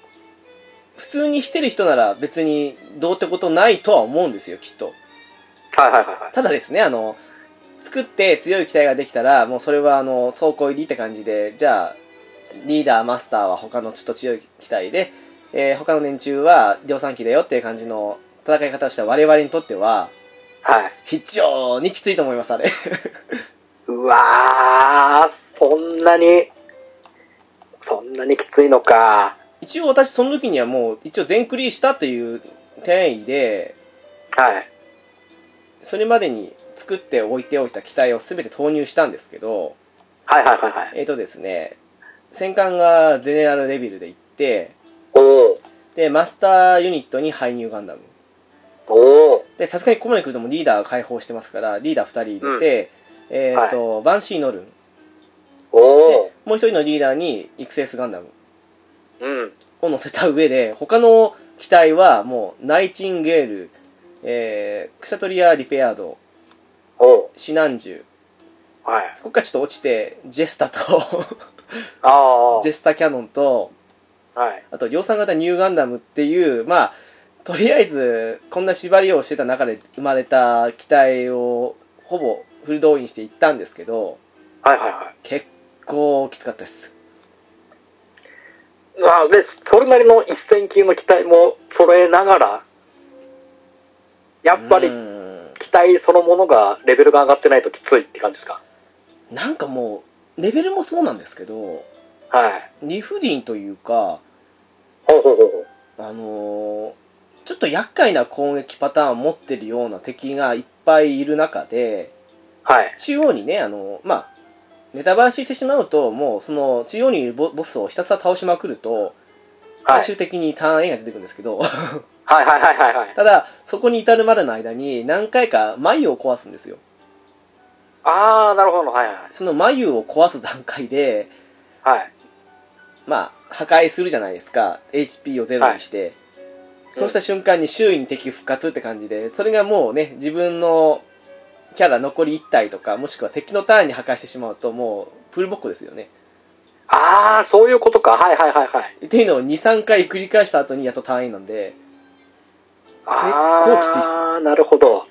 Speaker 1: 普通にしてる人なら別にどうってことないとは思うんですよきっと
Speaker 2: はいはいはいはい。
Speaker 1: ただですねあの作って強い機体ができたらもうそれはあの走行入りって感じでじゃあリーダーマスターは他のちょっと強い機体で、えー他の連中は量産機だよっていう感じの戦い方をした我々にとっては
Speaker 2: はい。
Speaker 1: 非常にきついと思いますあれ <laughs>
Speaker 2: うわー、そんなに、そんなにきついのか。
Speaker 1: 一応私その時にはもう一応全クリしたという転移で
Speaker 2: はい。
Speaker 1: それまでに作っておいておいた機体を全て投入したんですけど
Speaker 2: はいはいはいはい。
Speaker 1: えっ、とですね戦艦がゼネラルレビルで行って
Speaker 2: おー、
Speaker 1: でマスターユニットにハイニューガンダム
Speaker 2: おー、
Speaker 1: でさすがにここまで来るともうリーダーが解放してますからリーダー2人入れて、えっ、と、バンシーノルン
Speaker 2: おー。
Speaker 1: もう一人のリーダーにイクセスガンダム
Speaker 2: うん。
Speaker 1: を乗せた上で他の機体はもうナイチンゲール、えー、クサトリア・リペアード
Speaker 2: おー。
Speaker 1: シナンジュ
Speaker 2: はい。
Speaker 1: ここからちょっと落ちてジェスタと
Speaker 2: ああ。
Speaker 1: ジェスタキャノンと
Speaker 2: はい。
Speaker 1: あと量産型ニューガンダムっていうまあとりあえずこんな縛りをしてた中で生まれた機体をほぼフル動員していったんですけど
Speaker 2: はいはいは
Speaker 1: 結構きつかったです
Speaker 2: い。ああ、で、それなりの一戦級の機体も揃えながら、やっぱ
Speaker 1: う
Speaker 2: り
Speaker 1: ん
Speaker 2: 機体そのものがレベルが上がってないときついって感じですか
Speaker 1: なんかもうレベルもそうなんですけど
Speaker 2: はい。
Speaker 1: 理不尽というか
Speaker 2: ほうほうほうほう。
Speaker 1: あのーちょっと厄介な攻撃パターンを持ってるような敵がいっぱいいる中で
Speaker 2: はい。
Speaker 1: 中央にねあのまあネタバラシしてしまうともうその中央にいるボボスをひたすら倒しまくると
Speaker 2: はい
Speaker 1: 最終的にターン A が出てくるんですけど、 <laughs>
Speaker 2: はいはいはいはいはい。
Speaker 1: ただそこに至るまでの間に何回か眉を壊すんですよ
Speaker 2: ああ、なるほど。はいはいはい。
Speaker 1: その眉を壊す段階で
Speaker 2: はい。
Speaker 1: まあ、破壊するじゃないですか HP をゼロにして、そうした瞬間に周囲に敵復活って感じでそれがもうね自分のキャラ残り1体とかもしくは敵のターンに破壊してしまうともうプルボッコですよね
Speaker 2: ああ、そういうことか。はいはいはいはい。
Speaker 1: っていうのを23回繰り返した後にやっと単位なんで
Speaker 2: あ
Speaker 1: 構きついっす
Speaker 2: ああ、なるほど。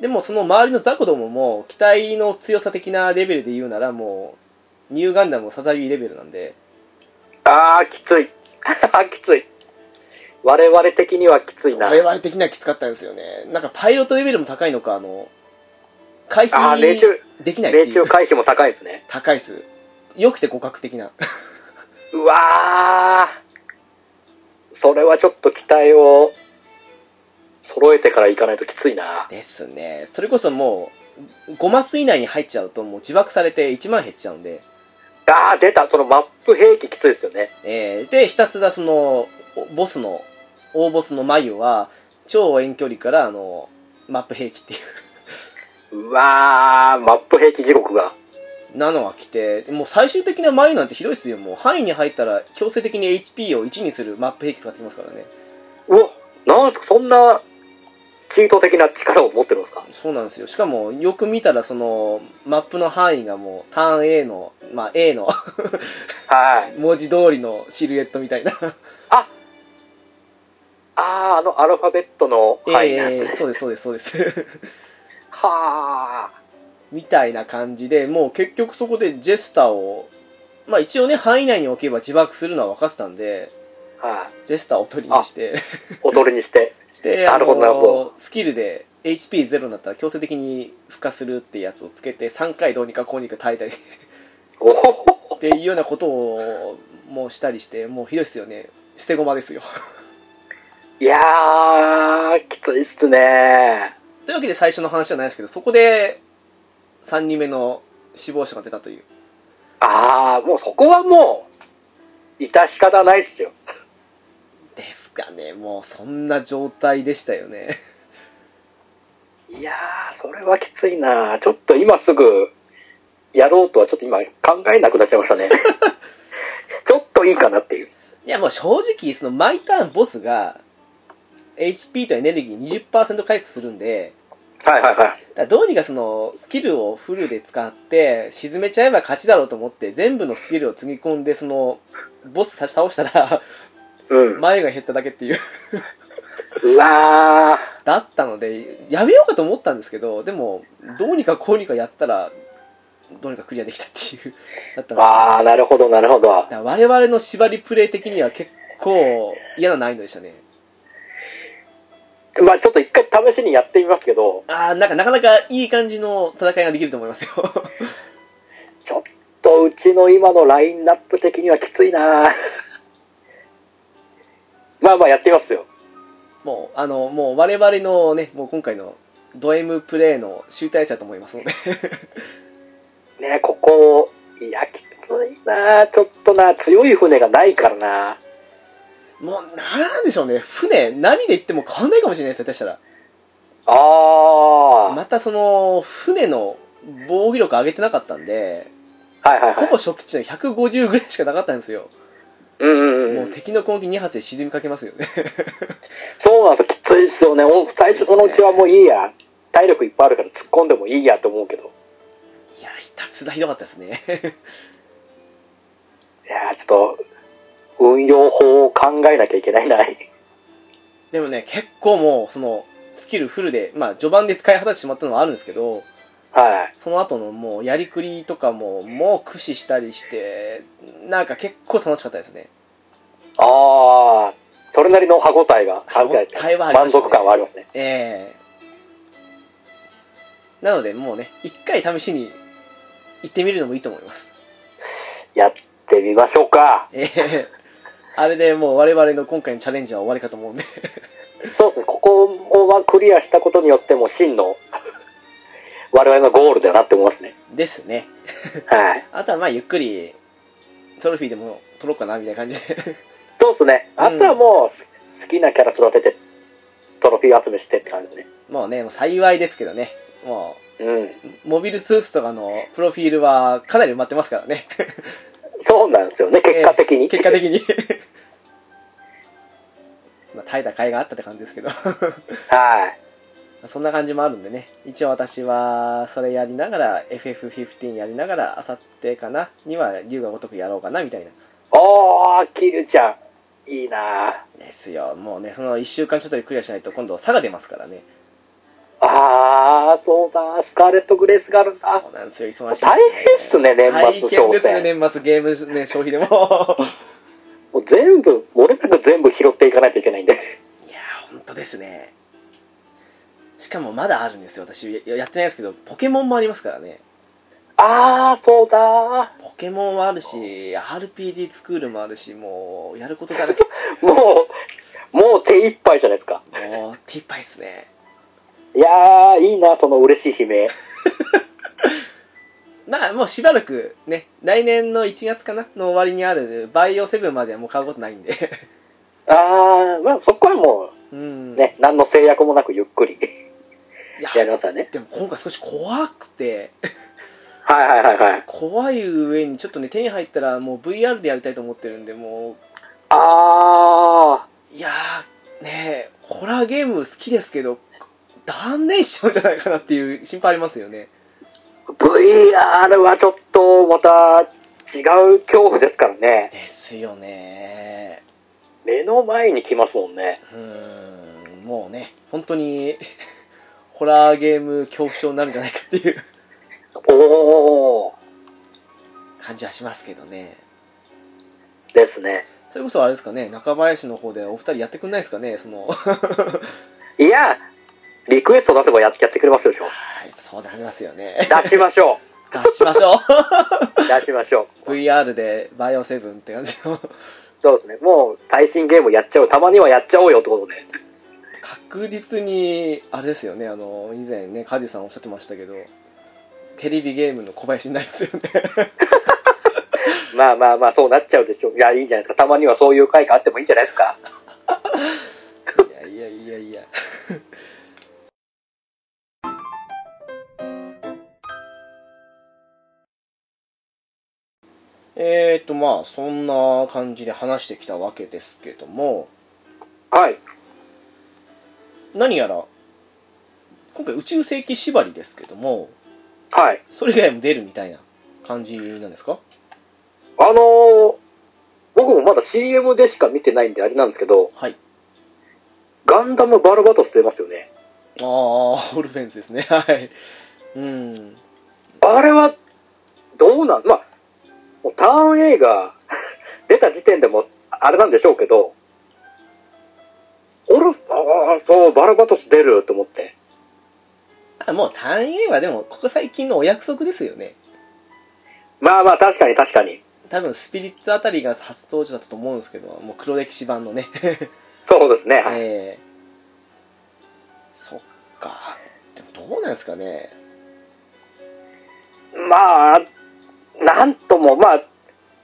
Speaker 1: でもその周りの雑魚どもも機体の強さ的なレベルで言うならもうニューガンダムサザビーレベルなんで
Speaker 2: ああ、きつい。 <laughs> あきつい。我々的にはきついな。
Speaker 1: 我々的にはきつかったんですよねなんかパイロットレベルも高いのかあの回
Speaker 2: ああ、
Speaker 1: 避
Speaker 2: 命中、
Speaker 1: できないって
Speaker 2: 命
Speaker 1: いう
Speaker 2: 中回避も高いですね。
Speaker 1: 高いっす良くて互角的な
Speaker 2: うわーそれはちょっと期待を揃えてから行かないときついな。
Speaker 1: ですねそれこそもう5マス以内に入っちゃうともう自爆されて1万減っちゃうんで、
Speaker 2: あー、出たそのマップ兵器きついですよね。
Speaker 1: えーでひたすらそのおボスの大ボスのマユは超遠距離からあのマップ兵器っていう
Speaker 2: うわー、マップ兵器地獄が。
Speaker 1: なのが来てもう最終的な眉なんてひどいっすよもう範囲に入ったら強制的に HP を1にするマップ兵器使ってきますからね
Speaker 2: うわ、なんすか、そんな、チート的な力を持ってるんですか
Speaker 1: そうなんですよしかもよく見たらそのマップの範囲がもうターン A のまあ A の
Speaker 2: はい。
Speaker 1: 文字通りのシルエットみたいな
Speaker 2: あー、あのアルファベットの範囲のやつ
Speaker 1: え
Speaker 2: ね
Speaker 1: ーそうですそうですそうです
Speaker 2: は
Speaker 1: みたいな感じでもう結局そこでジェスターをまあ一応ね範囲内に置けば自爆するのは分かってたんで
Speaker 2: ー。はい。
Speaker 1: ジェスターを取りにして
Speaker 2: 踊りにして。
Speaker 1: <laughs> して、
Speaker 2: なるほど
Speaker 1: あの
Speaker 2: なるほ
Speaker 1: スキルで HP ゼロになったら強制的に孵化するってやつをつけて3回どうにかこうにか耐えたりっ
Speaker 2: おほほほ。
Speaker 1: ていうようなことをもうしたりしてもうひどいっすよね捨て駒ですよ <laughs>
Speaker 2: いやー、きついっすね
Speaker 1: というわけで最初の話じゃないですけどそこで3人目の死亡者が出たという
Speaker 2: あー、もうそこはもう、致し方ないっすよ。
Speaker 1: ですかねもうそんな状態でしたよね
Speaker 2: いやー、それはきついなちょっと今すぐ、やろうとはちょっと今考えなくなっちゃいま <laughs> したね。ちょっといいかなっていう。
Speaker 1: いやもう正直その毎ターンボスが HP とエネルギー20%回復するんで
Speaker 2: はいはいはい。
Speaker 1: だからどうにかそのスキルをフルで使って沈めちゃえば勝ちだろうと思って全部のスキルをつぎ込んでそのボス差し倒したら <laughs>
Speaker 2: うん。
Speaker 1: 前が減っただけっていう
Speaker 2: うわ
Speaker 1: だったのでやめようかと思ったんですけどでもどうにかこうにかやったらどうにかクリアできたっていうだったのでだ
Speaker 2: ー、
Speaker 1: か
Speaker 2: あー、なるほどなるほど。
Speaker 1: ら我々の縛りプレイ的には結構嫌な難易度でしたね
Speaker 2: まあちょっと一回試しにやってみますけど、
Speaker 1: ああなんかなかなかいい感じの戦いができると思いますよ <laughs>
Speaker 2: ちょっとうちの今のラインナップ的にはきつい <laughs> なまあまあやってみますよ。
Speaker 1: もうあのもう我々のねもう今回のド M プレイの集大成だと思いますので <laughs>
Speaker 2: ねここ、いや、きついなちょっとな強い船がないからな
Speaker 1: もう、なんでしょうね。船、何で行っても変わんないかもしれないですよ、下手したら。
Speaker 2: あ
Speaker 1: またその、船の防御力上げてなかったんで、
Speaker 2: あ、はいはいは
Speaker 1: ほ
Speaker 2: い
Speaker 1: ぼ。初期値の150ぐらいしかなかったんですよ。
Speaker 2: うんうん
Speaker 1: も
Speaker 2: う。
Speaker 1: うん敵の攻撃2発で沈みかけますよね。 <laughs>
Speaker 2: そうなんですよ、きついっすよね。お最初そのうちはもういいや。体力いっぱいあるから突っ込んでもいいやと思うけど。
Speaker 1: いや、ひたすらひどかったですね。 <laughs>
Speaker 2: いやーちょっと、運用法を考えなきゃいけないな。
Speaker 1: でもね、結構もう、その、スキルフルで、まあ、序盤で使い果たしてしまったのはあるんですけど、
Speaker 2: <laughs> はい。
Speaker 1: その後のもう、やりくりとかも、もう駆使したりして、なんか結構楽しかったですね。
Speaker 2: ああ、それなりの歯応えが、
Speaker 1: 歯応えはありま
Speaker 2: 満
Speaker 1: したね
Speaker 2: 足感はありますね。
Speaker 1: ええなのでもうね一回試しに行ってみるのもいいと思います
Speaker 2: やってみましょうか。
Speaker 1: え
Speaker 2: <laughs>
Speaker 1: えあれでもう我々の今回のチャレンジは終わりかと思うんで
Speaker 2: そうですね、ここはクリアしたことによっても、真の、 <laughs> 我々のゴールだよなって思いますね。
Speaker 1: ですね
Speaker 2: はい。
Speaker 1: あとはまあゆっくりトロフィーでも取ろうかなみたいな感じで
Speaker 2: そうですね。
Speaker 1: うん
Speaker 2: あとはもう、す好きなキャラ育てて、トロフィー集めしてって感じですね。
Speaker 1: もうねもう幸いですけどねも
Speaker 2: うん。
Speaker 1: うモビルスーツとかのプロフィールはかなり埋まってますからね
Speaker 2: そうなんですよね、結果的に。
Speaker 1: 結果的に <laughs> まあ耐えた甲斐があったって感じですけど <laughs>
Speaker 2: はい。
Speaker 1: そんな感じもあるんでね、一応私はそれやりながら、FF15 やりながら、あさってかな、には竜が如くやろうかなみたいな。
Speaker 2: おー、キルちゃん、いいなぁ。
Speaker 1: ですよ、もうね、その1週間ちょっとでクリアしないと、今度、差が出ますからね。
Speaker 2: あー、そうだ、スカーレット・グレースがあるんだ。
Speaker 1: そうなんですよ、忙しい
Speaker 2: 大変っすね、年
Speaker 1: 大
Speaker 2: 末
Speaker 1: 変
Speaker 2: 商
Speaker 1: ですね、
Speaker 2: 戦。
Speaker 1: 年末ゲーム、ね、消費でも。い <laughs> や
Speaker 2: もう全部、漏れなく全部拾っていかないといけないんで。
Speaker 1: ー、本当ですね。しかもまだあるんですよ、私、ややってないですけど、ポケモンもありますからね。
Speaker 2: あー、そうだ。
Speaker 1: ポケモンはあるし、RPG スクールもあるし、もう、やることだら <laughs> け、
Speaker 2: もう、もう手一杯じゃないですか。
Speaker 1: もう、手いっぱいですね。
Speaker 2: いやー、いいな、その嬉しい悲鳴。
Speaker 1: だからもうしばらくね来年の1月かなの終わりにあるバイオセブンまではもう買うことないんで <laughs>
Speaker 2: あー、まあそこはも
Speaker 1: うん
Speaker 2: う、ね、何の制約もなくゆっくり。
Speaker 1: いいや
Speaker 2: やりましたね。
Speaker 1: でも今回少し怖くて
Speaker 2: はいはいはいはい。
Speaker 1: 怖い上にちょっとね手に入ったらもう VR でやりたいと思ってるんでも
Speaker 2: あ
Speaker 1: ういやーねえホラーゲーム好きですけど断念しちゃうんじゃないかなっていう心配ありますよね
Speaker 2: ー、VR はちょっとまた違う恐怖ですからね。
Speaker 1: ですよね
Speaker 2: 目の前に来ますもんね。
Speaker 1: うーんもうね本当に <laughs> ホラーゲーム恐怖症になるんじゃないかっていう <laughs>
Speaker 2: おー、
Speaker 1: 感じはしますけどね
Speaker 2: ですね。
Speaker 1: それこそあれですかね中林の方でお二人やってくんないですかねその <laughs>
Speaker 2: いや、リクエスト出せばややってくれますでしょ。
Speaker 1: そうなりますよね <laughs>
Speaker 2: 出しましょ
Speaker 1: 出しましょ <laughs>
Speaker 2: <laughs> う。出しましょ
Speaker 1: う
Speaker 2: う。
Speaker 1: VR でバイオセブンって感じの <laughs>
Speaker 2: そうですね。もう最新ゲームやっちゃおう。たまにはやっちゃおうよってことで。
Speaker 1: 確実にあれですよねあの以前ね梶さんおっしゃってましたけどテレビゲームの小林になりますよね
Speaker 2: まあまあまあ、そうなっちゃうでしょう。いや、いいじゃないですか。たまにはそういう回があってもいいんじゃないですか。
Speaker 1: いやいやいやいや <laughs> えーとまあそんな感じで話してきたわけですけども
Speaker 2: はい。
Speaker 1: 何やら今回宇宙世紀縛りですけども
Speaker 2: はい。
Speaker 1: それ以外も出るみたいな感じなんですか
Speaker 2: あのー僕もまだ CM でしか見てないんであれなんですけど、
Speaker 1: はい
Speaker 2: ガンダムバルバトス出ますよね。
Speaker 1: ああーオルフェンスですねはいうん
Speaker 2: あれは、どうなん、まあ、もうターン A が <laughs> 出た時点でも、あれなんでしょうけど、オルフ、ああ、そう、バルバトス出ると思って。
Speaker 1: あもう単位はでもここ最近のお約束ですよね
Speaker 2: まあまあ、確かに確かに。
Speaker 1: 多分スピリッツあたりが初登場だったと思うんですけどもう黒歴史版のね
Speaker 2: そうですね。は
Speaker 1: え
Speaker 2: い
Speaker 1: えそっかでもどうなんですかね
Speaker 2: まあ、なんとも、まあ、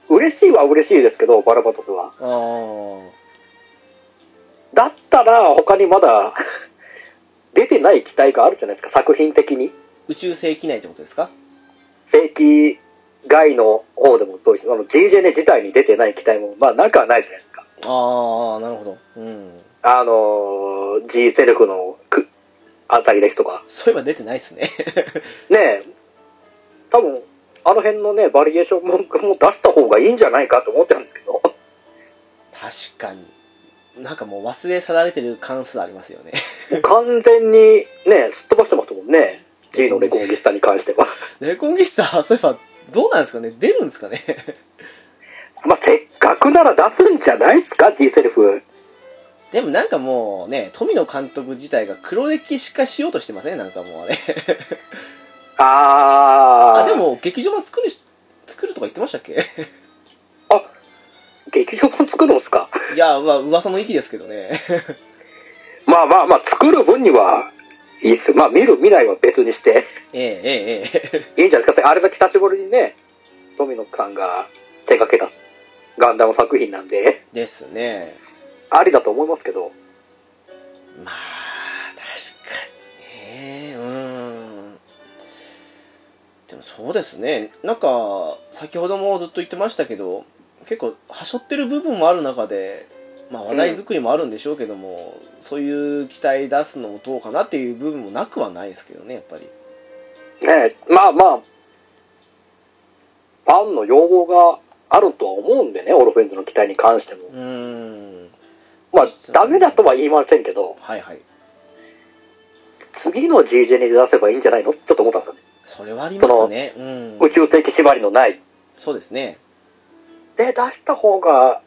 Speaker 2: 嬉しいは嬉しいですけど、バルバトスは。
Speaker 1: ああ
Speaker 2: だったら、他にまだ、 <laughs> 出てない期待があるじゃないですか、作品的に。
Speaker 1: 宇宙世紀内ってことですか
Speaker 2: 正規外の方でもどうしあの GJ ネ自体に出てない期待も、まあ、なくはないじゃないですか。
Speaker 1: ああなるほどうん
Speaker 2: あのー、G セルフのくあたりですとか。
Speaker 1: そういえば出てないっすね <laughs>
Speaker 2: ねえ、多分、あの辺のね、バリエーションもも出した方がいいんじゃないかと思ってたんですけど。
Speaker 1: 確かになんかもう忘れ去られてる関数ありますよね <laughs>
Speaker 2: 完全にね、すっ飛ばしてますもんね。G のレコンギスタに関しては。 <laughs>
Speaker 1: レコンギスタそういえばどうなんですかね出るんですかね <laughs>
Speaker 2: まあ、せっかくなら出すんじゃないですか、G セルフ。
Speaker 1: でもなんかもうね富野監督自体が黒歴史化しようとしてませんなんかもうあれ
Speaker 2: あ
Speaker 1: あ
Speaker 2: ー。
Speaker 1: でも劇場版作るし作るとか言ってましたっけ <laughs>
Speaker 2: 劇場版作るんですか <laughs>
Speaker 1: いやまあ噂の域ですけどね <laughs>
Speaker 2: まあまあまあ、作る分には、いいっす。まあ、見る未来は別にして、 <laughs>
Speaker 1: ええええええ <laughs>
Speaker 2: いいんじゃないですか。あれだけ久しぶりにね、富野さんが手掛けたガンダム作品なんで、
Speaker 1: ですね
Speaker 2: ありだと思いますけど、
Speaker 1: まあ確かにねうんでもそうですねなんか先ほどもずっと言ってましたけど結構はしょってる部分もある中で、まあ、話題作りもあるんでしょうけども、そういう期待出すのもどうかなっていう部分もなくはないですけどねやっぱり
Speaker 2: ねえ、まあまあ、ファンの要望があるとは思うんでね、オルフェンズの期待に関しても
Speaker 1: う。ーん
Speaker 2: まあ、ダメだとは言いませんけど、
Speaker 1: はいはい
Speaker 2: 次の GJ に出せばいいんじゃないのちょっと思ったんですよね。
Speaker 1: それはありますねうん
Speaker 2: 宇宙世紀縛りのない。
Speaker 1: そうですね
Speaker 2: で、出した方が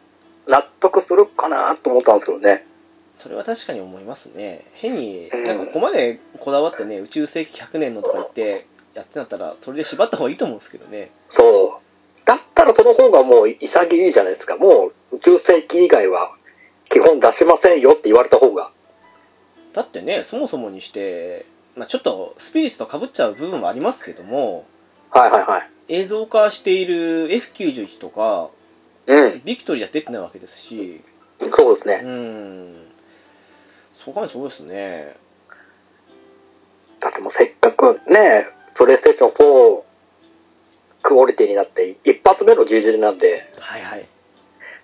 Speaker 2: 納得するかなと思ったんですけどね。
Speaker 1: それは確かに思いますね変になんかここまでこだわってね宇宙世紀100年のとか言ってやってなったらそれで縛った方がいいと思うんですけどね
Speaker 2: そう。だったらその方がもう潔いじゃないですか。もう宇宙世紀以外は基本出しませんよって言われた方が。
Speaker 1: だってねそもそもにして、まあ、ちょっとスピリッツとかぶっちゃう部分はありますけども
Speaker 2: はいはいはい。
Speaker 1: 映像化している F91 とか
Speaker 2: うん。
Speaker 1: ビクトリア出てないわけですし
Speaker 2: そうです
Speaker 1: う
Speaker 2: ね。
Speaker 1: んそうかにそうですね
Speaker 2: だくね、プレイステーション4クオリティになって一発目の十字なんで、
Speaker 1: はいはい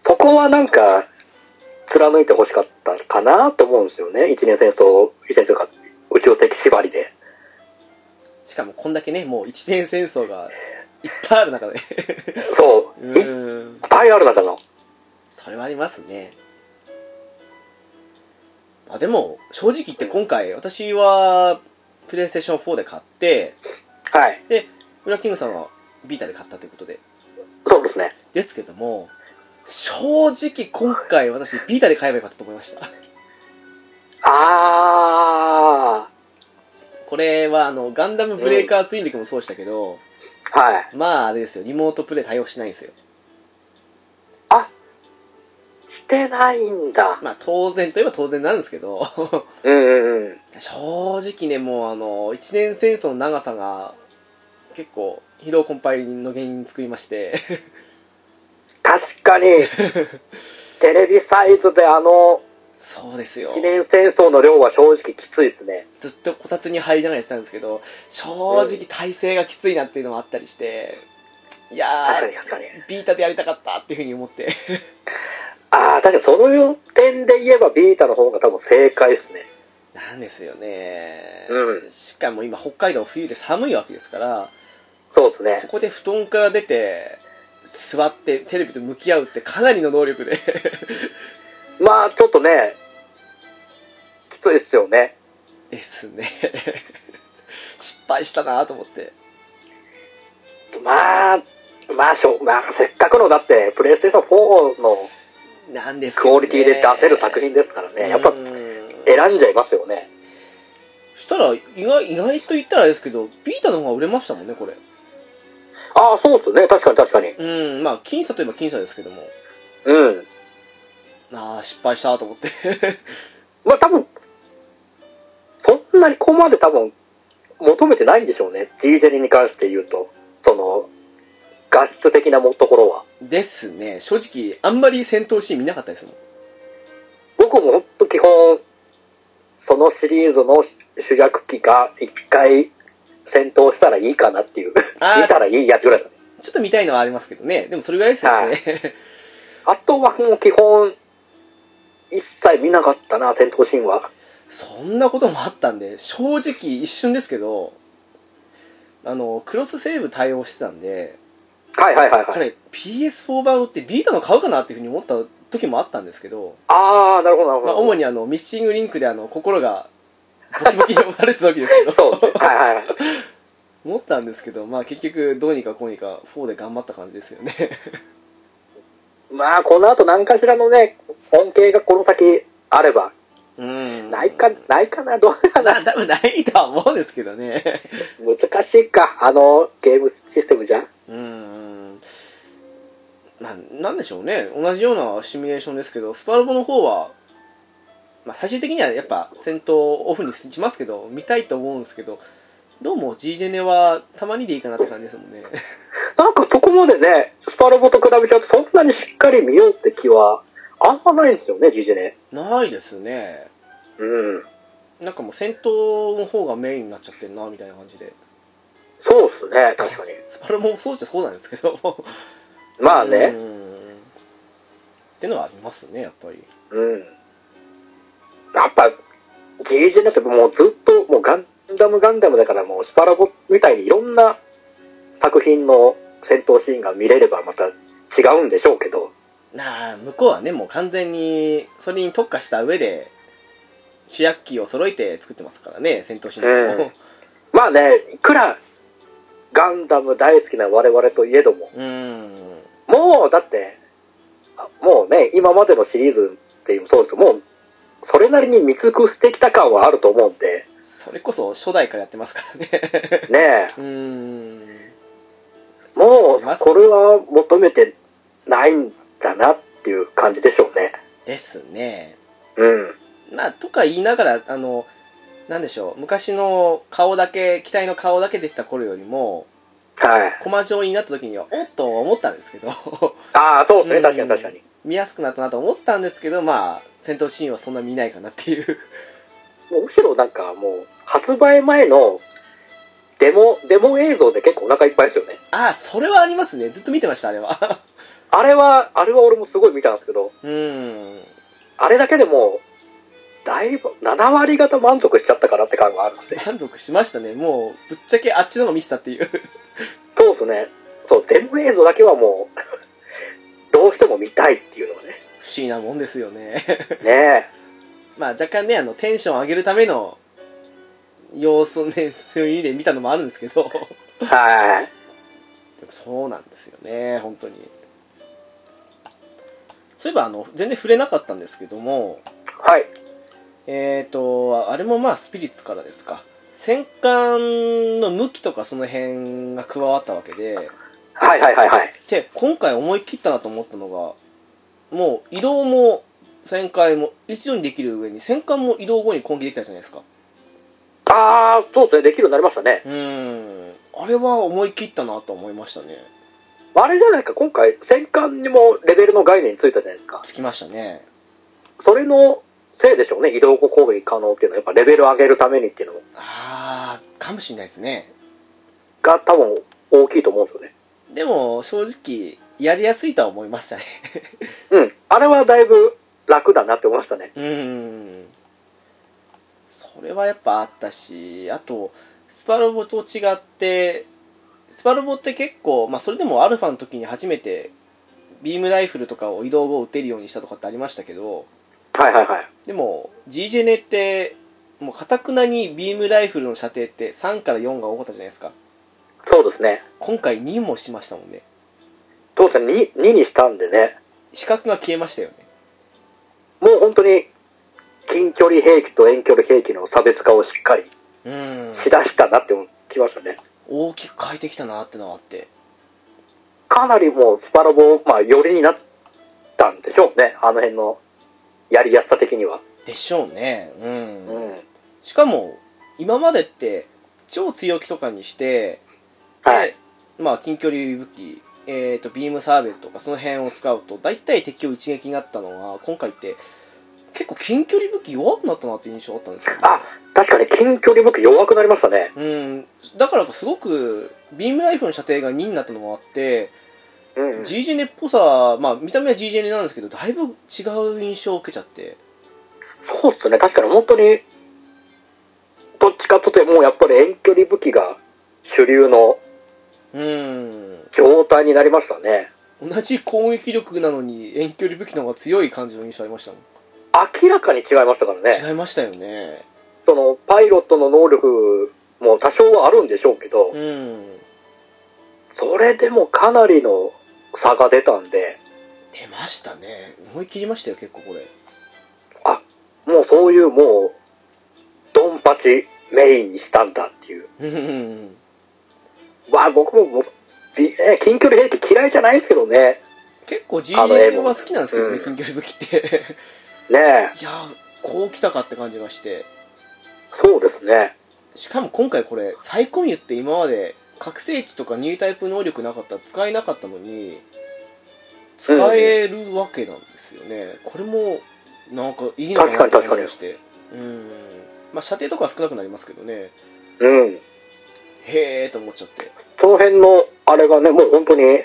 Speaker 2: そこはなんか、貫いてほしかったかなと思うんですよね。一年戦争、一年戦争か、宇宙的縛りで。
Speaker 1: しかもこんだけねもう一年戦争がいっぱいある中で
Speaker 2: そ
Speaker 1: <laughs>
Speaker 2: う。
Speaker 1: う
Speaker 2: いっ
Speaker 1: ーん
Speaker 2: ぱいある中の。
Speaker 1: それはありますねあでも正直言って今回私はプレイステーション4で買って
Speaker 2: はい。
Speaker 1: ブラッキングさんはビータで買ったということで
Speaker 2: そうですね。
Speaker 1: ですけども正直今回私ビータで買えばよかったと思いました
Speaker 2: あ
Speaker 1: これはあのガンダムブレイカー3の時もそうでしたけど、
Speaker 2: ー。はい。
Speaker 1: まああれですよリモートプレイ対応しないんですよ
Speaker 2: あ、してないんだ。
Speaker 1: まあ当然といえば当然なんですけど
Speaker 2: うんうんうん。
Speaker 1: 正直ねもうあの一年戦争の長さが結構疲労困憊の原因作りまして <laughs>
Speaker 2: 確 <laughs> かに、テレビサイズであの、
Speaker 1: そうですよ
Speaker 2: 記念戦争の量は正直きついですね。
Speaker 1: ずっとこたつに入りながらやってたんですけど正直体勢がきついなっていうのもあったりしていや
Speaker 2: 確か
Speaker 1: ー
Speaker 2: に確かに。
Speaker 1: ビータでやりたかったっていうふうに思って <laughs>
Speaker 2: ああ、確かにその点で言えばビータの方が多分正解ですね。
Speaker 1: なんですよね、
Speaker 2: うん
Speaker 1: しかも今北海道冬で寒いわけですから
Speaker 2: そうです
Speaker 1: こ
Speaker 2: ね。
Speaker 1: こで布団から出て座ってテレビと向き合うってかなりの能力で <laughs>
Speaker 2: まあちょっとね、きついですよね。
Speaker 1: ですね <laughs> 失敗したなと思って
Speaker 2: まあ、まあしょ、まあせっかくのだって、プレイステーション4の
Speaker 1: なんですけ
Speaker 2: ク
Speaker 1: ど、ね、
Speaker 2: オリティで出せる作品ですからね。やっぱ
Speaker 1: え
Speaker 2: 選んじゃいますよね。
Speaker 1: したら意外意外と言ったらあれですけどビータの方が売れましたもんねこれ
Speaker 2: ああ、そうですね。確かに確かに。
Speaker 1: うんまあ僅差といえば僅差ですけども
Speaker 2: うん。
Speaker 1: ああ失敗したと思って <laughs>
Speaker 2: まあ多分、そんなにここまで多分、求めてないんでしょうね。G ジェリに関して言うと。その、画質的なもところは。
Speaker 1: ですね正直あんまり戦闘シーン見なかったですもん
Speaker 2: 僕もほんと基本、そのシリーズの主役機が一回戦闘したらいいかなっていう。
Speaker 1: あ
Speaker 2: 見
Speaker 1: あ
Speaker 2: たらいいやってぐらいですね。
Speaker 1: ちょっと見たいのはありますけどねでもそれぐらいですよね
Speaker 2: あとはもう基本、一切見なかったな、戦闘シーンは。
Speaker 1: <laughs> そんなこともあったんで正直一瞬ですけどあのクロスセーブ対応してたんで
Speaker 2: はいはいはい
Speaker 1: こ
Speaker 2: はい。
Speaker 1: れ PS4 版を売ってビータの買うかなっていうふうに思った時もあったんですけど、
Speaker 2: ああ、なるほどなるほ
Speaker 1: まあ、
Speaker 2: ど。
Speaker 1: 主にあのミッシングリンクであの心がボキボキに折られてたわけですけど
Speaker 2: そうですね。はいはい。
Speaker 1: 思ったんですけど、まあ、結局どうにかこうにか4で頑張った感じですよね
Speaker 2: まあ、この後何かしらのね、恩恵がこの先あれば、
Speaker 1: <laughs> うん
Speaker 2: ないか、ないかな、どうかな、
Speaker 1: な多分ないとは思うんですけどね
Speaker 2: <laughs> 難しいか、あのゲームシステムじゃ。
Speaker 1: うんまあなんでしょうね同じようなシミュレーションですけどスパロボの方はまあ、最終的にはやっぱ戦闘をオフにしますけど見たいと思うんですけどどうも G ジェネはたまにでいいかなって感じですもんね <laughs>
Speaker 2: なんかそこまでね、スパロボと比べちゃうと、そんなにしっかり見ようって気は、あんまないんですよね、ジジネ。
Speaker 1: ないですね
Speaker 2: うん。
Speaker 1: なんかもう戦闘の方がメインになっちゃってんなみたいな感じで
Speaker 2: そうっすね、確かに。
Speaker 1: スパロボもそうじゃそうなんですけども
Speaker 2: まあね、
Speaker 1: うんってのはありますねやっぱり
Speaker 2: うん。やっぱ、ジジネってもうずっと、もうガンダムガンダムだから、もうスパロボみたいにいろんな作品の戦闘シーンが見れれば、また違うんでしょうけど。
Speaker 1: なあ向こうはねもう完全にそれに特化した上で主役機を揃えて作ってますからね戦闘シーンも
Speaker 2: まあね、いくらガンダム大好きな我々といえども、
Speaker 1: うん
Speaker 2: もうだって、あもうね、今までのシリーズっていうのもそうですけど、もうそれなりに見尽くしてきた感はあると思う
Speaker 1: <laughs>
Speaker 2: んで、
Speaker 1: それこそ初代からやってますからね <laughs>
Speaker 2: ね
Speaker 1: うーん
Speaker 2: え、もう
Speaker 1: そう思います
Speaker 2: これは求めてないんだなっていう感じでしょうね。
Speaker 1: ですね
Speaker 2: うん。
Speaker 1: まあとか言いながらあのなんでしょう昔の顔だけ機体の顔だけ出てた頃よりも
Speaker 2: はい。
Speaker 1: 駒状になった時にはおっと思ったんですけど <laughs>
Speaker 2: ああ、そうです
Speaker 1: う
Speaker 2: ね、
Speaker 1: ん
Speaker 2: 確かに確かに。
Speaker 1: 見やすくなったなと思ったんですけどまあ戦闘シーンはそんな見ないかなっていう
Speaker 2: もうむしろなんかもう、発売前のデモ、デモ映像で結構お腹いっぱいですよね。
Speaker 1: ああそれはありますねずっと見てましたあれは
Speaker 2: あれは、あれは俺もすごい見たんですけど、
Speaker 1: うん
Speaker 2: あれだけでもう、だいぶ、7割方満足しちゃったかなって感があるんですね。
Speaker 1: 満足しましたねもうぶっちゃけあっちの方が見てたっていう <laughs>
Speaker 2: そうですね。そう、デモ映像だけはもう、どう <laughs> しても見たいっていうのがね。
Speaker 1: 不思議なもんですよね <laughs>
Speaker 2: ね
Speaker 1: まあ若干ねあのテンション上げるための様子をねそういう意味で見たのもあるんですけど <laughs>
Speaker 2: え。はい。
Speaker 1: でもそうなんですよね本当にそういえばあの全然触れなかったんですけども
Speaker 2: はい。
Speaker 1: えっ、とあれもまあスピリッツからですか戦艦の向きとかその辺が加わったわけで
Speaker 2: はいはいはいはい。
Speaker 1: で今回思い切ったなと思ったのがもう移動も旋回も一度にできる上に戦艦も移動後に攻撃できたじゃないですか
Speaker 2: あー、そうですね。できるようになりましたね。
Speaker 1: うーんあれは思い切ったなと思いましたね
Speaker 2: あれじゃないですか、今回、戦艦にもレベルの概念ついたじゃないですか。
Speaker 1: つきましたね
Speaker 2: それのせいでしょうね。移動後攻撃可能っていうのは、やっぱレベル上げるためにっていうの
Speaker 1: あーかもしれないですね
Speaker 2: が多分大きいと思うんですよね。
Speaker 1: でも正直やりやすいとは思いましたね
Speaker 2: うん。あれはだいぶ楽だなって思いましたね。
Speaker 1: うーんそれはやっぱあったしあとスパロボと違ってスパロボって結構、まあ、それでもアルファの時に初めてビームライフルとかを移動後撃てるようにしたとかってありましたけど
Speaker 2: はいはいはい。
Speaker 1: でも G ジェネってもうかたくなにビームライフルの射程って3から4が多かったじゃないですか
Speaker 2: そうですね。
Speaker 1: 今回2もしましたもんね
Speaker 2: 当然 2, 2にしたんでね、
Speaker 1: 視覚が消えましたよね
Speaker 2: もう本当に近距離兵器と遠距離兵器の差別化をしっかり
Speaker 1: うん
Speaker 2: しだしたなって思きましたね。
Speaker 1: 大きく変えてきたなってのはあって
Speaker 2: かなりもうスパロボ、まあ、寄りになったんでしょうね。あの辺のやりやすさ的には。
Speaker 1: でしょうね
Speaker 2: うん。
Speaker 1: しかも今までって超強気とかにして、
Speaker 2: はい
Speaker 1: で。まあ、近距離武器、えー、とビームサーベルとかその辺を使うと大体敵を一撃になったのが今回って結構近距離武器弱くなったなっていう印象あったんですけど、
Speaker 2: あ、確かに近距離武器弱くなりましたね。
Speaker 1: うん、だからかすごくビームライフルの射程が2になったのもあって、
Speaker 2: うん。
Speaker 1: G ジェネっぽさ、まあ、見た目は G ジェネなんですけどだいぶ違う印象を受けちゃって
Speaker 2: そうっすね。確かに本当に、どっちかというともうやっぱり遠距離武器が主流の
Speaker 1: うん
Speaker 2: 状態になりましたね。
Speaker 1: 同じ攻撃力なのに遠距離武器の方が強い感じの印象ありましたもん
Speaker 2: 明らかに違いましたからね。
Speaker 1: 違いましたよね
Speaker 2: そのパイロットの能力も多少はあるんでしょうけど、
Speaker 1: うん
Speaker 2: それでもかなりの差が出たんで、
Speaker 1: 出ましたね思い切りましたよ結構これ
Speaker 2: もうそういうもう、ドンパチメインにしたんだっていう。
Speaker 1: うん
Speaker 2: まあ僕ももう、びえ近距離兵器嫌いじゃないですけどね。
Speaker 1: 結構 G
Speaker 2: あの絵
Speaker 1: m
Speaker 2: も
Speaker 1: は好きなんですけどね、
Speaker 2: うん
Speaker 1: 近距離武器って <laughs>
Speaker 2: ね
Speaker 1: い
Speaker 2: え、
Speaker 1: やーこう来たかって感じがして
Speaker 2: そうですね。
Speaker 1: しかも今回これサイコミュって今まで覚醒値とかニュータイプ能力なかったら使えなかったのに使えるわけなんですよね、これもなんかいいのかなって
Speaker 2: 確
Speaker 1: 感
Speaker 2: かに
Speaker 1: じがしてうんまあ射程とかは少なくなりますけどね
Speaker 2: うん。
Speaker 1: へえと思っちゃって
Speaker 2: その辺のあれがね、もう本当に、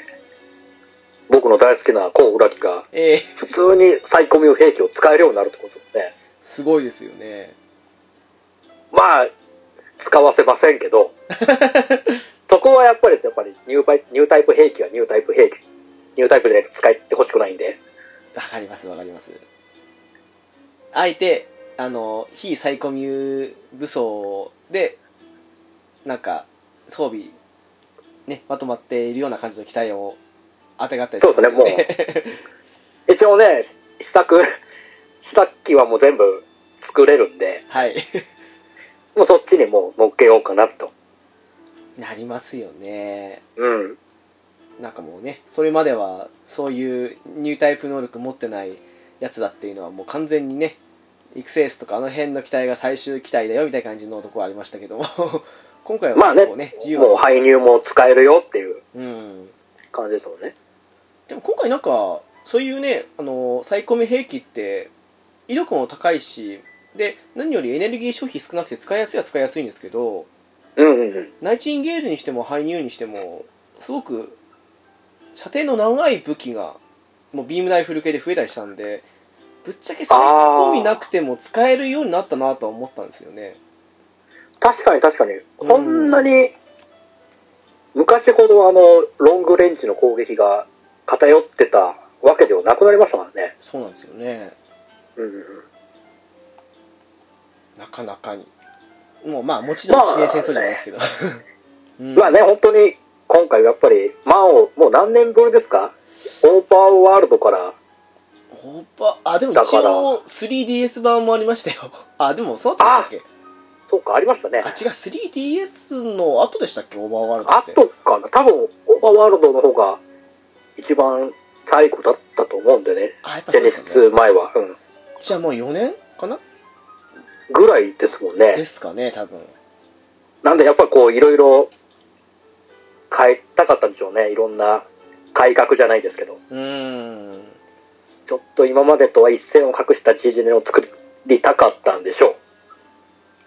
Speaker 2: 僕の大好きなコウ・ウラキが、
Speaker 1: ええ
Speaker 2: 普通にサイコミュ兵器を使えるようになるってことですね。
Speaker 1: すごいですよね
Speaker 2: まあ、使わせませんけ <laughs> ど、そこはやっぱり、やっぱりニューパイニュータイプ兵器はニュータイプ兵器、ニュータイプで使ってほしくないんで、
Speaker 1: わかりますわかりますあえてあの非サイコミュ武装でなんか装備ねまとまっているような感じの機体をあてがったり
Speaker 2: そうですね、もう。一応ね、試作、 <laughs> 試作機はもう全部作れるんで、
Speaker 1: <laughs> はい
Speaker 2: もうそっちにもう乗っけようかなと。
Speaker 1: なりますよね
Speaker 2: うん。
Speaker 1: なんかもうねそれまではそういうニュータイプ能力持ってないやつだっていうのはもう完全にね育成スとかあの辺の機体が最終機体だよみたいな感じのとこはありましたけども <laughs> 今回は
Speaker 2: まあね
Speaker 1: 結構自由な
Speaker 2: もう配入も使えるよっていう
Speaker 1: うん
Speaker 2: 感じですもんね。
Speaker 1: でも今回なんかそういうねあのサイコミ兵器って威力も高いしで何よりエネルギー消費少なくて使いやすいは使いやすいんですけど
Speaker 2: うんうんうん。
Speaker 1: ナイチンゲールにしてもハイニューにしてもすごく射程の長い武器がもうビームライフル系で増えたりしたんでぶっちゃけ攻め込みなくても使えるようになったなとは思ったんですよね
Speaker 2: 確かに確かに。そんなに、昔ほどあの、ロングレンジの攻撃が偏ってたわけではなくなりましたからね。
Speaker 1: そうなんですよね
Speaker 2: うんうんうん。
Speaker 1: なかなかにもうまあもちろん一年戦争じゃない <laughs> ですけど、うん
Speaker 2: まあね、本当に今回やっぱり、満を、もう何年ぶりですかオーパーワールドから、
Speaker 1: オーバーあでも一応 3DS 版もありましたよ <laughs> あでもその後でしたっけ
Speaker 2: そうか、ありましたね
Speaker 1: あ。違う 3DS の後でしたっけオーバーワールド
Speaker 2: あ
Speaker 1: って
Speaker 2: とかな、多分オーパーワールドの方が一番最後だったと思うんでね、
Speaker 1: あやっぱ
Speaker 2: ジ
Speaker 1: そう
Speaker 2: ェネ
Speaker 1: で
Speaker 2: シ
Speaker 1: すよね
Speaker 2: ス前は。うん。
Speaker 1: じゃあもう4年かな
Speaker 2: ぐらいですもんね
Speaker 1: で。すかね多分
Speaker 2: なんでやっぱこう、いろいろ変えたかったんでしょうね。いろんな改革じゃないですけど。
Speaker 1: うーん
Speaker 2: ちょっと今までとは一線を画した縮れを作りたかったんでしょ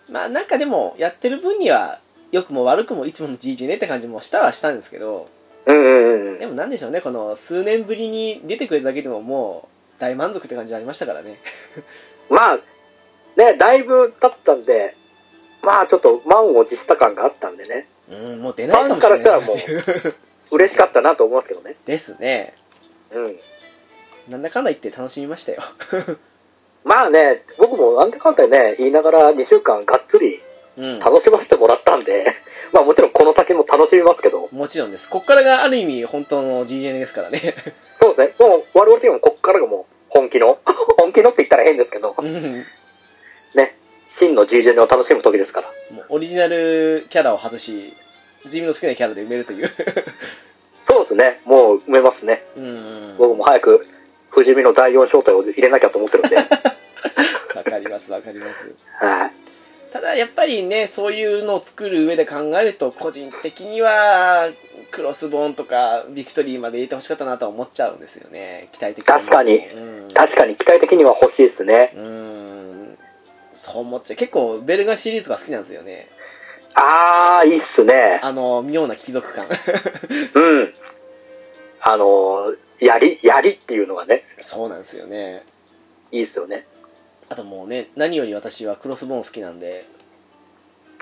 Speaker 2: う。
Speaker 1: まあなんかでもやってる分には良くも悪くもいつもの GG ねって感じもしたはしたんですけど
Speaker 2: うんうんうん
Speaker 1: で。もなんでしょうねこの数年ぶりに出てくれただけでももう大満足って感じありましたから <laughs> ね
Speaker 2: まあ、ね、だいぶ経ったんで、まあちょっと満を持した感があったんでね、
Speaker 1: うんもう出ないかもしれない
Speaker 2: フ
Speaker 1: らもう
Speaker 2: 嬉しかったなと思いますけどね。
Speaker 1: <laughs> ですね
Speaker 2: うん。
Speaker 1: なんだかんだ言って楽しみましたよ <laughs>
Speaker 2: まあね、僕もなんてかんてね、言いながら2週間がっつり
Speaker 1: うん
Speaker 2: 楽しませてもらったんで、まあもちろんこの先も楽しみますけど、
Speaker 1: もちろんですこっからがある意味本当の GGN ですからね <laughs>
Speaker 2: そうですね、もう我々的にもこっからがもう本
Speaker 1: <laughs>
Speaker 2: 気の、本気のって言ったら変ですけど、
Speaker 1: うん
Speaker 2: 真の G ジェネを楽しむ時ですから。
Speaker 1: もうオリジナルキャラを外し自分の好きなキャラで埋めるという <laughs>
Speaker 2: そうですね、もう埋めますね。
Speaker 1: うん
Speaker 2: 僕も早く、不死身の第4招待を入れなきゃと思っ
Speaker 1: <laughs>
Speaker 2: てるんで。
Speaker 1: わかりますわかります
Speaker 2: はい。
Speaker 1: ただやっぱりねそういうのを作る上で考えると個人的にはクロスボーンとかビクトリーまで入れてほしかったなとは思っちゃうんですよね期待的に
Speaker 2: 確かに
Speaker 1: うん
Speaker 2: 確かに期待的には欲しいですね。
Speaker 1: うんそう思っちゃう結構ベルガシリーズが好きなんですよね
Speaker 2: あー、いいっすね。
Speaker 1: あの妙な貴族感 <laughs>
Speaker 2: うん。あのー、やり、やりっていうのがね、
Speaker 1: そうなんですよね
Speaker 2: いいっすよね。
Speaker 1: あともうね何より私はクロスボーン好きなんで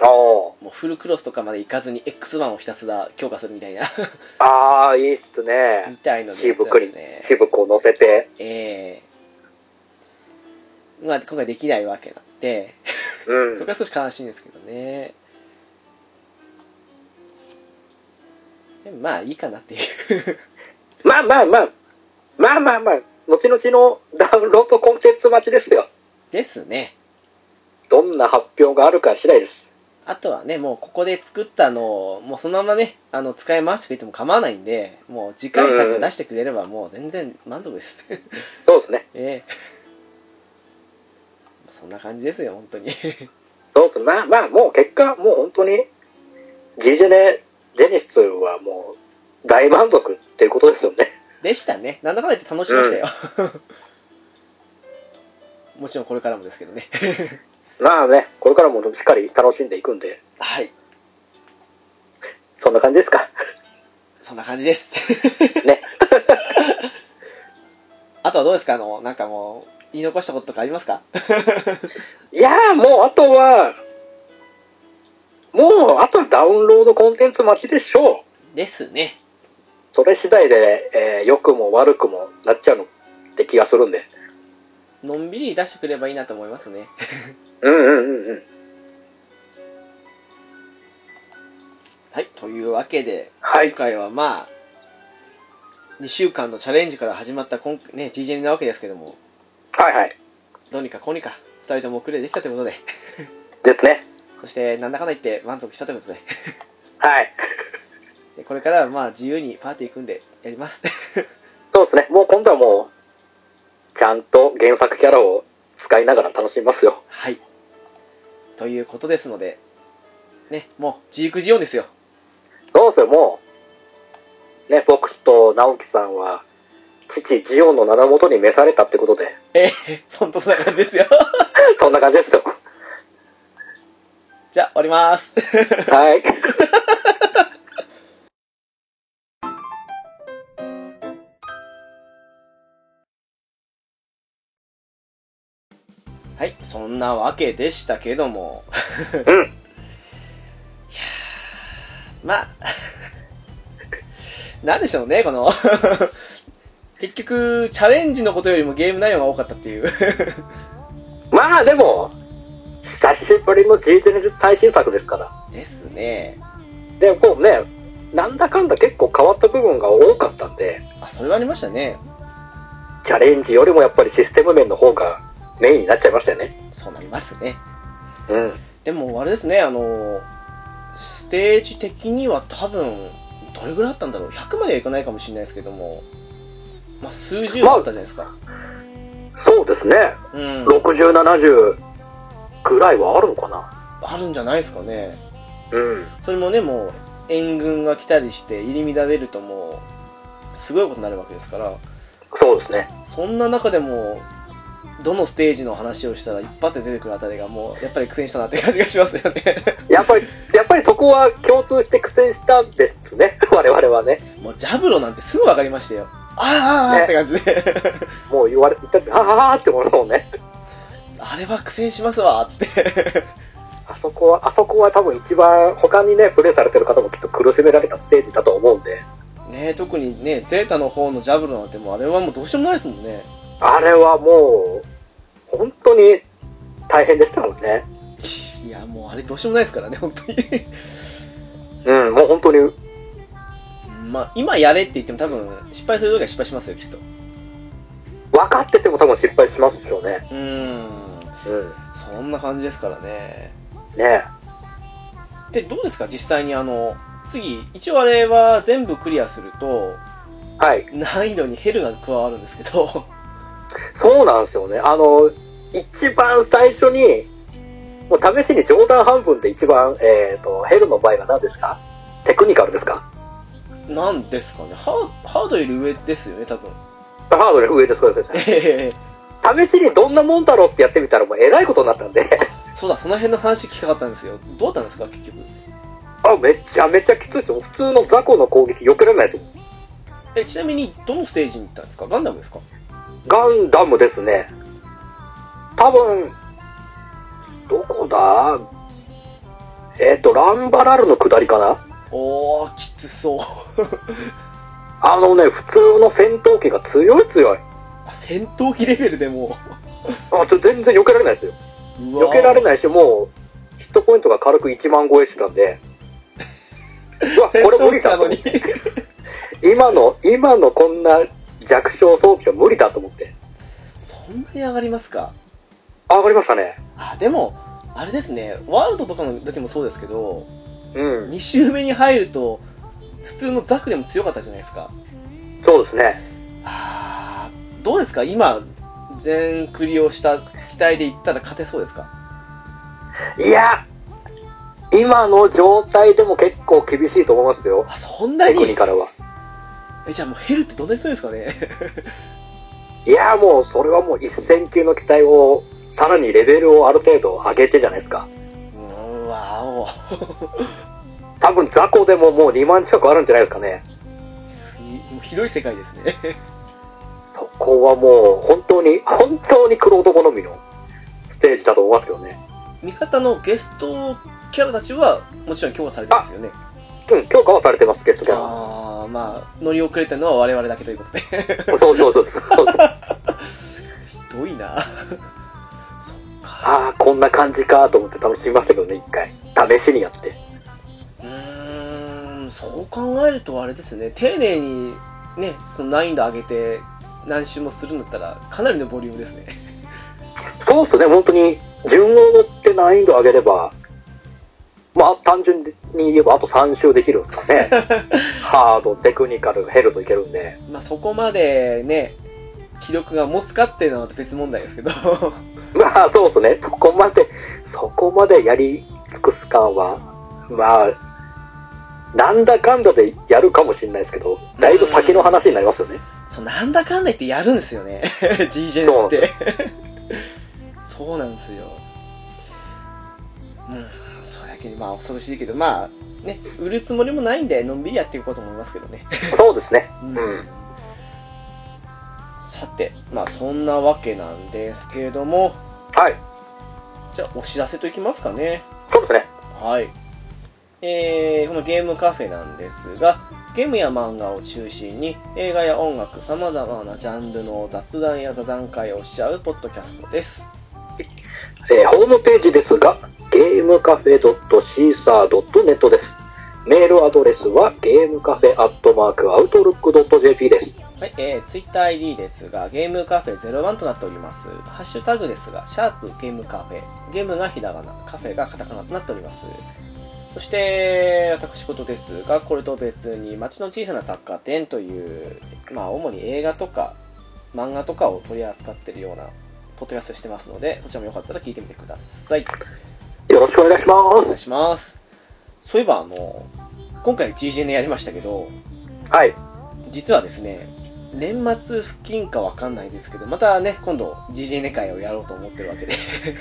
Speaker 2: あ
Speaker 1: もうフルクロスとかまで行かずに X1 をひたすら強化するみた
Speaker 2: <laughs>
Speaker 1: いな
Speaker 2: あー、いいっす
Speaker 1: み
Speaker 2: ね。
Speaker 1: たいのでやって
Speaker 2: 渋
Speaker 1: たん
Speaker 2: く
Speaker 1: です
Speaker 2: り
Speaker 1: ね、
Speaker 2: 渋くを乗せて。
Speaker 1: ええまあ今回できないわけなんで
Speaker 2: う
Speaker 1: それ
Speaker 2: ん。
Speaker 1: が少し悲しいんですけどね。でもまあいいかなっていう。 <laughs>
Speaker 2: まあまあまあ、まあまあまあ、後々のダウンロードコンテンツ待ちですよ。
Speaker 1: ですね。
Speaker 2: どんな発表があるか次第です。
Speaker 1: あとはね、もうここで作ったのを、もうそのままね、あの、使い回してくれても構わないんで、もう次回作出してくれればもう全然満足です。
Speaker 2: そうですね。
Speaker 1: ええそんな感じですよ、本当に。 <laughs>
Speaker 2: そうですね。まあまあ、もう結果、もう本当に、G ジェネ、ジェネシスはもう、大満足っていうことですよね。
Speaker 1: でしたね。なんだかんだ言って楽しみましたよ。もちろんこれからもですけどね。
Speaker 2: まあね、これからもしっかり楽しんでいくんで、
Speaker 1: はい。
Speaker 2: そんな感じですか。
Speaker 1: そんな感じです。
Speaker 2: ね。
Speaker 1: <laughs> あとはどうですかあの、なんかもう、言い残したこととかありますか
Speaker 2: いやー、もうあとは、もうあとはダウンロードコンテンツ待ちでしょう。
Speaker 1: ですね。
Speaker 2: それ次第で、えー良くも悪くもなっちゃうのって気がするんで。
Speaker 1: のんびり出してくればいいなと思いますね。
Speaker 2: うんうんうんうん。
Speaker 1: はい。というわけで、
Speaker 2: はい
Speaker 1: 今。回はまあ、2週間のチャレンジから始まった今、ね、GGN なわけですけども、
Speaker 2: はいはい。
Speaker 1: どうにかこうにか、2人ともクリアできたということで、
Speaker 2: ですね。
Speaker 1: そして、なんだかんだ言って満足したということで、
Speaker 2: はい。
Speaker 1: でこれからはまあ、自由にパーティー組んでやります。 <laughs>
Speaker 2: そうですね。もう今度はもう、ちゃんと原作キャラを使いながら楽しみますよ。
Speaker 1: はい。ということですので、ね、もう、自育自音ですよ。
Speaker 2: どうせもう、ね、僕と直樹さんは、父ジオンの名のもとに召されたってことで、 <laughs> <laughs>
Speaker 1: ええ、そんとそんな感じですよ。
Speaker 2: そんな感じですよ。
Speaker 1: <laughs> じゃあ、終わります。 <laughs>
Speaker 2: はい。
Speaker 1: はい、そんなわけでしたけども。
Speaker 2: う
Speaker 1: <laughs>
Speaker 2: ん
Speaker 1: いやーまあ、 <laughs> なんでしょうね、この。 <laughs> 結局、チャレンジのことよりもゲーム内容が多かったっていう。
Speaker 2: まあでも、久しぶりの G ゼネル最新作ですから。
Speaker 1: ですね。
Speaker 2: で、こうね、なんだかんだ結構変わった部分が多かったんで、
Speaker 1: あ、それはありましたね。
Speaker 2: チャレンジよりもやっぱりシステム面の方がメインになっちゃいましたよね。
Speaker 1: そうなりますね。
Speaker 2: うん。
Speaker 1: でも、あれですね、あの、ステージ的には多分、どれぐらいあったんだろう。100まではいかないかもしれないですけども、まあ、数十はあったじゃないですか。
Speaker 2: そうですね。
Speaker 1: うん。
Speaker 2: 60、70ぐらいはあるのかな。
Speaker 1: あるんじゃないですかね。
Speaker 2: うん。
Speaker 1: それもねもう援軍が来たりして入り乱れるともうすごいことになるわけですから
Speaker 2: そうですね。
Speaker 1: そんな中でもどのステージの話をしたら一発で出てくるあたりがもうやっぱり苦戦したなって感じがしますよね
Speaker 2: やっぱ <laughs> り、やっぱりそこは共通して苦戦したんですね。 <laughs> 我々はね。
Speaker 1: もうジャブロなんてすぐ分かりましたよあーあーあー
Speaker 2: ね
Speaker 1: って感じで <laughs>
Speaker 2: もう言われ、言った時、あああーってものをね。
Speaker 1: あれは苦戦しますわっつって <laughs>
Speaker 2: あそこは、あそこは多分一番、他にね、プレイされてる方もきっと苦しめられたステージだと思うんで、
Speaker 1: ね特にねゼータの方のジャブロなんてもうあれはもうどうしようもないですもんね
Speaker 2: あれはもう、本当に大変でしたからね。
Speaker 1: いやもうあれどうしようもないですからね本当に <laughs>
Speaker 2: うん、もう本当に、
Speaker 1: まあ今やれって言っても多分失敗する時は失敗しますよきっと
Speaker 2: 分かってても多分失敗しますでしょうね。
Speaker 1: うーん
Speaker 2: う
Speaker 1: そんな感じですからね。
Speaker 2: ん。ね
Speaker 1: で、どうですか実際にあの、次、一応あれは全部クリアすると、
Speaker 2: はい。
Speaker 1: 難易度にヘルが加わるんですけど、 <laughs>
Speaker 2: そうなんですよね。あの、一番最初に、もう試しに冗談半分で一番、えっ、と、ヘルの場合は何ですかテクニカルですか
Speaker 1: なんですかねハーハードより上ですよね、多分。
Speaker 2: ハードル上です、これですね。
Speaker 1: ええ
Speaker 2: 試しにどんなもんだろうってやってみたらもうえらいことになったんで。 <laughs>
Speaker 1: そうだ、その辺の話聞きたかったんですよ。どうだったんですか結局。
Speaker 2: あ、めちゃめちゃきついですよ。普通の雑魚の攻撃避けられないですよ。
Speaker 1: え、ちなみに、どのステージに行ったんですかガンダムですか
Speaker 2: ガンダムですね。多分、どこだえっ、と、ランバラルの下りかな
Speaker 1: おー、きつそう。
Speaker 2: あのね、普通の戦闘機が強い強い。
Speaker 1: あ戦闘機レベルでも
Speaker 2: あ、ちょ全然避けられないですよ。
Speaker 1: う、うわ
Speaker 2: 避けられ
Speaker 1: い。
Speaker 2: ないし、もう、ヒットポイントが軽く1万超えしてたんで。うわ、
Speaker 1: <laughs>
Speaker 2: こ
Speaker 1: 戦
Speaker 2: れ無
Speaker 1: 闘
Speaker 2: 理
Speaker 1: 機な
Speaker 2: だと
Speaker 1: の
Speaker 2: 思っ
Speaker 1: に
Speaker 2: て。。今の、今のこんな弱小装備は無理だと思って。
Speaker 1: そんなに上がりますか
Speaker 2: あ、上がりましたね。
Speaker 1: あでもあれですねワールドとかの時もそうですけど
Speaker 2: うん。
Speaker 1: 2周目に入ると普通のザクでも強かったじゃないですか
Speaker 2: そうですね。
Speaker 1: あーどうですか今全クリをした期待でいったら勝てそうですか
Speaker 2: いや、今の状態でも結構厳しいと思いますよ。
Speaker 1: あそんな
Speaker 2: テクニ
Speaker 1: に
Speaker 2: カルは。
Speaker 1: えじゃあもうヘルってどんなに強いですかね
Speaker 2: いや、もうそれはもう一戦級の期待を、さらにレベルをある程度上げてじゃないですか。
Speaker 1: うーわお
Speaker 2: 多分雑魚でももう2万近くあるんじゃないですかね。
Speaker 1: すもうひどい世界ですね <laughs>
Speaker 2: そこはもう本当に、 <laughs> 本当に黒男好みのステージだと思いますけどね。
Speaker 1: 味方のゲストキャラたちはもちろん強化されてますよね
Speaker 2: うん、強化はされてます、ゲストキャラ。
Speaker 1: ああーまあ乗り遅れてるのは我々だけということで <laughs>
Speaker 2: そうそうそうそう。
Speaker 1: ひどいな <laughs> そっか
Speaker 2: ああ、こんな感じかと思って楽しみましたけどね、一回。試しにやって。
Speaker 1: うーんそう考えるとあれですね丁寧にねその難易度上げて何周もするんだったらかなりのボリュームですね
Speaker 2: そうっすね、本当に、順を追って難易度上げれば、まあ、単純に言えばあと3周できるんですかね。ハード、テクニカル、ヘルといけるんで。
Speaker 1: まあそこまでね気力が持つかっていうのはまた別問題ですけど
Speaker 2: <laughs> まあ、そうっすね、そこまで、そこまでやり尽くす感は、まあ、なんだかんだでやるかもしれないですけど、だいぶ先の話になりますよね。
Speaker 1: そうなんだかんだ言ってやるんですよ
Speaker 2: <laughs>
Speaker 1: ね G ジェンってそうなんですようんそれだけにまあ恐ろしいけどまあね売るつもりもないんでのんびりやっていこうと思いますけどね
Speaker 2: そうですね。
Speaker 1: う
Speaker 2: うん
Speaker 1: さてまあそんなわけなんですけれども
Speaker 2: はい。
Speaker 1: じゃあお知らせといきますかね
Speaker 2: そうですね。
Speaker 1: はい。えーこのゲームカフェなんですが、ゲームや漫画を中心に映画や音楽、様々なジャンルの雑談や座談会をしちゃうポッドキャストです。
Speaker 2: えーホームページですが、ゲームカフェ .caesar.net です。メールアドレスは、ゲームカフェアットマークアウトルック .jp です。
Speaker 1: はい、えー、TwitterID ですが、ゲームカフェ01となっております。ハッシュタグですが、シャープゲームカフェ。ゲームがひらがな、カフェがカタカナとなっております。そして、私事ですが、これと別に、街の小さな雑貨店という、まあ、主に映画とか、漫画とかを取り扱っているような、ポッドキャストをしてますので、そちらもよかったら聞いてみてください。
Speaker 2: よろしくお願いしま
Speaker 1: お願い
Speaker 2: す。
Speaker 1: します。そういえば、あの、今回 GGN やりましたけど、
Speaker 2: はい。
Speaker 1: 実はですね年末付近かわかんないですけどまたね今度 GGN 会をやろうと思ってるわけで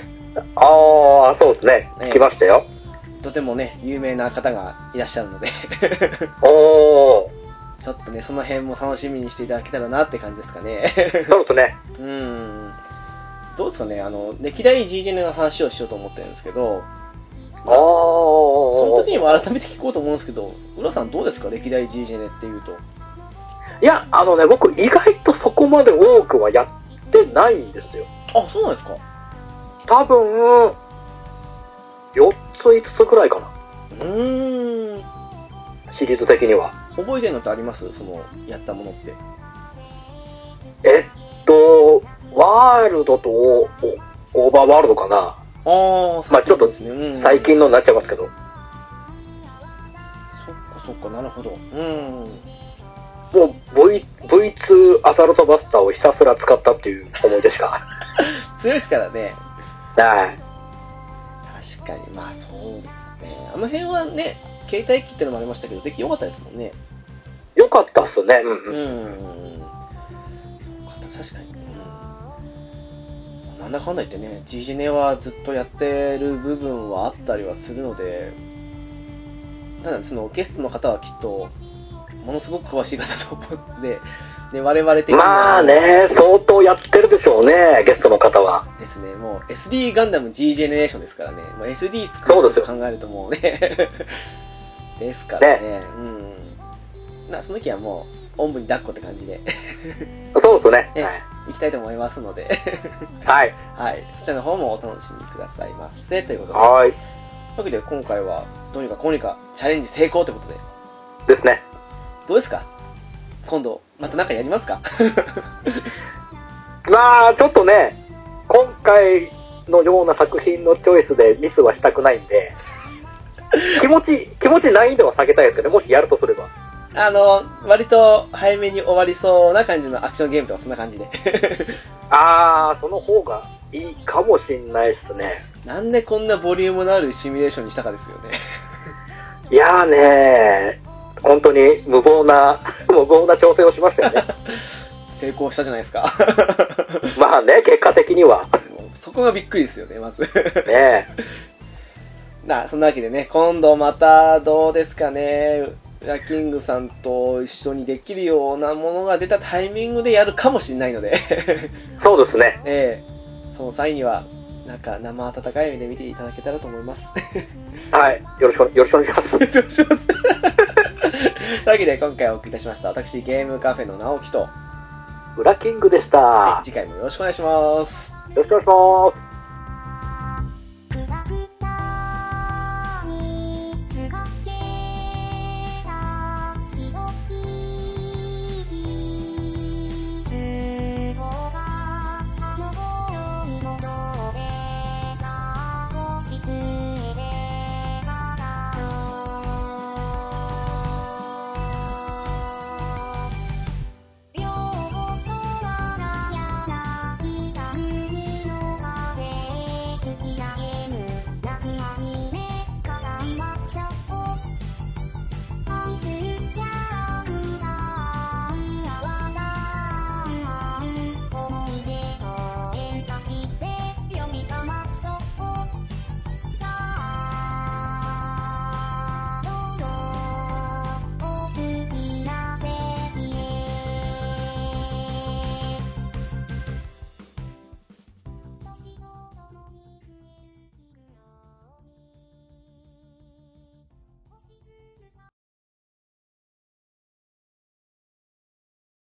Speaker 1: <laughs>
Speaker 2: ああ、そうですね
Speaker 1: ええ。
Speaker 2: 来ましたよ。
Speaker 1: とてもね有名な方がいらっしゃるので <laughs>
Speaker 2: <laughs> おお、
Speaker 1: ちょっとねその辺も楽しみにしていただけたらなって感じですかね <laughs>
Speaker 2: そうですね。
Speaker 1: うーんどうですかねあの歴代 GGN の話をしようと思ってるんですけど
Speaker 2: ああ、そ
Speaker 1: その時にも改めて聞こうと思うんですけど浦さんどうですか歴代 GGN っていうと
Speaker 2: いや、あのね、僕、意外とそこまで多くはやってないんですよ。
Speaker 1: あそうなんですか
Speaker 2: 多分、4つ、5つぐらいかな。
Speaker 1: うーん
Speaker 2: シリーズ的には。
Speaker 1: 覚えてるのってありますそのやったものって
Speaker 2: えっと、ワールドとオーオーバーワールドかな、
Speaker 1: ああ
Speaker 2: まあちょっと
Speaker 1: ですね、うん
Speaker 2: 最近のになっちゃいますけど、
Speaker 1: そっかそっかなるほどうん
Speaker 2: もう v V2 アサルトバスターをひたすら使ったっていう思い出しか。
Speaker 1: 強いですからね
Speaker 2: <laughs> はい。
Speaker 1: 確かにまあそうですねあの辺はね携帯機ってのもありましたけど出来良かったですもんね
Speaker 2: よかったっすね。うん
Speaker 1: う
Speaker 2: うん。
Speaker 1: んよかった確かにうんなんだかんだ言ってね GG ネはずっとやってる部分はあったりはするのでただそのゲストの方はきっとものすごく詳しい方と思ってで我々的には
Speaker 2: まあね、相当やってるでしょうね、ゲストの方は。
Speaker 1: ですね、もう SD ガンダム G ジェネレーションですからね、もう SD 作ることを考えるともうね、 <laughs> ですからね、うん。なその時はもう、おんぶに抱っこって感じで <laughs>
Speaker 2: そうですね。
Speaker 1: えいきたいと思いますので、 <laughs>
Speaker 2: はい。
Speaker 1: はい、そちらの方もお楽しみくださいませ。ということで、という
Speaker 2: はい。
Speaker 1: わけで今回はどうにかこうにかチャレンジ成功ということで、
Speaker 2: ですね。
Speaker 1: どうですか今度、また何かやりますか <laughs>
Speaker 2: まあ、ちょっとね、今回のような作品のチョイスでミスはしたくないんで、気持ち、気持ち難易度は下げたいですけど、もしやるとすれば。
Speaker 1: あの、割と早めに終わりそうな感じのアクションゲームとかそんな感じで。 <laughs>
Speaker 2: あー、その方がいいかもしんないっすね。
Speaker 1: なんでこんなボリュームのあるシミュレーションにしたかですよね。
Speaker 2: いやーねー、本当に無謀な、 <laughs> 無謀な挑戦をしましたよね。
Speaker 1: 成功したじゃないですか <laughs>
Speaker 2: まあね、結果的には。
Speaker 1: もうそこがびっくりですよねまず <laughs>
Speaker 2: ね
Speaker 1: なあそんなわけでね今度またどうですかねラキングさんと一緒にできるようなものが出たタイミングでやるかもしれないので、 <laughs>
Speaker 2: そうですね。
Speaker 1: ええその際にはなんか生温かい目で見ていただけたらと思います <laughs>
Speaker 2: はい。よろしく、よろしくお願いします。
Speaker 1: 失礼します <laughs> というわけで今回お送りいたしました私ゲームカフェの直樹と、
Speaker 2: 裏キングでした。
Speaker 1: 次回もよろしくお願いします
Speaker 2: よろしくお願いします。